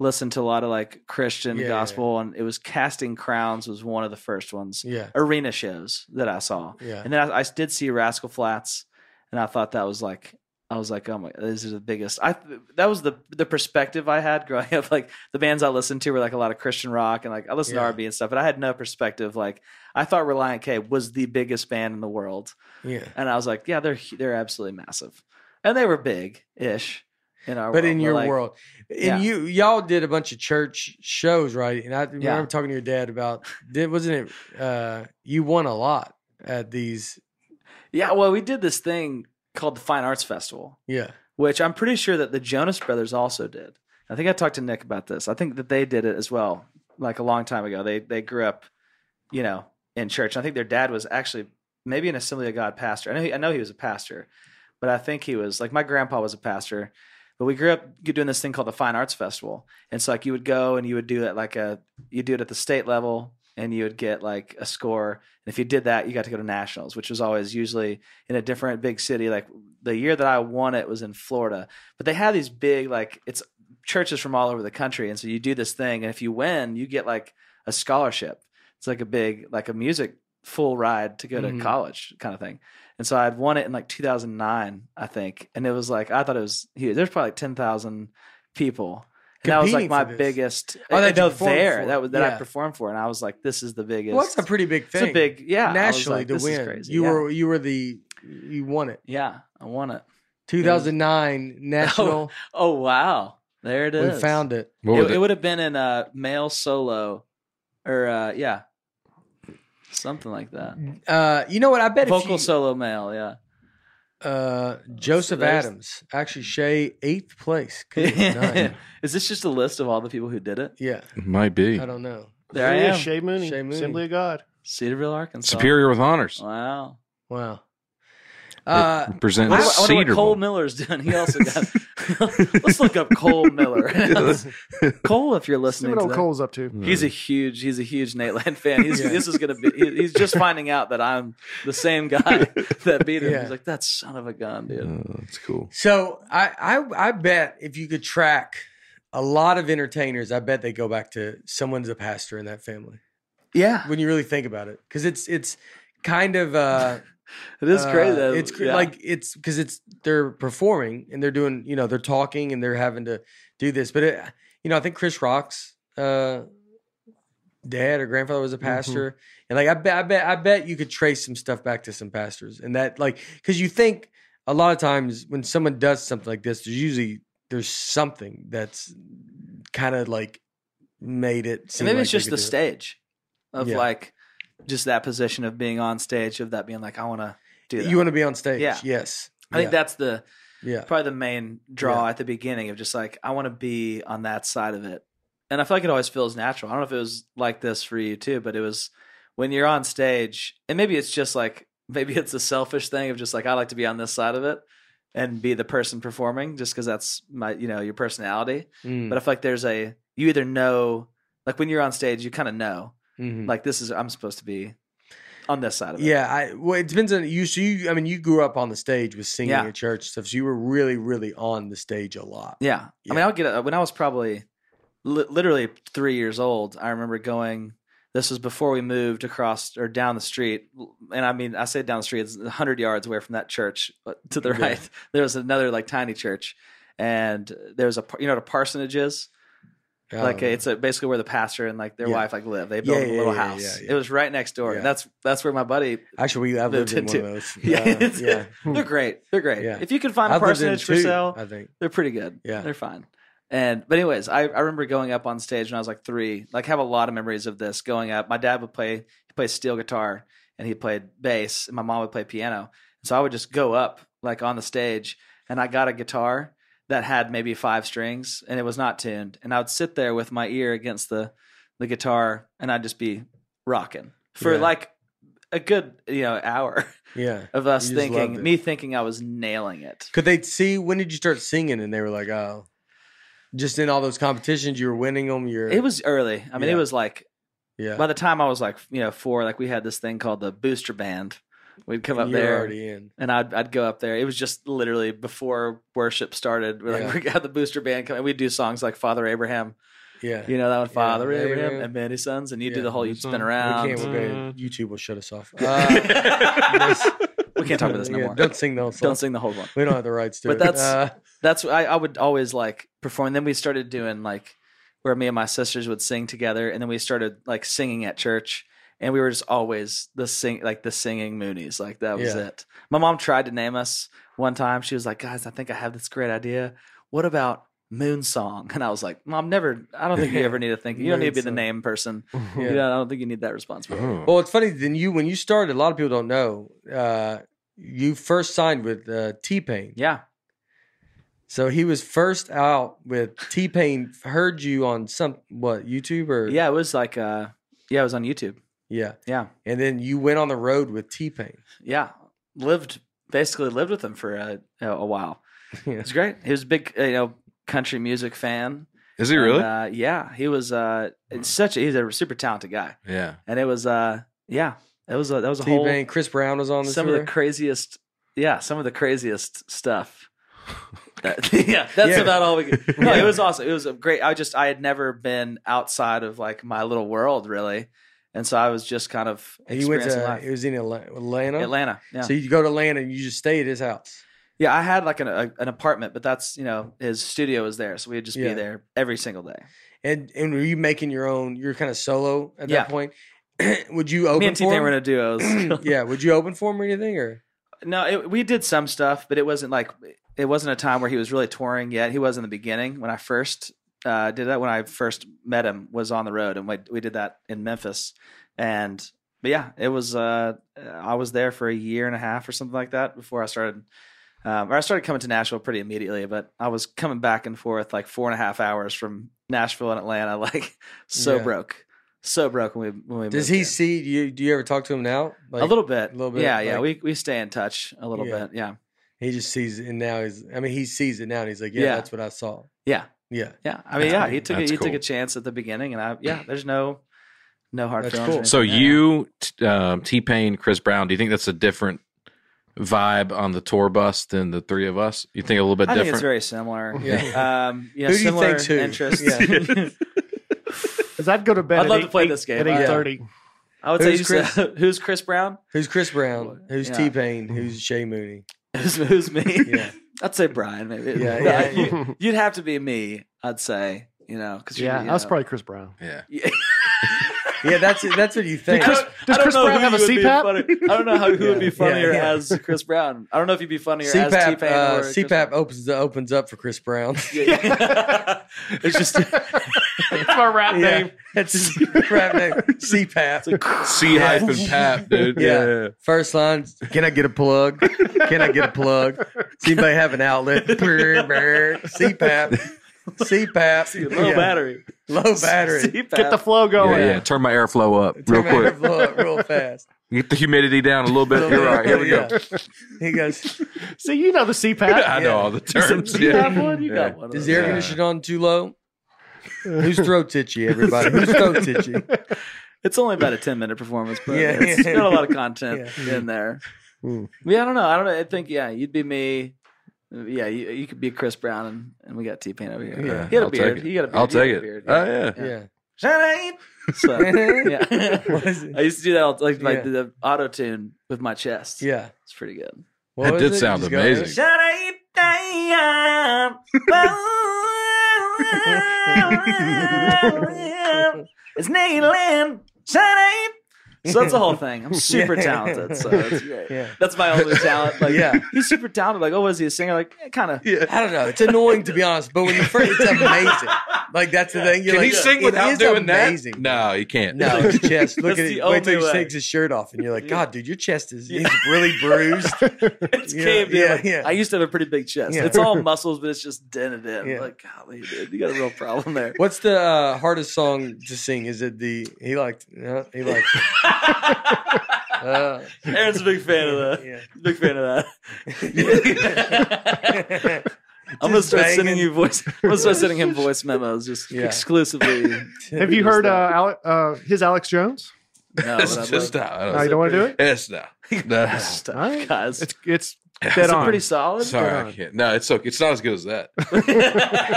listened to a lot of like Christian Yeah, yeah, yeah. gospel, and it was Casting Crowns was one of the first ones Yeah. arena shows that I saw. Yeah. And then I, I did see Rascal Flats, and I thought that was like. I was like, oh my, these are the biggest. I that was the the perspective I had growing up. Like the bands I listened to were like a lot of Christian rock and like I listened Yeah. to R&B and stuff, but I had no perspective. Like I thought Reliant K was the biggest band in the world, Yeah. and I was like, yeah, they're they're absolutely massive, and they were big ish in our But world, in your like, world, and yeah. you y'all did a bunch of church shows, right? And I remember Yeah. talking to your dad about did wasn't it? Uh, you won a lot at these. yeah. Well, we did this thing called the Fine Arts Festival, Yeah, which I'm pretty sure that the Jonas Brothers also did. I think I talked to Nick about this. I think that they did it as well, like a long time ago. They they grew up, you know, in church. I think their dad was actually maybe an Assembly of God pastor. I know he, I know he was a pastor, but I think he was like my grandpa was a pastor. But we grew up doing this thing called the Fine Arts Festival, and so like you would go and you would do that like a you do it at the state level, and you would get like a score. And if you did that, you got to go to nationals, which was always usually in a different big city. Like the year that I won it was in Florida, but they had these big like it's churches from all over the country, and so you do this thing, and if you win, you get like a scholarship. It's like a big like a music full ride to go to Mhm. college kind of thing. And so I had won it in like 2009, I think, and it was like I thought it was huge. There's probably like 10,000 people. And that was Competing like for my this. biggest. Oh, that you no, performed for. there that was that Yeah. I performed for, and I was like, "This is the biggest." well, that's a pretty big it's thing. a big yeah I was nationally like, to this is win. crazy. You Yeah. were you were the you won it. Yeah, I want it. 2009 national. Oh wow, there it we is. found it. What it. was It it? would have been in a male solo, or uh, yeah, something like that. Uh, you know what? I bet if Vocal you, solo male. Yeah, uh, Joseph there's- Adams actually Shay eighth place. Good night. is this just a list of all the people who did it? yeah, Might be I don't know. There I Yeah, am, Shea Mooney, Shea Mooney. Assembly of God. Cedarville, Arkansas. superior with honors. Wow. Wow. Uh, I Presenting wonder, I wonder Cedar. what Cole Miller's doing. He also got. Let's look up Cole Miller. Cole, if you're See listening, what to old that- Cole's up to. He's a huge he's a huge Nate Land fan. He's, Yeah. This is gonna be he- he's just finding out that I'm the same guy that beat him. Yeah. Mm. He's like that son of a gun, dude. that's cool. so I, I I bet if you could track a lot of entertainers, I bet they go back to someone's a pastor in that family Yeah, when you really think about it, because it's it's kind of uh, it is uh, crazy. It's cr- Yeah. like it's because it's they're performing and they're doing you know they're talking and they're having to do this, but it, you know I think Chris Rock's uh, dad or grandfather was a Mm-hmm. pastor, and like I bet I bet I bet you could trace some stuff back to some pastors and that like because you think a lot of times when someone does something like this, there's usually there's something that's kind of like made it. And seem maybe like it's they just could the do it. stage of Yeah. like just that position of being on stage of that being like I want to do that. You want to be on stage, Yeah. yes. I think that's the Yeah. probably the main draw at the beginning of just like I want to be on that side of it, and I feel like it always feels natural. I don't know if it was like this for you too, but it was when you're on stage, and maybe it's just like maybe it's a selfish thing of just like I like to be on this side of it and be the person performing just because that's my you know your personality. Hmm. Mm, But I feel like there's a you either know like when you're on stage, you kind of know Mm-hmm. Hmm. mhm. like this is I'm supposed to be on this side of it. Yeah, I well, it depends on you. So you, I mean, you grew up on the stage with singing Yeah. at church stuff, so you were really, really on the stage a lot. Yeah. I mean, Yeah. I'll get uh, when I was probably li- literally three years old. I remember going. This was before we moved across or down the street, and I mean, I say down the street, it's hundred yards away from that church but to the Yeah. right. There was another like tiny church, and there was a par- you know what a parsonage is like Um, it's a, basically where the pastor and like their Yeah. wife like live. They built Yeah, a yeah, little yeah, house. yeah, yeah. It was right next door, Yeah. and that's that's where my buddy. actually we, I've lived lived in in one of those. Yeah, Uh, it's- yeah. They're great. They're great. Yeah. If you can find a I've lived in parsonage for two, sale, I think. they're pretty good. Yeah. They're fine. And but anyways, I, I remember going up on stage when I was like three. Like have a lot of memories of this going up. My dad would play he played steel guitar and he played bass and my mom would play piano. So I would just go up like on the stage and I got a guitar that had maybe five strings and it was not tuned. And I would sit there with my ear against the the guitar and I'd just be rocking for Yeah. like a good, you know, hour Yeah. of us You just loved thinking it. me thinking I was nailing it. Could they see when did you start singing? And they were like, oh, just in all those competitions, you were winning them. You're It was early. I mean, it Yeah. was like yeah. By the time I was like, you know, four, like we had this thing called the booster band. We'd come up you're there already in. and I'd I'd go up there. It was just literally before worship started. We're Yeah. like, we got the booster band coming. We'd do songs like Father Abraham, Yeah. you know that one, Father Yeah, Abraham Abraham. and many sons, and you do Yeah, the whole many you spin sons. We around. we can't. We're gonna, Mm. YouTube will shut us off. Uh, we can't talk about this no yeah, more. Don't, Don't sing those. Don't sing the whole one. We don't have the rights to it. But that's- Uh, That's I I would always like perform. Then we started doing like where me and my sisters would sing together, and then we started like singing at church. And we were just always the sing like the singing Moonies, like that was Yeah. it. My mom tried to name us one time. She was like, "Guys, I think I have this great idea. What about Moon Song?" And I was like, "Mom, never. I don't think you ever need to think. You don't need to be the Moon Song. name person. yeah. You know, I don't think you need that responsibility." Oh, Well, it's funny. Then you, when you started, a lot of people don't know. Uh, you first signed with uh, T Pain, Yeah, so he was first out with T Pain. Heard you on some what YouTube or yeah. It was like, uh, yeah, it was on YouTube. yeah, Yeah, and then you went on the road with T Pain. yeah. Lived basically lived with them for a, a while. yeah, It's great. He was a big, uh, you know, country music fan. Is he And, really? uh, yeah, he was. Uh, it's such a, he's a super talented guy, yeah. and it was. Uh, yeah, it was. A, that was a T Pain. Chris Brown was on whole. the Some tour. of the craziest. Yeah, some of the craziest stuff. That- yeah, that's Yeah. about all we. Could. No, it was awesome. It was a great. I just I had never been outside of like my little world really, and so I was just kind of and you went experiencing to life. it was in Atla- Atlanta. Atlanta. Yeah. So you go to Atlanta and you just stay at his house. Yeah, I had like an a, an apartment, but that's you know his studio was there, so we'd just Yeah. be there every single day. And and were you making your own? You're kind of solo at Yeah. that point. would you open Me and for T-Pain him? were in a duos. yeah, would you open for him or anything? Or no, it, we did some stuff, but it wasn't like it wasn't a time where he was really touring yet. He was in the beginning when I first uh, did that. When I first met him, was on the road, and we we did that in Memphis. And but yeah, it was. Uh, I was there for a year and a half or something like that before I started. Um, or I started coming to Nashville pretty immediately, but I was coming back and forth like four and a half hours from Nashville and Atlanta, like so Yeah. broke, so broke when we when we. does moved he here. see you? Do you ever talk to him now? Like, a little bit, a little bit, Yeah, yeah. like- We we stay in touch a little Yeah. bit. Yeah, He just sees it and now. He's I mean he sees it now and he's like, yeah, Yeah. that's what I saw. yeah, Yeah, yeah. I mean, That's yeah. cool. He took a, That's he took cool. a chance at the beginning, and I yeah. There's no no hard That's feelings. or cool. anything. So Yeah. you, t- um, T Pain, Chris Brown. Do you think that's a different vibe on the tour bus than the three of us? You think a little bit I think it's different? very similar. Yeah. Um, you know, Who do you similar think's who? interests. Yeah. Because I'd go to bed. I'd at love to eight- play eight- this game. at Yeah. eight thirty. I would say Who's you said- who's Chris Brown? who's Chris Brown? Who's Yeah. T Pain? Who's Shay Mooney? Who's, who's me? Yeah, I'd say Brian. Maybe. Yeah, But yeah. You, would have to be me. I'd say. You know, because Yeah, you I was know. probably Chris Brown. yeah. Yeah. yeah. That's that's what you think. I don't- does I don't Chris know Brown who have a would be CPAP? funny- I don't know how, who would be Yeah. funnier Yeah. as Chris Brown. I don't know if you'd be funnier as CPAP T-Pain uh, or Chris CPAP opens opens up for Chris Brown. Yeah. it's just That's my rap name. That's rap name. CPAP. C hyphen pap, dude. Yeah. First line, can I get a plug? Can I get a plug? Does anybody have an outlet? Brr, brr. CPAP. CPAP. Low Yeah. battery. Low battery. CPAP. Get the flow Yeah, going. yeah, Turn my airflow up real Oh, Turn my quick. airflow up real fast. Get the humidity down a little bit. You're right. Here we go. Yeah. He goes, See, you know the CPAP. I know all the terms. You Yeah. have one? You Yeah. got one. of is those. the air Yeah. conditioning on too low? Who's throat titchy, everybody? Who's throat titchy? It's only about a ten minute performance, but Yeah, Mm. it's yeah. got a lot of content in there. Hmm. Yeah, I don't know. I don't. know. I think yeah, you'd be me. Yeah, you, you could be Chris Brown, and, and we got T Pain over here. Yeah. he had a I'll take beard. it. He got a beard. I'll He had take a it. beard. Oh yeah. Yeah. Shine. So, yeah. What is it? I used to do that all, like my, Yeah. the auto tune with my chest. Yeah. it's pretty good. What That was did You sound just go, amazing. "Hey, it's Neyland. Shine. So that's the whole thing. I'm super Yeah. talented, so that's great. Yeah. That's my only talent. Like, Yeah. he's super talented. Like, oh, was he a singer? Like, kind of. Yeah. I don't know. It's annoying to be honest, but when you first, it's amazing. Like that's the thing. You're Can like, he sing it without is doing amazing. that? No, he can't. No, his chest. Look That's at the it. Wait till only he way. takes his shirt off, and you're like, God, dude, your chest is he's really bruised. It's Yeah, caved in. yeah, Like, yeah. I used to have a pretty big chest. Yeah. It's all muscles, but it's just dented in. Yeah. Like, golly, dude, you got a real problem there. What's the uh, hardest song to sing? Is it the he liked? No, he liked. It. Uh, Aaron's a big fan of that. yeah. Big fan of that. I'm gonna Just start sending banging. you voice. I'm gonna start sending him voice memos, just Yeah. exclusively. Have you heard uh, Ale- uh, his Alex Jones? No, That's but I'd just like- not- I No, you don't- don't want to do it. It's not. That's- stuff, All right. guys. It's it's It's dead It's a on. pretty solid. Sorry, I can't. No, it's okay. It's not as good as that.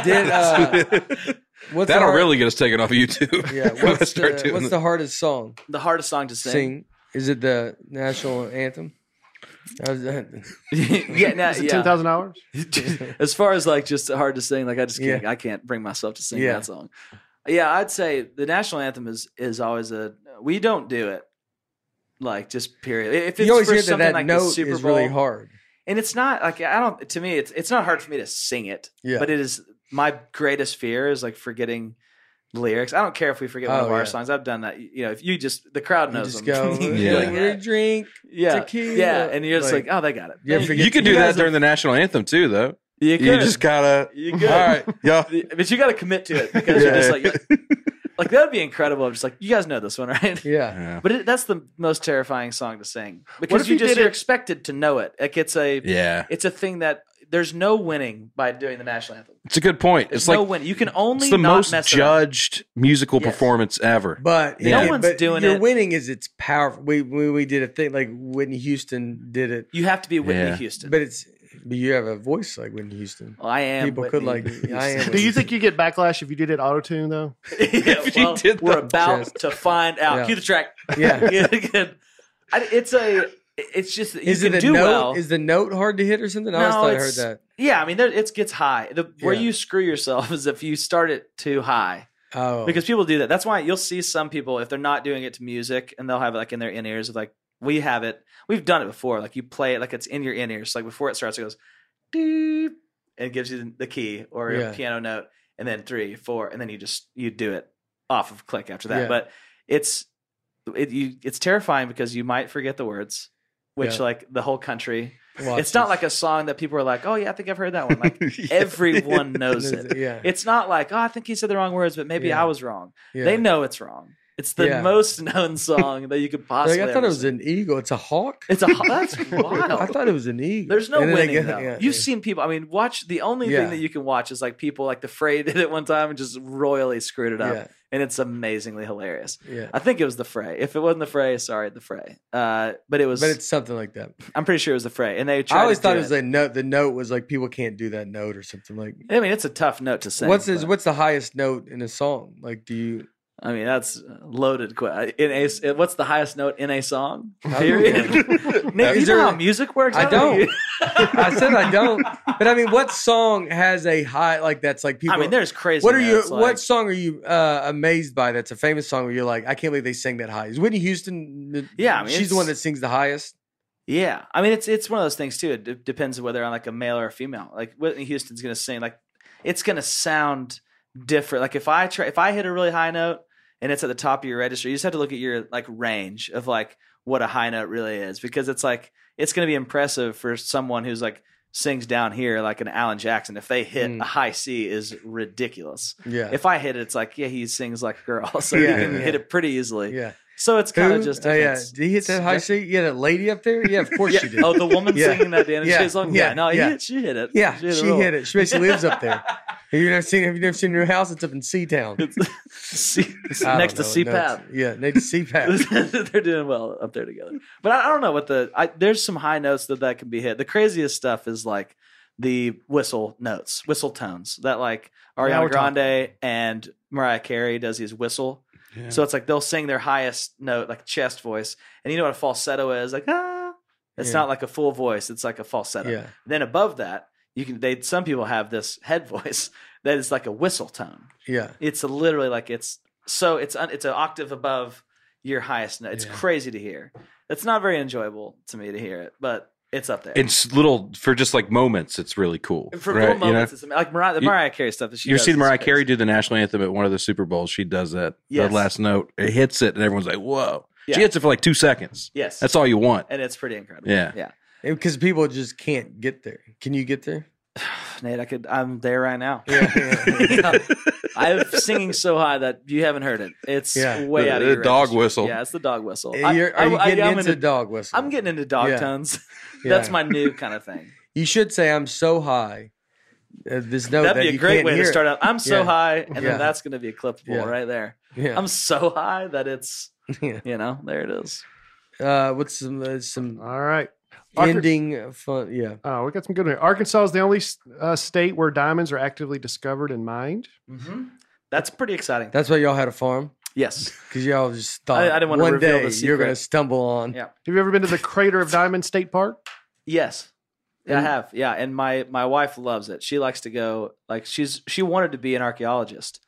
Did, uh, what's the That'll hard- really get us taken off of YouTube. Yeah. When I What's, start the, doing what's that. the hardest song the hardest song to to sing. sing? Is it the national anthem? That was- uh, yeah, now, Is it Uh, yeah. ten thousand hours? as far as like just hard to sing, like I just can't, I can't bring myself to sing Yeah. that song. Yeah, I'd say the national anthem is is always a we don't do it like just period. If it's you always for hear that something that like the note Super is Bowl, really hard. and it's not like I don't to me it's it's not hard for me to sing it, Yeah. but it is my greatest fear is like forgetting lyrics. I don't care if we forget one Oh, of our yeah. songs. I've done that. You know, if you just the crowd You knows just go, them. yeah. Yeah. like, we're drink. yeah, tequila. yeah, and you're just like, Like- oh, they got it. You ever forget you could do that during the national anthem too, though. You, You could. just gotta. You All could. right, y'all. The- but you got to commit to it because you're just like, like, that would be incredible. I'm just like, you guys know this one, right? Yeah. Yeah. But it, that's the most terrifying song to sing because if you, you just did you're it- expected to know it. Like it's a Yeah, it's a thing that there's no winning by doing the national anthem. it's a good point. There's It's no like win. You can only it's the not most mess it up. judged musical Yes. performance ever. But No yeah, one's but doing your it. winning is it's powerful. We, we we did a thing like Whitney Houston did it, You have to be Whitney Yeah. Houston. but it's but you have a voice like Whitney Houston. Well, I am. People Whitney could like I am. Do you think you get backlash if you did it auto tune though? yeah, If you well, did we're that- about Just- to find out. Yeah. Cue the track. Yeah. Yeah, good. I- it's a. It's just that you Is can it a do note? well. Is the note hard to hit or something? I always No, thought I it's- heard that. Yeah, I mean, there, it gets high. The, Where Yeah. you screw yourself is if you start it too high, Oh, because people do that. That's why you'll see some people if they're not doing it to music, and they'll have it like in their in ears of like we have it. We've done it before. Like you play it like it's in your in ears. Like before it starts, it goes doop and it gives you the key or Yeah. a piano note, and then three, four, and then you just you do it off of click after that. Yeah. But it's it, you it's terrifying because you might forget the words, which Yeah. like the whole country Watch it's not this. like a song that people are like, oh yeah, I think I've heard that one. Like everyone knows it. Yeah, It's not like, oh, I think he said the wrong words, but maybe Yeah. I was wrong. yeah. They know it's wrong. It's the Yeah. most known song that you could Like, possibly. I thought it was A- an eagle. It's a hawk. it's a that's I wild. thought it was an eagle. There's no And then they winning go- though. yeah, You've yeah. seen people. I mean, watch the only Yeah. thing that you can watch is like people like the Fray did it one time and just royally screwed it up, and it's amazingly hilarious. Yeah, yeah. I think it was the Fray. If it wasn't the Fray, sorry, the Fray. Uh, but it was. But it's something like that. I'm pretty sure it was the Fray, and they. Tried I always to thought do it was a note. The note was like people can't do that note or something like. I mean, it's a tough note to sing. what's his, but- what's the highest note in a song? Like, do you? I mean, that's a loaded. Que- in a, what's the highest note in a song? I Period. don't Nick, Is you know there- how music works. I don't. know. I said I don't. But I mean, what song has a high like that's like people? I mean, there's crazy. what are you? notes, what song are you uh, amazed by? That's a famous song where you're like, I can't believe they sang that high. Is Whitney Houston? the- Yeah, I she's mean, the it's- one that sings the highest. Yeah, I mean, it's it's one of those things too. It d- depends on whether I'm like a male or a female. Like Whitney Houston's gonna sing like it's gonna sound different. Like if I try, if I hit a really high note and it's at the top of your register, you just have to look at your like range of like what a high note really is because it's like it's going to be impressive for someone who's like sings down here like an Alan Jackson. If they hit Mm. a high C, is ridiculous. Yeah. If I hit it, it's like yeah, he sings like a girl, so Yeah, you can yeah. hit it pretty easily. yeah. So it's kind Who? of just Oh, yeah. it's- Did he hit that high it's- seat? You had a lady up there? Yeah, of course yeah. you did. Oh, the woman Yeah. singing that Danny Yeah. Shays song. Yeah, Yeah. no, he Yeah. hit- she hit it. yeah, hit she hit it. She basically lives up there. Have you never seen have you never seen her house? It's up in Seatown. C- I next to don't know. No, CPAP. it's- yeah, next to CPAP. they're doing well up there together. But I, I don't know what the I, there's some high notes that that can be hit. The craziest stuff is like the whistle notes, whistle tones that like Now we're Ariana Grande and Mariah Carey does his whistle. Yeah. So it's like they'll sing their highest note, like chest voice, and you know what a falsetto is, like ah. It's Yeah. not like a full voice; it's like a falsetto. yeah. Then above that, you can they some people have this head voice that is like a whistle tone. Yeah. It's literally like it's so it's un, it's an octave above your highest note. It's Yeah. crazy to hear. It's not very enjoyable to me to hear it, but it's up there. It's little for just like moments. It's really cool. And for right? full You know? moments, it's like Mariah, the You- Mariah Carey stuff. That she You've does seen is Mariah crazy. Carey do the national anthem at one of the Super Bowls. She does that. Yes. That last note, it hits it, and everyone's like, "Whoa!" Yeah. She hits it for like two seconds. Yes, That's all you want. and it's pretty incredible. Yeah. yeah. Because people just can't get there. Can you get there? Nate, I could. I'm there right now. Yeah. yeah. I'm singing so high that you haven't heard it. It's Yeah. way The- out of the your dog register. whistle. Yeah, it's the dog whistle. Are you are you I- getting I'm into into- dog whistle? I'm getting into dog Yeah. tones. Yeah. That's my new kind of thing. You should say I'm so high. Uh, this note That'd that be a you great can't way to hear it. start out. I'm so Yeah. high, and Yeah. then that's going to be a clippable Yeah. right there. Yeah. I'm so high that it's Yeah. you know there it is. Uh, what's some uh, some All right. Arkan- ending uh, fun? Yeah. Oh, we got some good one. here. Arkansas is the only uh, state where diamonds are actively discovered and mined. That's pretty exciting. That's why y'all had a farm Yes, because y'all just thought I didn't wanna one reveal day the you're secret. going to stumble on. Yeah. Have you ever been to the Crater of Diamond State Park? yes, yeah, I have. Yeah, and my my wife loves it. She likes to go. Like she's she wanted to be an archaeologist,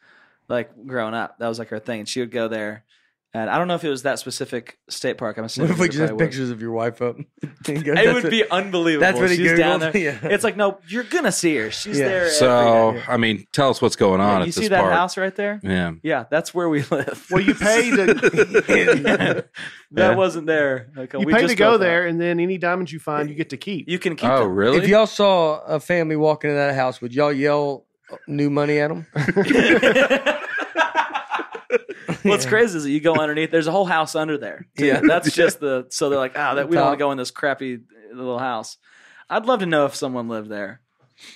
like growing up. That was like her thing. And she would go there. And I don't know if it was that specific state park. I'm What assuming if we it just have probably was. pictures of your wife up? And go, It "That's would what- be unbelievable. that's what he She's down googled. there. Yeah. It's like no, you're gonna see her. She's Yeah. there. every day. So I mean, tell us what's going on Yeah, at you this see that park. house right there? Yeah. Yeah, that's where we live. Well, you pay to that Yeah. wasn't there. Okay, you we pay just to go built that. there, and then any diamonds you find, you get to keep. You can keep. Oh, them. really? If y'all saw a family walking into that house, would y'all yell uh, new money at them? What's crazy is that you go underneath. There's a whole house under there. too. Yeah. that's just the. So they're like, ah, that we don't Top. want to go in this crappy uh, little house. I'd love to know if someone lived there.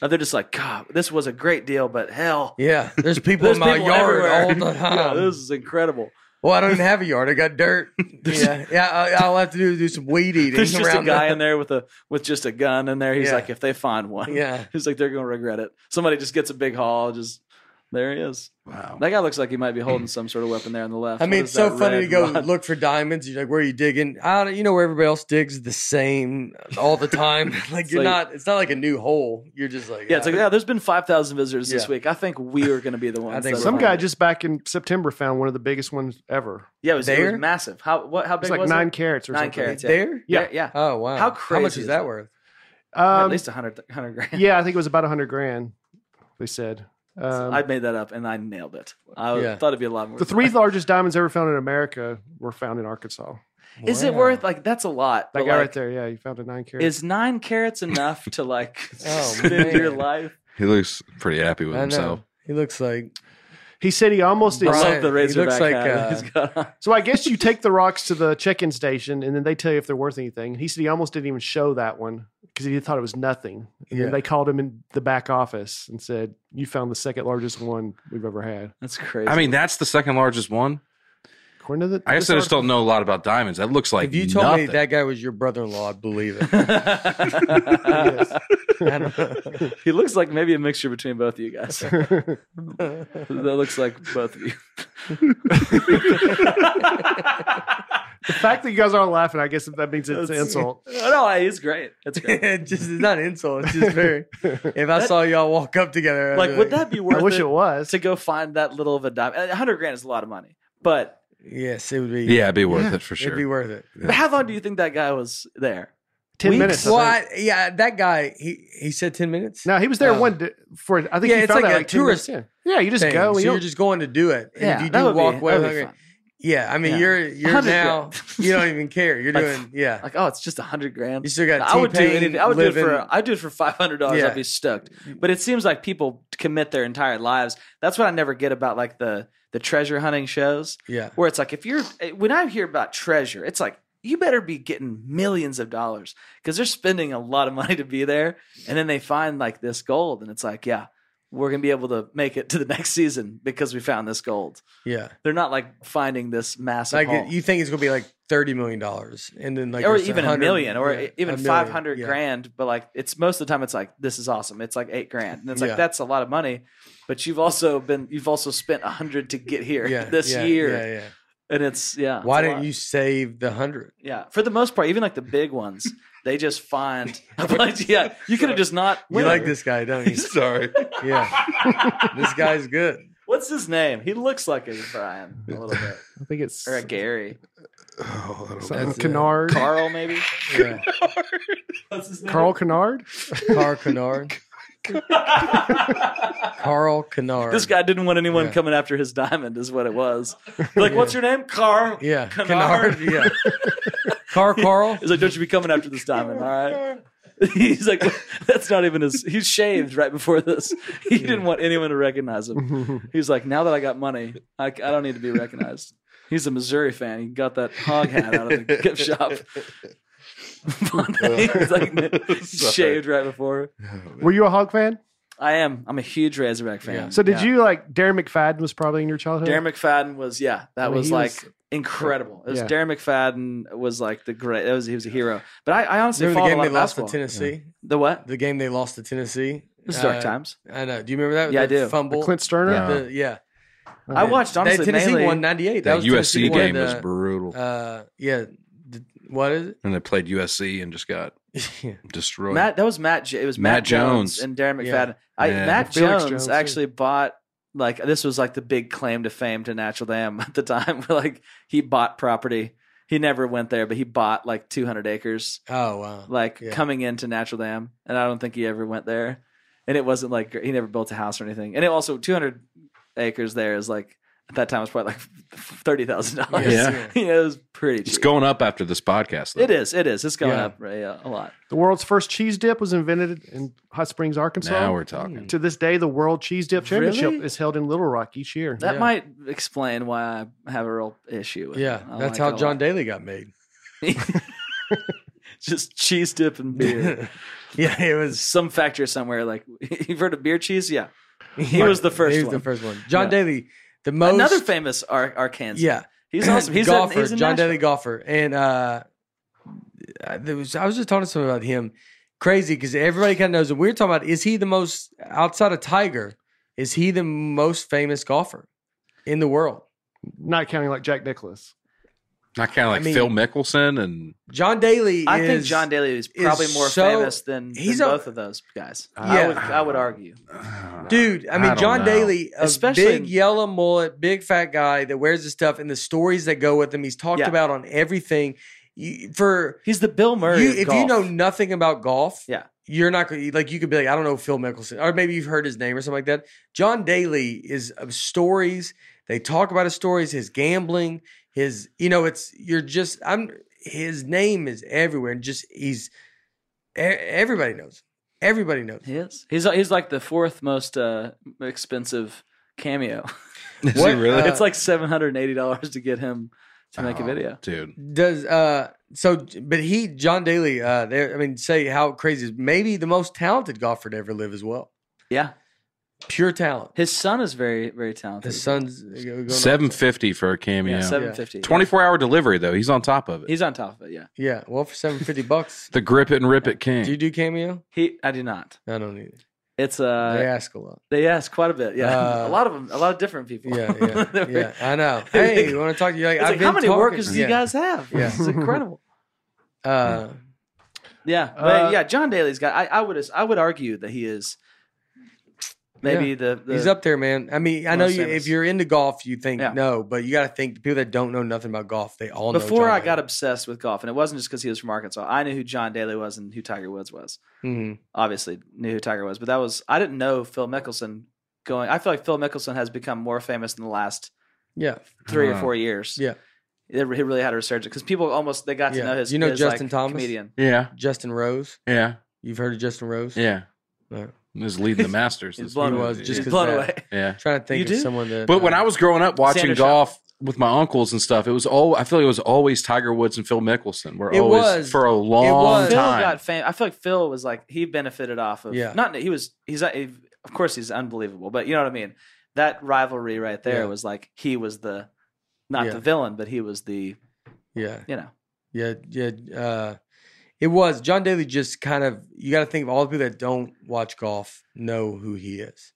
Or they're just like, God, this was a great deal, but hell, Yeah, there's people there's in my people yard everywhere. all the time. Yeah, this is incredible. well, I don't even have a yard. I got dirt. yeah, yeah. I, all I have to do is do some weed eating. There's just a around guy the- in there with a with just a gun in there. He's Yeah. like, if they find one, Yeah. he's like, they're gonna regret it. Somebody just gets a big haul. Just there he is. wow. That guy looks like he might be holding some sort of weapon there on the left. I mean, What it's is that so funny red to go rod? look for diamonds. You're like, where are you digging? I don't, you know where everybody else digs the same all the time. like It's you're like- not. It's not like a new hole. You're just like "Ah, Yeah, it's like "Ah, yeah. There's been five thousand visitors this Yeah. week. I think we are going to be the ones. I think that so. Some find guy it. just back in September found one of the biggest ones ever. yeah, it was, it was There? massive. How what? How big It's like was nine it? carats or Nine something. carats. there. Yeah, Yeah. yeah. yeah. Oh wow! How How crazy much is is that that? worth? Um, At least 100, 100 grand. yeah, I think it was about a hundred grand. They said. Um, I made that up and I nailed it. I Yeah. thought it'd be a lot more. the three largest diamonds ever found in America were found in Arkansas. is it Wow. worth like that's a lot? That but, guy like, right there, yeah, you found a nine carat. Is nine carats enough to like Oh, spend your man. life? He looks pretty happy with I himself. know. He looks like he said he almost I Brian- is. love the he razorback looks like, hat that uh, he's got on. So I guess you take the rocks to the check-in station, and then they tell you if they're worth anything. He said he almost didn't even show that one because he thought it was nothing. And Yeah. then they called him in the back office and said, "You found the second largest one we've ever had." That's crazy. I mean, that's the second largest one. According to the, I guess this I just article- don't know a lot about diamonds. That looks like if you told nothing. me that guy was your brother-in-law, I'd believe it. I don't know. he looks like maybe a mixture between both of you guys. that looks like both of you. the fact that you guys aren't laughing, I guess that means it's an That's- insult. Oh, no, he's great. That's great. It just it's not an insult. It's just very. If I saw y'all walk up together, I'd Like, be would that be worth I wish it, it was. to go find that little of a dime? A hundred grand is a lot of money, but Yes, it would be. yeah, it'd be worth Yeah, it for it'd be sure. worth it. how long do you think that guy was there? ten Weeks? minutes. I Well, think. I, yeah, that guy. He he said ten minutes. no, he was there Oh. one day for. I think Yeah, he it's found like out a like 10 minutes tourist in. Yeah, you just thing. go. and So you you're don't- just going to do it. And Yeah, if you that do would be- walk that away would be hungry- fun. Yeah, I mean Yeah. you're you're Hundred now grand. you don't even care. You're Like- doing yeah. Like, oh, it's just a hundred grand. You still got. I would do T-Pain anything. I would do it living- for. I would do it for five hundred dollars. Yeah. I'd be stoked. But it seems like people commit their entire lives. That's what I never get about like the the treasure hunting shows, yeah. where it's like if you're eh, when I hear about treasure, it's like you better be getting millions of dollars because they're spending a lot of money to be there, and then they find like this gold, and it's like yeah. We're gonna be able to make it to the next season because we found this gold. Yeah. They're not like finding this massive Like haul. you think it's gonna be like thirty million dollars, and then like or it's even a 100 million or e-, yeah, a even million, 500 yeah. grand but like it's most of the time it's like this is awesome it's like eight grand and it's like Yeah. that's a lot of money but you've also been you've also spent a hundred to get here Yeah, this yeah, year Yeah, yeah. and it's yeah Why it's a didn't lot. you save the hundred? yeah for the most part even like the big ones they just find a bunch yeah you could have just not You like this guy, don't you? Sorry. yeah. this guy's good. what's his name he looks like a brian a little bit I think it's or a gary something That's it. Kennard, carl maybe Yeah. what's his name Carl Kennard. Carl Kennard. Carl Kennard. this guy didn't want anyone Yeah. coming after his diamond is what it was like what's your name carl Yeah. Kennard. Kennard. Yeah. Carl Carl. He's like, don't you be coming after this diamond, all right? He's like, that's not even his. He's shaved right before this. He didn't want anyone to recognize him. He's like, now that I got money, I, I don't need to be recognized. He's a Missouri fan. He got that hog hat out of the gift shop. He's like shaved right before. Were you a Hog fan? I am. I'm a huge Razorback fan. Yeah. So did Yeah. you like Darren McFadden was probably in your childhood? Darren McFadden was yeah, that I mean, was he like was- incredible. It was Yeah. Darren McFadden was like the great. That was he was a hero. But I, I honestly Remember the followed a game lot they of lost to basketball. Tennessee? the what? The game they lost to Tennessee. This is dark Uh, times. I know. Do you remember that? with Yeah, I the do. Fumble. Clint Sterner. Yeah. The- yeah. I watched that honestly Tennessee mainly. won 98. That, That was USC Tennessee won, game was uh, brutal. uh, yeah. D- What is and they played USC and just got it? destroyed. Matt, that was Matt. J- It was Matt, Matt Jones, Jones. and Darren McFadden. Yeah. I, Yeah. Matt Felix Jones, Jones, yeah. actually bought like this was like the big claim to fame to Natural Dam at the time. like he bought property. He never went there, but he bought like 200 acres, oh, wow. like Yeah. coming into Natural Dam, and I don't think he ever went there. And it wasn't like he never built a house or anything. And it also 200 acres there is like at that time it was probably like thirty thousand dollars. Yeah. you know, it was pretty. it's Cheap. going up after this podcast. Though. It is. It is. It's going Yeah. up right, yeah, a lot. The world's first cheese dip was invented in Hot Springs, Arkansas. Now we're talking. to this day, the World Cheese Dip Championship Really? is held in Little Rock each year. That Yeah. might explain why I have a real issue with Yeah. it. I That's like how it a John lot. Daly got made. Just cheese dip and beer. yeah. It was Some factory somewhere like you've heard of beer cheese? Yeah. He was the first He was one. the first one. John Yeah. Daly, the most. Another famous Ar- Arkansas. yeah, He's awesome. He's golfer. A, he's in John Nashville. Daly, golfer, and uh, I- there was I was just talking to someone about him. Crazy because everybody kind of knows him. We were talking about is he the most outside of Tiger? Is he the most famous golfer in the world? Not counting like Jack Nicklaus. Not kind of like hmm. I mean- Phil Mickelson and John Daly. I is, think John Daly is probably more so- famous than, he's than a- both of those guys. I Yeah. would I would argue. Dude, I mean uh, don't John know. Daly, a Especially- big yellow mullet, big fat guy that wears his stuff, and the stories that go with him. He's talked Yeah. about on everything. You, for He's the Bill Murray. you, of if you golf. know nothing about golf, Yeah. you're not going to like you could be like, I don't know Phil Mickelson, or maybe you've heard his name or something like that. John Daly is of stories. They talk about his stories, his gambling, his you know, it's you're just I'm his name is everywhere, and just he's e- everybody knows. Everybody knows. he is. He's he's like the fourth most uh, expensive cameo. is What, he really? uh, it's like seven hundred and eighty dollars to get him to make a Oh, video. dude. Does uh so but he John Daly uh there I mean say how crazy is maybe the most talented golfer to ever live as well. Yeah, Pure talent. uh, his son is very very talented. His son's going on- Seven fifty for a cameo. yeah, seven fifty. Twenty four hour delivery though. He's on top of it. He's on top of it. Yeah, Yeah, well for seven fifty bucks. the grip it and rip it king. Do you do cameo? he. I do not. I don't either. It's they uh, ask a lot. they ask quite a bit. Yeah, Uh, a lot of them, a lot of different people. Yeah, yeah, They're- yeah. I know. They're Hey, like- you want to talk to you? Like, It's I've like been how many talking- workers do you Yeah. guys have? Yeah. It's incredible. Uh, Yeah, but Uh, yeah, John Daly's got. I, I would I would argue that he is Maybe Yeah. the, the He's up there, man. I mean, I know Los you, Angeles. if you're into golf, you think Yeah. no, but you got to think the people that don't know nothing about golf, they all know. before John I got Daly. obsessed with golf, and it wasn't just because he was from Arkansas. I knew who John Daly was and who Tiger Woods was. Mhm. Obviously, knew who Tiger was, but that was I didn't know Phil Mickelson. Going, I feel like Phil Mickelson has become more famous in the last yeah, three or Uh-huh. four years. Yeah. It- he really had a resurgence because people almost they got Yeah. to know his. You know his, Justin like, Thomas? comedian. Yeah, Justin Rose. yeah, You've heard of Justin Rose? yeah. Right. He was leading the Masters. He's this he blown week. away. was just He's 'cause blown that- away. Yeah. Trying to think You of do? someone that. uh, But when I was growing up watching Xander Schauff. golf with my uncles and stuff, it was all I feel like it was always Tiger Woods and Phil Mickelson. Were It always was. for a long was. Phil time. got fame. I feel like Phil was like he benefited off of. Yeah. Not he was he's of course he's unbelievable, but you know what I mean. That rivalry right there Yeah. was like he was the not Yeah. the villain, but he was the yeah, you know yeah, yeah. Uh, it was John Daly. Just kind of you got to think of all the people that don't watch golf know who he is.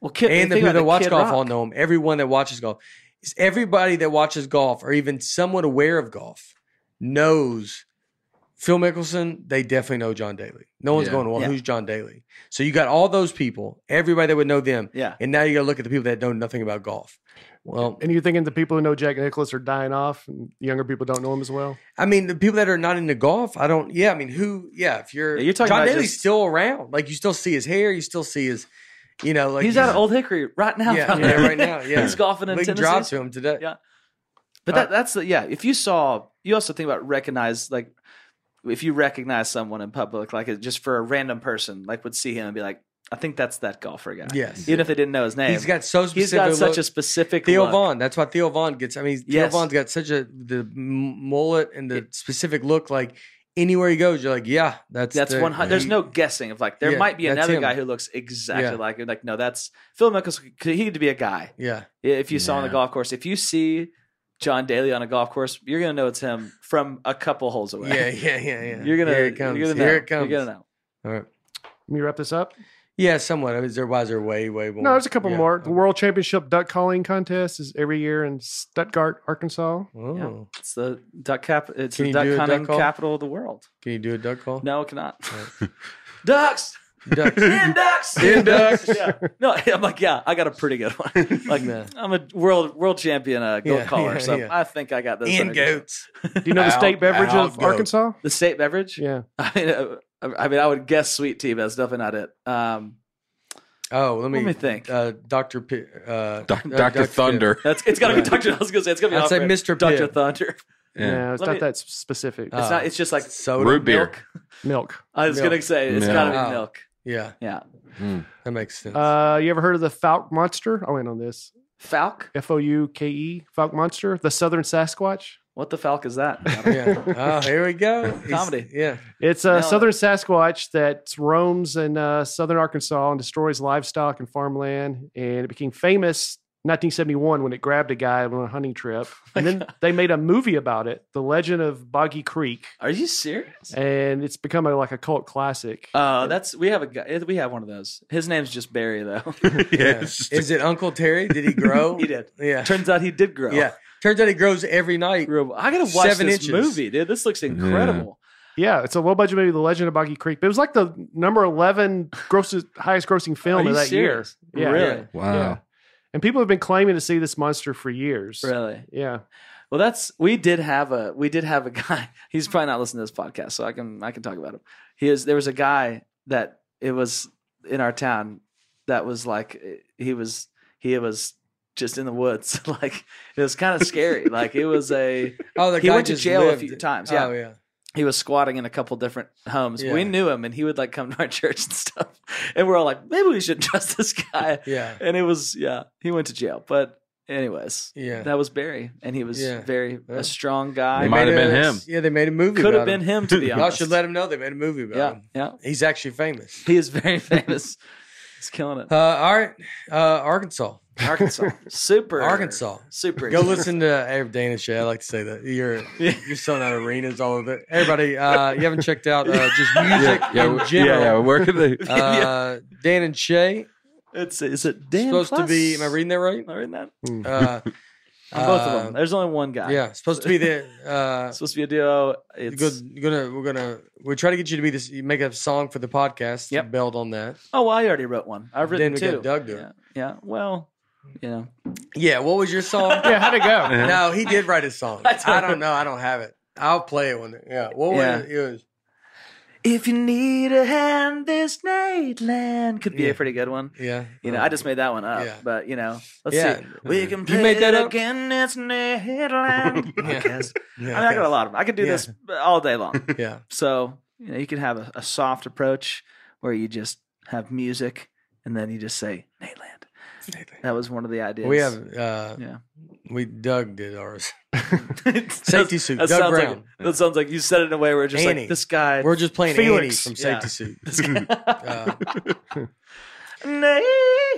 well kid and the think people about that the watch Kid golf Rock. all know him. Everyone that watches golf, is everybody that watches golf or even somewhat aware of golf knows Phil Mickelson. They definitely know John Daly. No one's Yeah. going, well, Yeah. who's John Daly? So you got all those people, everybody that would know them, Yeah, and now you got to look at the people that know nothing about golf. Well, And you're thinking the people who know Jack Nicholas are dying off, and younger people don't know him as well. I mean, the people that are not into golf, I don't. Yeah, I mean, who? Yeah, if you're, Yeah, you're talking John about Daly's just- still around. Like you still see his hair, you still see his, you know, like he's out of Old Hickory right now. yeah, probably. yeah, right now. Yeah, he's golfing in we can Tennessee. drop to him today. Yeah. But that, that's the yeah. If you saw, you also think about recognize like if you recognize someone in public, like it- just for a random person, like would see him and be like, I think that's that golfer guy. Yes. even if they didn't know his name, He's got so specific. he's got such look. a specific Theo look. Vaughn. That's why Theo Vaughn gets. I mean, Theo Yes. Vaughn's got such a the m- mullet and the specific look. Like anywhere he goes, you're like, yeah, that's That's the- one hundred. There's he- no guessing of like there Yeah, might be that's another him. guy who looks exactly Yeah. like him. Like no, that's Phil Mickelson. could- He could be a guy. Yeah, If you saw him on the Yeah. golf course, if you see John Daly on a golf course, you're gonna know it's him from a couple holes away. yeah, yeah, yeah, yeah. You're gonna, Here it comes. You're gonna know. Here it comes. You're gonna know. All right. Let me wrap this up. Yeah, somewhat. I mean, is there why is there way way more? No, there's a couple Yeah. more. The World Championship Duck Calling Contest is every year in Stuttgart, Arkansas. Oh. Yeah. It's the duck cap. It's Can the you duck do a duck hunting call? capital of the world. Can you do a duck call? No, it cannot. ducks Duck. in ducks In ducks. yeah. No, I'm like, yeah, I got a pretty good one. Like, Nah. I'm a world world champion uh, goat Yeah, caller, yeah, so yeah. I think I got this. In under control. goats. Do you know the Ow, state beverage ow, of goat. Arkansas? The state beverage. Yeah. I mean, uh, I mean, I would guess sweet tea, but that's definitely not it. Um, Oh, let me, Let me think. Uh, Doctor P- uh, Doc- Dr. Thunder. that's it's got to Yeah. be Doctor. I was gonna say it's gonna be. I'd off say brand. Mr. Doctor Pibb. Thunder. Yeah, Yeah. it's Let not me- that specific. Uh, It's not. It's just like soda. Root beer. milk. Milk. I was Milk. gonna say it's Milk. gotta be Wow. milk. Yeah, Yeah, Hmm. that makes sense. Uh, you ever heard of the Falk Monster? I went on this. Falk. F O U K E, Falk Monster, the Southern Sasquatch. What the Falk is that? yeah. Oh, here we go. He's- Comedy. Yeah. It's a No. Southern Sasquatch that roams in uh, Southern Arkansas and destroys livestock and farmland. And it became famous in 1971 when it grabbed a guy on a hunting trip. Oh And then they made a movie about it, The Legend of Boggy Creek. Are you serious? And it's become a, like a cult classic. Uh, that's we have a guy. We have one of those. His name's just Barry, though. Yeah. it's just- Is it Uncle Terry? Did he grow? he did. Yeah. Turns out he did grow. Yeah. Turns out he grows every night. Real- I gotta watch Seven this inches. movie, dude. This looks incredible. yeah, it's a low budget movie, The Legend of Boggy Creek. But it was like the number 11 grossest, highest grossing film Are of you that serious? year. Yeah. Really, wow. Yeah. And people have been claiming to see this monster for years. really. Yeah. Well, that's we did have a we did have a guy. He's probably not listening to this podcast, so I can I can talk about him. He is. There was a guy that it was in our town that was like eh, he was he was just in the woods. like it was kind of scary. like it was a Oh, the He guy went to just jail a lived. few times, yeah. Oh, yeah. he was squatting in a couple different homes. Yeah. We knew him, and he would like come to our church and stuff. And we're all like, maybe we should trust this guy. Yeah. And it was, yeah, he went to jail. But anyways, Yeah. that was Barry, and he was Yeah. very Yeah. a strong It guy. might Made have been a- him. Yeah, they made a movie. Could have about been him. him, to be Y'all honest. should let him know they made a movie about Yeah, him. yeah. He's actually famous. He is very famous. He's killing it. Uh, all right. Uh, Arkansas. Arkansas, super Arkansas. super. Go listen to uh, Dana Shay. I like to say that. You're you're selling out arenas, all of it. Everybody, uh, you haven't checked out uh, just music Yeah, yeah, in we- yeah, general. yeah. Where could they? Uh, Dan and Shay. It's is it Dan? supposed to Plus? be am I reading that right? Am I reading that? uh, On both of them. There's only one guy. Yeah, it's supposed to be the. Uh, It's supposed to be a duo. you're It's good- you're gonna we're gonna we try to get you to be this. You make a song for the podcast. Yep. build on that. Oh, well, I already wrote one. I've Then written we two. got Doug to yeah. yeah. Well, you know, Yeah, what was your song? Yeah, how'd it go? No, he did write a song. I don't, know. I don't have it. I'll play it when. Yeah. What Yeah. was it? it was, if you need a hand, this night land could be Yeah. a pretty good one. yeah. You know, I just made that one up, Uh, Yeah. but you know, let's Yeah. see. We can play made that it up? again. It's Nederland. Yeah. I guess. I Yeah. mean, I got a lot of them. I could do this all day long. Yeah. So you know, you can have a, a soft approach where you just have music and then you just say Nederland. That was one of the ideas. We have. Uh, Yeah. We Doug did ours. That's- Safety suit. That Doug sounds Brown. like that sounds like you said it in a way where it's just Annie. like this guy. We're just playing Felix. Annie from Yeah. Safety Suit. this guy. Uh,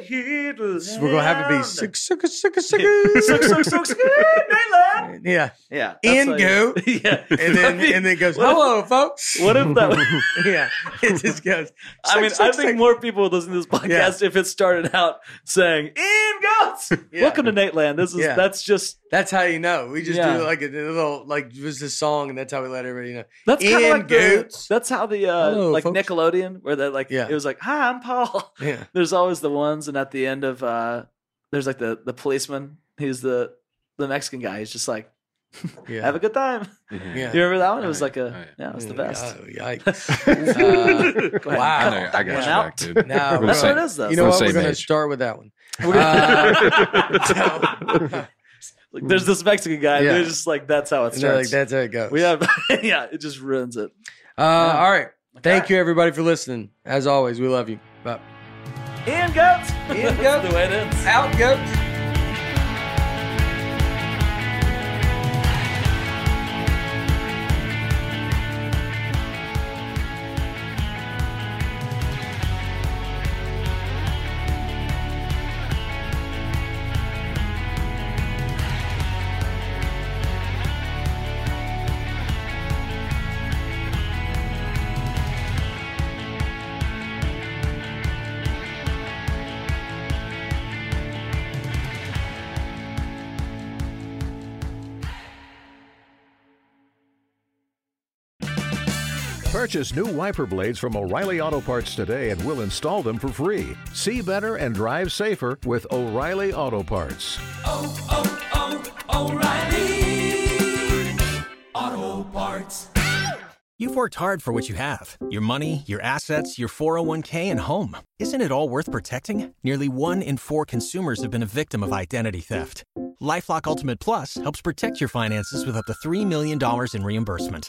Nederland. we're gonna have to be sick, sick, sick, sick. Suck, suck, suck, suck, Nederland. Yeah. Yeah. that's And like- go. Yeah. And then and then goes, hello, folks. What if that? Yeah. It just goes. I mean, sick, I sick, think sick. more people would listen to this podcast if it started out saying "In goes." Yeah. Welcome to Nateland. This is Yeah. that's just That's how you know. We just Yeah. do like a, little like it was this song, and that's how we let everybody know. that's kind of In like the, goes. that's how the uh, Hello, like folks. Nickelodeon where they like Yeah. it was like "Hi, I'm Paul." Yeah. There's always the ones, and at the end of uh, there's like the the policeman. He's the the Mexican guy. He's just like, Yeah. "Have a good time." yeah. You remember that one? It was Oh, like a yeah. yeah, it was the Mm, best. y- Uh, yikes. Go ahead. wow. I, I know, Cut I that got one out. distracted. No, We're the bro. That's same- what it is, though. Uh, you know what? Same We're going to age. start with that one. Uh, Like, there's this Mexican guy. and Yeah. They're just like, that's how it so, no, like, starts. that's how it goes. we have, yeah, it just ruins it. Uh, All right. Thank you, everybody, for listening. As always, we love you. Bye. In goats. In That's goats. the way it is. Out, goats. Purchase new wiper blades from O'Reilly Auto Parts today and we'll install them for free. See better and drive safer with O'Reilly Auto Parts. You've worked hard for what you have your money, your assets, your 401k, and home. Isn't it all worth protecting? Nearly one in four consumers have been a victim of identity theft. Lifelock Ultimate Plus helps protect your finances with up to $3 million in reimbursement.